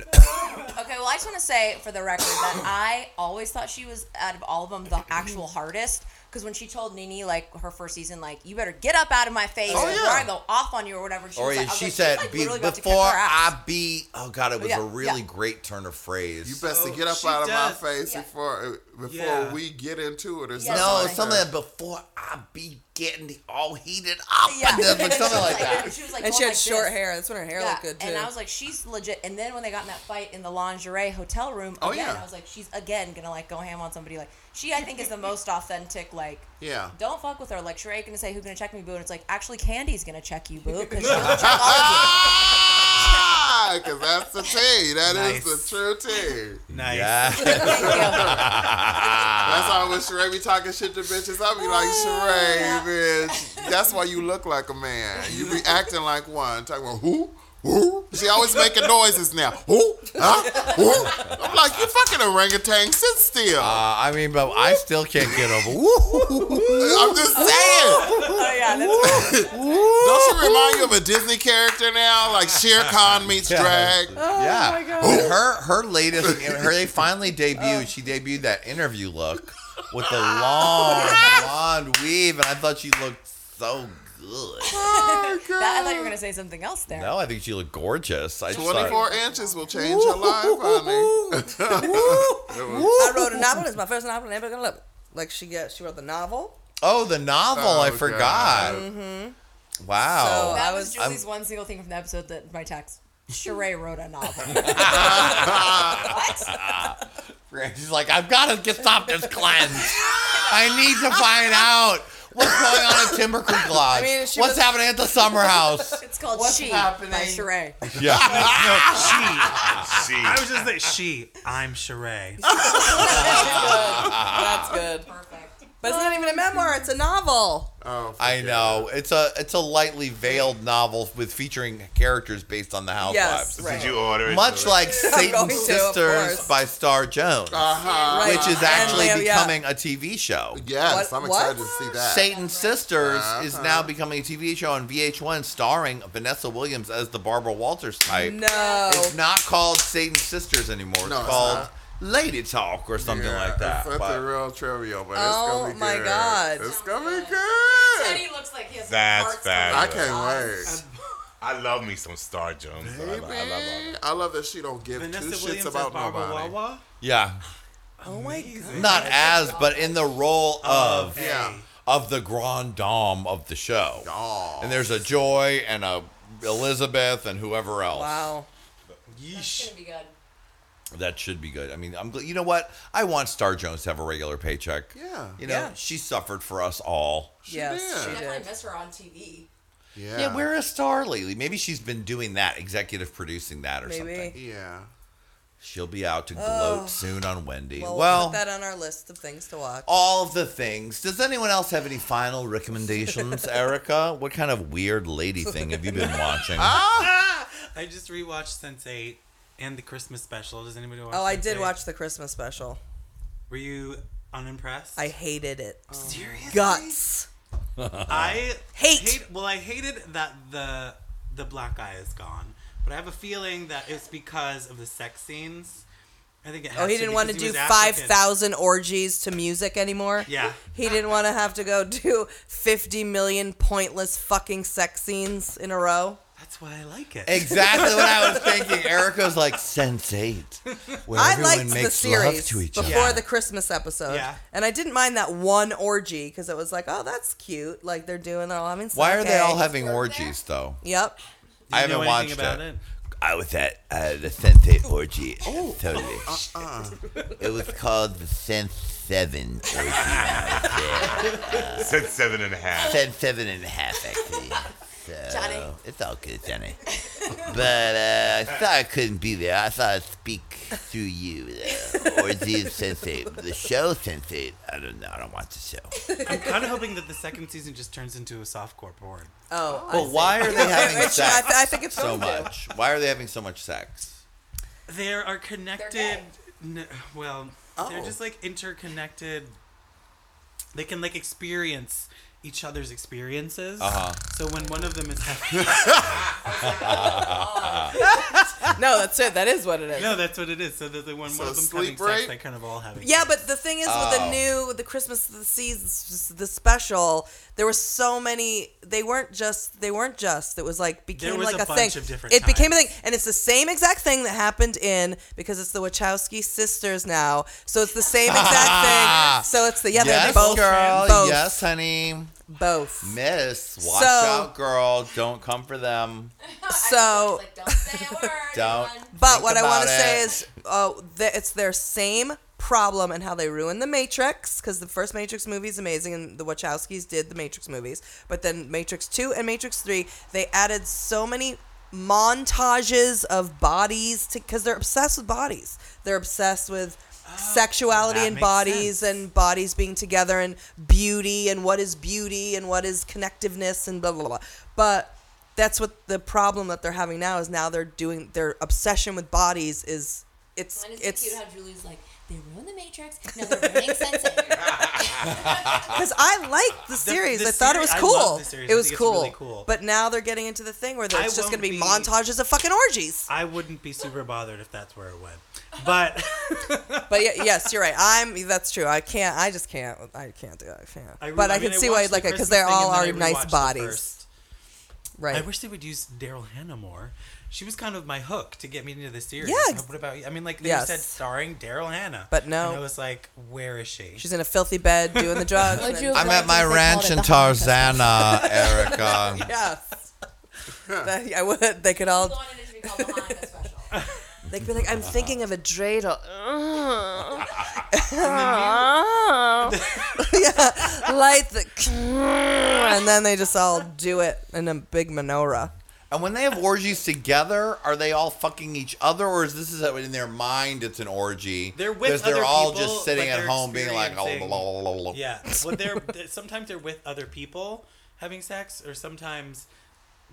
Speaker 3: Okay, well, I just want to say for the record (coughs) that I always thought she was out of all of them the actual hardest. Because when she told Nene like her first season, like you better get up out of my face
Speaker 6: Oh,
Speaker 3: before
Speaker 6: yeah.
Speaker 3: I go off on you or whatever. She
Speaker 1: Or
Speaker 3: was like, I was
Speaker 1: she
Speaker 3: like,
Speaker 1: said,
Speaker 3: she's, like,
Speaker 1: be-
Speaker 3: literally about to kick
Speaker 1: before
Speaker 3: her ass.
Speaker 1: I be, oh God, it was
Speaker 3: Yeah,
Speaker 1: a really
Speaker 3: yeah.
Speaker 1: great turn of phrase.
Speaker 6: You best to
Speaker 5: Oh,
Speaker 6: get up
Speaker 5: she
Speaker 6: out of
Speaker 5: does.
Speaker 6: my face
Speaker 3: Yeah.
Speaker 6: before uh, before
Speaker 5: Yeah.
Speaker 6: we get into it or
Speaker 3: Yeah.
Speaker 6: something.
Speaker 1: no,
Speaker 6: like
Speaker 1: something
Speaker 6: that.
Speaker 1: like before I be getting all heated up.
Speaker 3: Yeah.
Speaker 1: (laughs) Yeah.
Speaker 3: (laughs)
Speaker 1: Like, something like that.
Speaker 3: She was like,
Speaker 2: And she
Speaker 3: going
Speaker 2: had
Speaker 3: like
Speaker 2: short
Speaker 3: this.
Speaker 2: hair. That's when her hair
Speaker 3: Yeah,
Speaker 2: looked good, too.
Speaker 3: and I was like, she's legit. And then when they got in that fight in the lingerie hotel room,
Speaker 6: Oh,
Speaker 3: again,
Speaker 6: yeah.
Speaker 3: I was like, she's again gonna like go ham on somebody. Like she, I think, is the most authentic. Like,
Speaker 6: Yeah.
Speaker 3: don't fuck with her. Like Sheree gonna say, who's gonna check me, boo? And it's like, actually, Candy's gonna check you, boo, because she'll
Speaker 6: (laughs)
Speaker 3: check all of you.
Speaker 6: Ah, cause that's the tea. That is
Speaker 5: Nice.
Speaker 6: the true tea.
Speaker 5: nice.
Speaker 1: (laughs) Yeah.
Speaker 3: Thank you.
Speaker 6: That's why when Sheree be talking shit to bitches, I be like, Sheree, bitch. That's why you look like a man. You be acting like one. Talking about who? Who? She always making noises now. Who? Huh? Who? I'm like, you fucking orangutan. Sit still.
Speaker 1: Uh, I mean, but I still can't get over.
Speaker 3: (laughs)
Speaker 1: Woo!
Speaker 6: I'm just saying.
Speaker 2: oh, yeah. That's
Speaker 6: Don't she remind you of a Disney character now? Like Shere Khan meets drag.
Speaker 3: Oh
Speaker 1: yeah. And her her latest her they
Speaker 3: (laughs)
Speaker 1: finally
Speaker 3: Oh.
Speaker 1: debuted. she debuted that interview look with the long blonde weave, and I thought she looked so good.
Speaker 3: That, I thought you were gonna say something else there.
Speaker 1: No, I think she looked gorgeous. I just thought-
Speaker 6: 24 inches will change your life, honey.
Speaker 2: I wrote a novel. It's my first novel. and Everybody gonna love it. Like, she, got, she wrote the novel.
Speaker 3: (laughs)
Speaker 1: Oh, the novel.
Speaker 6: Oh,
Speaker 1: I forgot. Mm-hmm. Wow.
Speaker 2: So- I
Speaker 3: That was
Speaker 2: was-
Speaker 3: Julie's one single thing from the episode that my text. Sheree wrote a novel.
Speaker 6: (laughs)
Speaker 3: what?
Speaker 1: She's like, I've got to get stop this cleanse. I need to find out What's going on at Timber Creek Lodge?
Speaker 2: I mean, she
Speaker 1: What's
Speaker 2: was-
Speaker 1: happening at the summer house?
Speaker 2: (laughs)
Speaker 3: It's called
Speaker 2: What's
Speaker 3: She
Speaker 2: happening?
Speaker 3: by Sheree.
Speaker 1: Yeah.
Speaker 5: she. I was just like she. I'm
Speaker 6: (laughs)
Speaker 5: Sheree.
Speaker 2: That's good.
Speaker 3: Perfect.
Speaker 2: But it's not even a memoir, it's a novel.
Speaker 6: Oh,
Speaker 1: (laughs) I know. It's a it's a lightly veiled novel with featuring characters based on the
Speaker 2: yes,
Speaker 1: housewives.
Speaker 2: right.
Speaker 10: Did you order it?
Speaker 1: Much
Speaker 2: (laughs)
Speaker 1: like
Speaker 2: going
Speaker 1: Satan's
Speaker 2: to, of
Speaker 1: Sisters
Speaker 2: course.
Speaker 1: by Star Jones,
Speaker 6: Uh huh.
Speaker 2: Right.
Speaker 1: which is
Speaker 2: And
Speaker 1: actually
Speaker 2: Leo- yeah.
Speaker 1: becoming a TV show.
Speaker 6: Yes,
Speaker 2: What-
Speaker 6: I'm excited
Speaker 2: what?
Speaker 6: to see that.
Speaker 1: Satan's Sisters is
Speaker 6: Uh-huh.
Speaker 1: now becoming a TV show on VH1 starring Vanessa Williams as the Barbara Walters type.
Speaker 2: No. Oh
Speaker 1: It's not called Satan's Sisters anymore. It's
Speaker 6: No, it's
Speaker 1: called
Speaker 6: not.
Speaker 1: Lady Talk or something
Speaker 6: Yeah,
Speaker 1: like that.
Speaker 6: It's something
Speaker 1: but-
Speaker 6: real trivial, but
Speaker 2: Oh
Speaker 6: it's gonna be
Speaker 2: my
Speaker 6: good.
Speaker 2: God.
Speaker 6: it's gonna be good.
Speaker 3: Teddy looks like he has
Speaker 10: That's
Speaker 3: parts
Speaker 10: bad.
Speaker 6: I
Speaker 3: coming
Speaker 6: can't
Speaker 3: out.
Speaker 6: wait.
Speaker 10: I love me some Star Jones. I
Speaker 6: Baby,
Speaker 10: love, I love all
Speaker 6: I love that she don't give
Speaker 5: Vanessa
Speaker 6: two shits
Speaker 5: Williams
Speaker 6: about
Speaker 5: as Barbara
Speaker 6: nobody.
Speaker 5: Wawa.
Speaker 1: yeah.
Speaker 2: Oh my god.
Speaker 6: (laughs)
Speaker 1: Not as, but in the role of
Speaker 6: Oh, Yeah.
Speaker 1: of the grand dame of the show.
Speaker 6: Oh,
Speaker 1: And there's a Joy and a Elizabeth and whoever else.
Speaker 2: Wow.
Speaker 3: It's gonna be good.
Speaker 1: That should be good. I mean, I'm gl- you know what? I want Star Jones to have a regular paycheck.
Speaker 6: Yeah.
Speaker 1: You know,
Speaker 2: Yeah.
Speaker 1: she suffered for us all.
Speaker 2: yes,
Speaker 6: did.
Speaker 2: she
Speaker 3: Definitely
Speaker 2: did.
Speaker 3: miss her on TV.
Speaker 6: yeah.
Speaker 1: Yeah, where is Star lately? Maybe she's been doing that, executive producing that or something.
Speaker 2: Maybe. Oh.
Speaker 6: Yeah.
Speaker 1: She'll be out to gloat soon on Wendy.
Speaker 2: Well,
Speaker 1: Well,
Speaker 2: we'll put that on our list of things to
Speaker 5: Oh,
Speaker 2: watch.
Speaker 1: all of the things. Does anyone else have any final
Speaker 2: (laughs)
Speaker 1: recommendations, Erica? What kind of weird lady thing have you been watching?
Speaker 5: I just rewatched Sense Eight and the Christmas special. Does anybody watch?
Speaker 2: Oh, I
Speaker 5: Sense
Speaker 2: did
Speaker 5: eight?
Speaker 2: watch the Christmas special.
Speaker 5: Were you unimpressed?
Speaker 2: I hated it.
Speaker 5: Oh, seriously
Speaker 2: Guts.
Speaker 5: I
Speaker 2: Hate.
Speaker 5: hate. Well, I hated that the the black guy is gone, but I have a feeling that it's because of the sex scenes. I think it. Has
Speaker 2: Oh, he
Speaker 5: to
Speaker 2: didn't want to
Speaker 5: because he
Speaker 2: do
Speaker 5: was African.
Speaker 2: 5,000 orgies to music anymore.
Speaker 5: Yeah.
Speaker 2: He didn't want to have to go do 50 million pointless fucking sex scenes in a row.
Speaker 5: That's why I like it.
Speaker 1: Exactly what I was
Speaker 2: (laughs)
Speaker 1: thinking. Erica's like Sense Eight, where
Speaker 2: I
Speaker 1: everyone
Speaker 2: liked the
Speaker 1: makes love
Speaker 2: series
Speaker 1: to each
Speaker 2: before
Speaker 1: other.
Speaker 5: Yeah.
Speaker 2: the Christmas episode.
Speaker 5: Yeah.
Speaker 2: And I didn't mind that one orgy because it was like, oh, that's cute. Like they're doing, they're all having sex.
Speaker 1: Why are they all
Speaker 2: Okay.
Speaker 1: having orgies though?
Speaker 2: Yep.
Speaker 5: Do you
Speaker 1: I haven't
Speaker 5: know
Speaker 1: watched
Speaker 5: anything about
Speaker 1: it.
Speaker 5: it.
Speaker 1: I was at uh, the Sense Eight orgy. Oh, totally.
Speaker 2: uh,
Speaker 1: It was called the Sense Seven
Speaker 2: (laughs)
Speaker 1: orgy.
Speaker 10: that. Since seven and a half.
Speaker 1: Sense Seven and a half, actually. So,
Speaker 3: Johnny.
Speaker 1: It's all good, Johnny. But uh, I thought I couldn't be there. I thought I'd speak through you. Uh, or the Sense Eight. The show Sense Eight. I don't know. I don't watch the show.
Speaker 5: I'm kind of hoping that the second season just turns into a softcore porn.
Speaker 2: Oh. I
Speaker 1: But why are they
Speaker 2: (laughs)
Speaker 1: having
Speaker 2: Which I,
Speaker 1: sex
Speaker 2: th- I think it's
Speaker 1: so
Speaker 2: going to.
Speaker 1: much? Why are they having so much sex?
Speaker 5: There are connected.
Speaker 3: gay.
Speaker 5: N- well,
Speaker 6: Oh.
Speaker 5: they're just like interconnected. They can like experience each other's experiences.
Speaker 1: Uh-huh.
Speaker 5: So when one of them is having,
Speaker 2: (laughs) No, that's it. That is what it is.
Speaker 5: (laughs) no, that's what it is. So that the when
Speaker 6: So
Speaker 5: one of them's having
Speaker 6: sleep
Speaker 5: sex,
Speaker 6: rate?
Speaker 5: they kind of all having.
Speaker 2: Yeah, but the thing is, with the
Speaker 1: Oh.
Speaker 2: new the Christmas the season the special, there were so many. They weren't just. They weren't just. It was like became
Speaker 5: was
Speaker 2: like
Speaker 5: a
Speaker 2: a,
Speaker 5: bunch
Speaker 2: thing.
Speaker 5: of different
Speaker 2: it became a
Speaker 5: kinds.
Speaker 2: thing, and it's the same exact thing that happened in because it's the Wachowski sisters now. So it's the same exact thing.
Speaker 5: (laughs)
Speaker 2: So it's the yeah, they're
Speaker 1: yes,
Speaker 2: both
Speaker 1: girl.
Speaker 2: both
Speaker 1: Yes, honey.
Speaker 2: both.
Speaker 1: Miss, watch
Speaker 2: So-
Speaker 1: out, girl. Don't come for them.
Speaker 2: So-
Speaker 3: It's like, don't say
Speaker 1: (laughs)
Speaker 3: a word.
Speaker 1: Oh. Don't.
Speaker 3: everyone.
Speaker 2: But
Speaker 1: Think
Speaker 2: what I
Speaker 1: about
Speaker 2: want to say
Speaker 1: it.
Speaker 2: is, uh, th- it's their same problem and how they ruined the Matrix because the first Matrix movie is amazing and the Wachowskis did the Matrix movies, but then Matrix Two and Matrix Three they added so many montages of bodies because they're obsessed with bodies. They're obsessed with
Speaker 1: Oh,
Speaker 2: sexuality
Speaker 5: that
Speaker 2: and
Speaker 5: makes
Speaker 2: bodies
Speaker 5: sense.
Speaker 2: and bodies being together and beauty and what is beauty and what is connectiveness and blah blah blah. But that's what the problem that they're having now is now they're doing their obsession with bodies is it's
Speaker 3: And it's,
Speaker 2: it's
Speaker 3: cute how Julie's like, they ruined the Matrix. No, they're ruining (laughs) Sense8.
Speaker 2: because I liked the series.
Speaker 5: the
Speaker 2: I thought
Speaker 5: series- I
Speaker 2: it was cool.
Speaker 5: love the series.
Speaker 2: It
Speaker 5: I
Speaker 2: was
Speaker 5: think it's
Speaker 2: cool.
Speaker 5: really cool.
Speaker 2: But now they're getting into the thing where
Speaker 5: I
Speaker 2: there's just going
Speaker 5: won't
Speaker 2: to be,
Speaker 5: be-
Speaker 2: montages of fucking orgies.
Speaker 5: I wouldn't be super bothered if that's where it went.
Speaker 2: (laughs)
Speaker 5: But
Speaker 2: But y- yes, you're right. I'm that's true. I can't. I just can't. I can't do it. I can't.
Speaker 5: I re-
Speaker 2: but I,
Speaker 5: mean,
Speaker 2: can see why
Speaker 5: watched
Speaker 2: you'd
Speaker 5: the
Speaker 2: like it because
Speaker 5: Christmas
Speaker 2: they
Speaker 5: thing
Speaker 2: all
Speaker 5: and then I
Speaker 2: are nice
Speaker 5: rewatched the
Speaker 2: bodies,
Speaker 5: first. I
Speaker 2: right?
Speaker 5: wish they would use Daryl Hannah more. She was kind of my hook to get me into the series.
Speaker 2: Yeah, ex-
Speaker 5: What about you? I mean, like they
Speaker 2: Yes.
Speaker 5: said starring Daryl Hannah,
Speaker 2: But no.
Speaker 5: And I was like, where is she?
Speaker 2: She's in a filthy bed
Speaker 5: (laughs)
Speaker 2: doing the drugs.
Speaker 3: Would
Speaker 2: and-
Speaker 3: you-
Speaker 1: I'm at my
Speaker 3: Oh, They called
Speaker 1: ranch
Speaker 3: it
Speaker 1: in
Speaker 3: the Hanukkah
Speaker 1: Tarzana, (laughs) Erica.
Speaker 2: Yes. That- I would. They could all.
Speaker 3: Go on and it should be called the Hanukkah special. (laughs)
Speaker 2: They could be like, I'm
Speaker 1: Uh-huh.
Speaker 2: thinking of
Speaker 1: (laughs)
Speaker 2: a dreidel. (laughs) yeah. light the and then they just all do it in a big menorah.
Speaker 1: And when they have orgies together, are they all fucking each other, or is this is in their mind? It's an orgy.
Speaker 5: They're with
Speaker 1: 'Cause they're
Speaker 5: other
Speaker 1: all
Speaker 5: people,
Speaker 1: just sitting
Speaker 5: but
Speaker 1: at
Speaker 5: they're
Speaker 1: home, being like, oh, blah,
Speaker 5: experiencing-
Speaker 1: blah, blah, blah.
Speaker 5: (laughs) Yeah.
Speaker 2: (laughs)
Speaker 5: Well, they're, they're- sometimes they're with other people having sex, or sometimes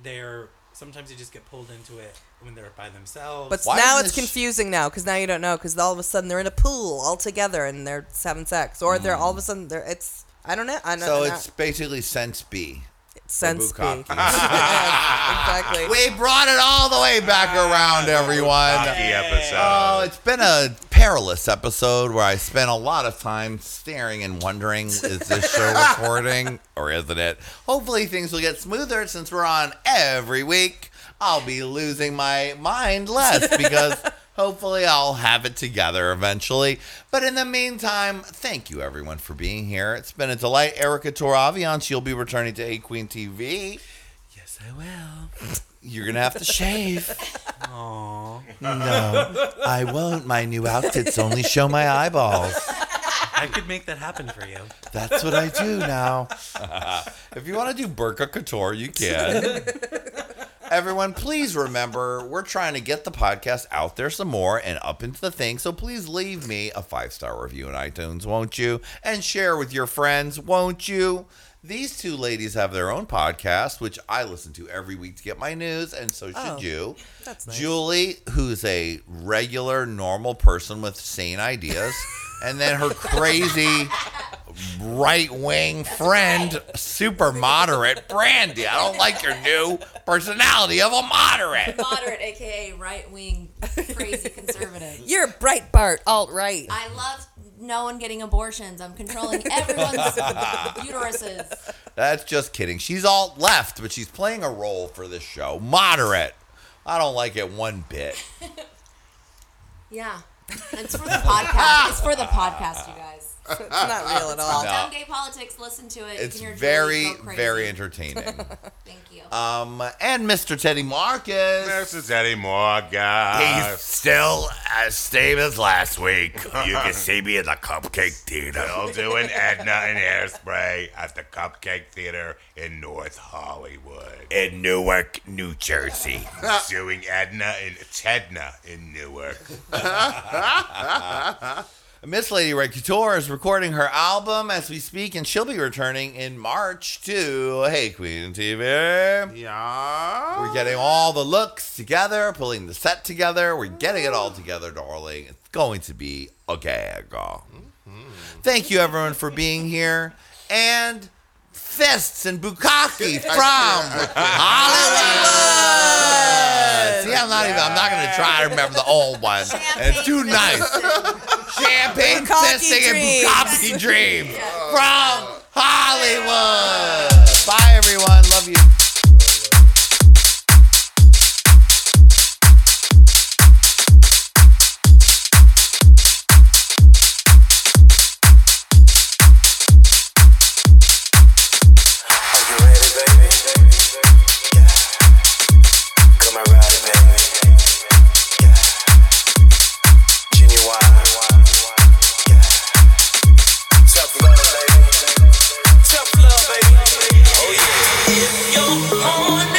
Speaker 5: they're sometimes they just get pulled into it when they're by themselves.
Speaker 2: But now it's confusing now because now you don't know because all of a sudden they're in a pool all together and they're just having sex, or they're all of a sudden they're it's I don't know. I know
Speaker 1: So
Speaker 2: they're
Speaker 1: it's basically sense B.
Speaker 2: Sense B.
Speaker 1: Bukaki.
Speaker 2: (laughs)
Speaker 1: (laughs)
Speaker 2: exactly.
Speaker 1: We brought it all the way back
Speaker 5: Ah,
Speaker 1: around, everyone.
Speaker 10: Bukaki episode.
Speaker 1: Oh, it's been a perilous episode where I spent a lot of time staring and wondering, is this show recording or isn't it? Hopefully things will get smoother since we're on every week. I'll be losing my mind less because hopefully I'll have it together eventually. But in the meantime, thank you everyone for being here. It's been a delight. Erica Toraviance, you'll be returning to A Queen TV.
Speaker 5: yes, I
Speaker 2: (laughs)
Speaker 5: will.
Speaker 1: You're gonna have to shave.
Speaker 5: Aww.
Speaker 1: No, I won't. My new outfits only show my eyeballs.
Speaker 5: I could make that happen for you.
Speaker 1: That's what I do now. (laughs) if you want to do burqa couture, you (laughs) can. Everyone, please remember we're trying to get the podcast out there some more and up into the thing. So please leave me a five star review in iTunes, won't you? And share with your friends, won't you? These two ladies have their own podcast, which I listen to every week to get my news, and so should
Speaker 2: Oh,
Speaker 1: you.
Speaker 2: that's nice.
Speaker 1: Julie, who's a regular, normal person with sane ideas, and then (laughs) her crazy right wing friend, super moderate Brandy. I don't like your new personality of a moderate.
Speaker 3: Moderate, aka right wing,
Speaker 1: (laughs)
Speaker 3: crazy conservative.
Speaker 2: You're Breitbart alt right.
Speaker 3: I love no one getting abortions. I'm controlling
Speaker 1: (laughs)
Speaker 3: everyone's uteruses.
Speaker 1: That's just kidding. She's all left, but she's playing a role for this show. Moderate. I don't like it one bit.
Speaker 3: Yeah,
Speaker 1: (laughs)
Speaker 3: it's for the podcast. It's for the podcast, you guys.
Speaker 2: It's not real at
Speaker 1: (laughs)
Speaker 2: all.
Speaker 1: No.
Speaker 3: Dumb gay politics. Listen to it. You
Speaker 1: Uh, It's
Speaker 3: can hear Julie
Speaker 1: very,
Speaker 3: go crazy.
Speaker 1: very entertaining.
Speaker 3: Thank you.
Speaker 1: Um, and Mr. Teddy Marcus.
Speaker 10: This is Eddie Morgan.
Speaker 8: He's still as same as last week. You can see me in the Cupcake Theater.
Speaker 10: Still doing Edna and Hairspray at the Cupcake Theater in North Hollywood.
Speaker 8: In Newark, New Jersey.
Speaker 10: doing Edna and Tedna in Newark.
Speaker 1: Miss Lady Red Couture is recording her album as we speak, and she'll be returning in March to Hey Queen TV.
Speaker 6: Yeah.
Speaker 1: We're getting all the looks together, pulling the set together. We're getting it all together, darling. It's going to be a gag. Thank you, everyone, for being here. And fists and bukkake from Hollywood. See, I'm not even. I'm not going to try to remember the old one. It's too nice. Champagne
Speaker 2: Bukkake
Speaker 1: fisting and
Speaker 2: dreams.
Speaker 1: bukkake (laughs) dreams from Hollywood. Bye, everyone. Love you.
Speaker 11: Tough love, baby. Tough love, baby. Oh yeah.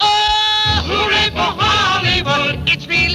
Speaker 9: Oh, It's me,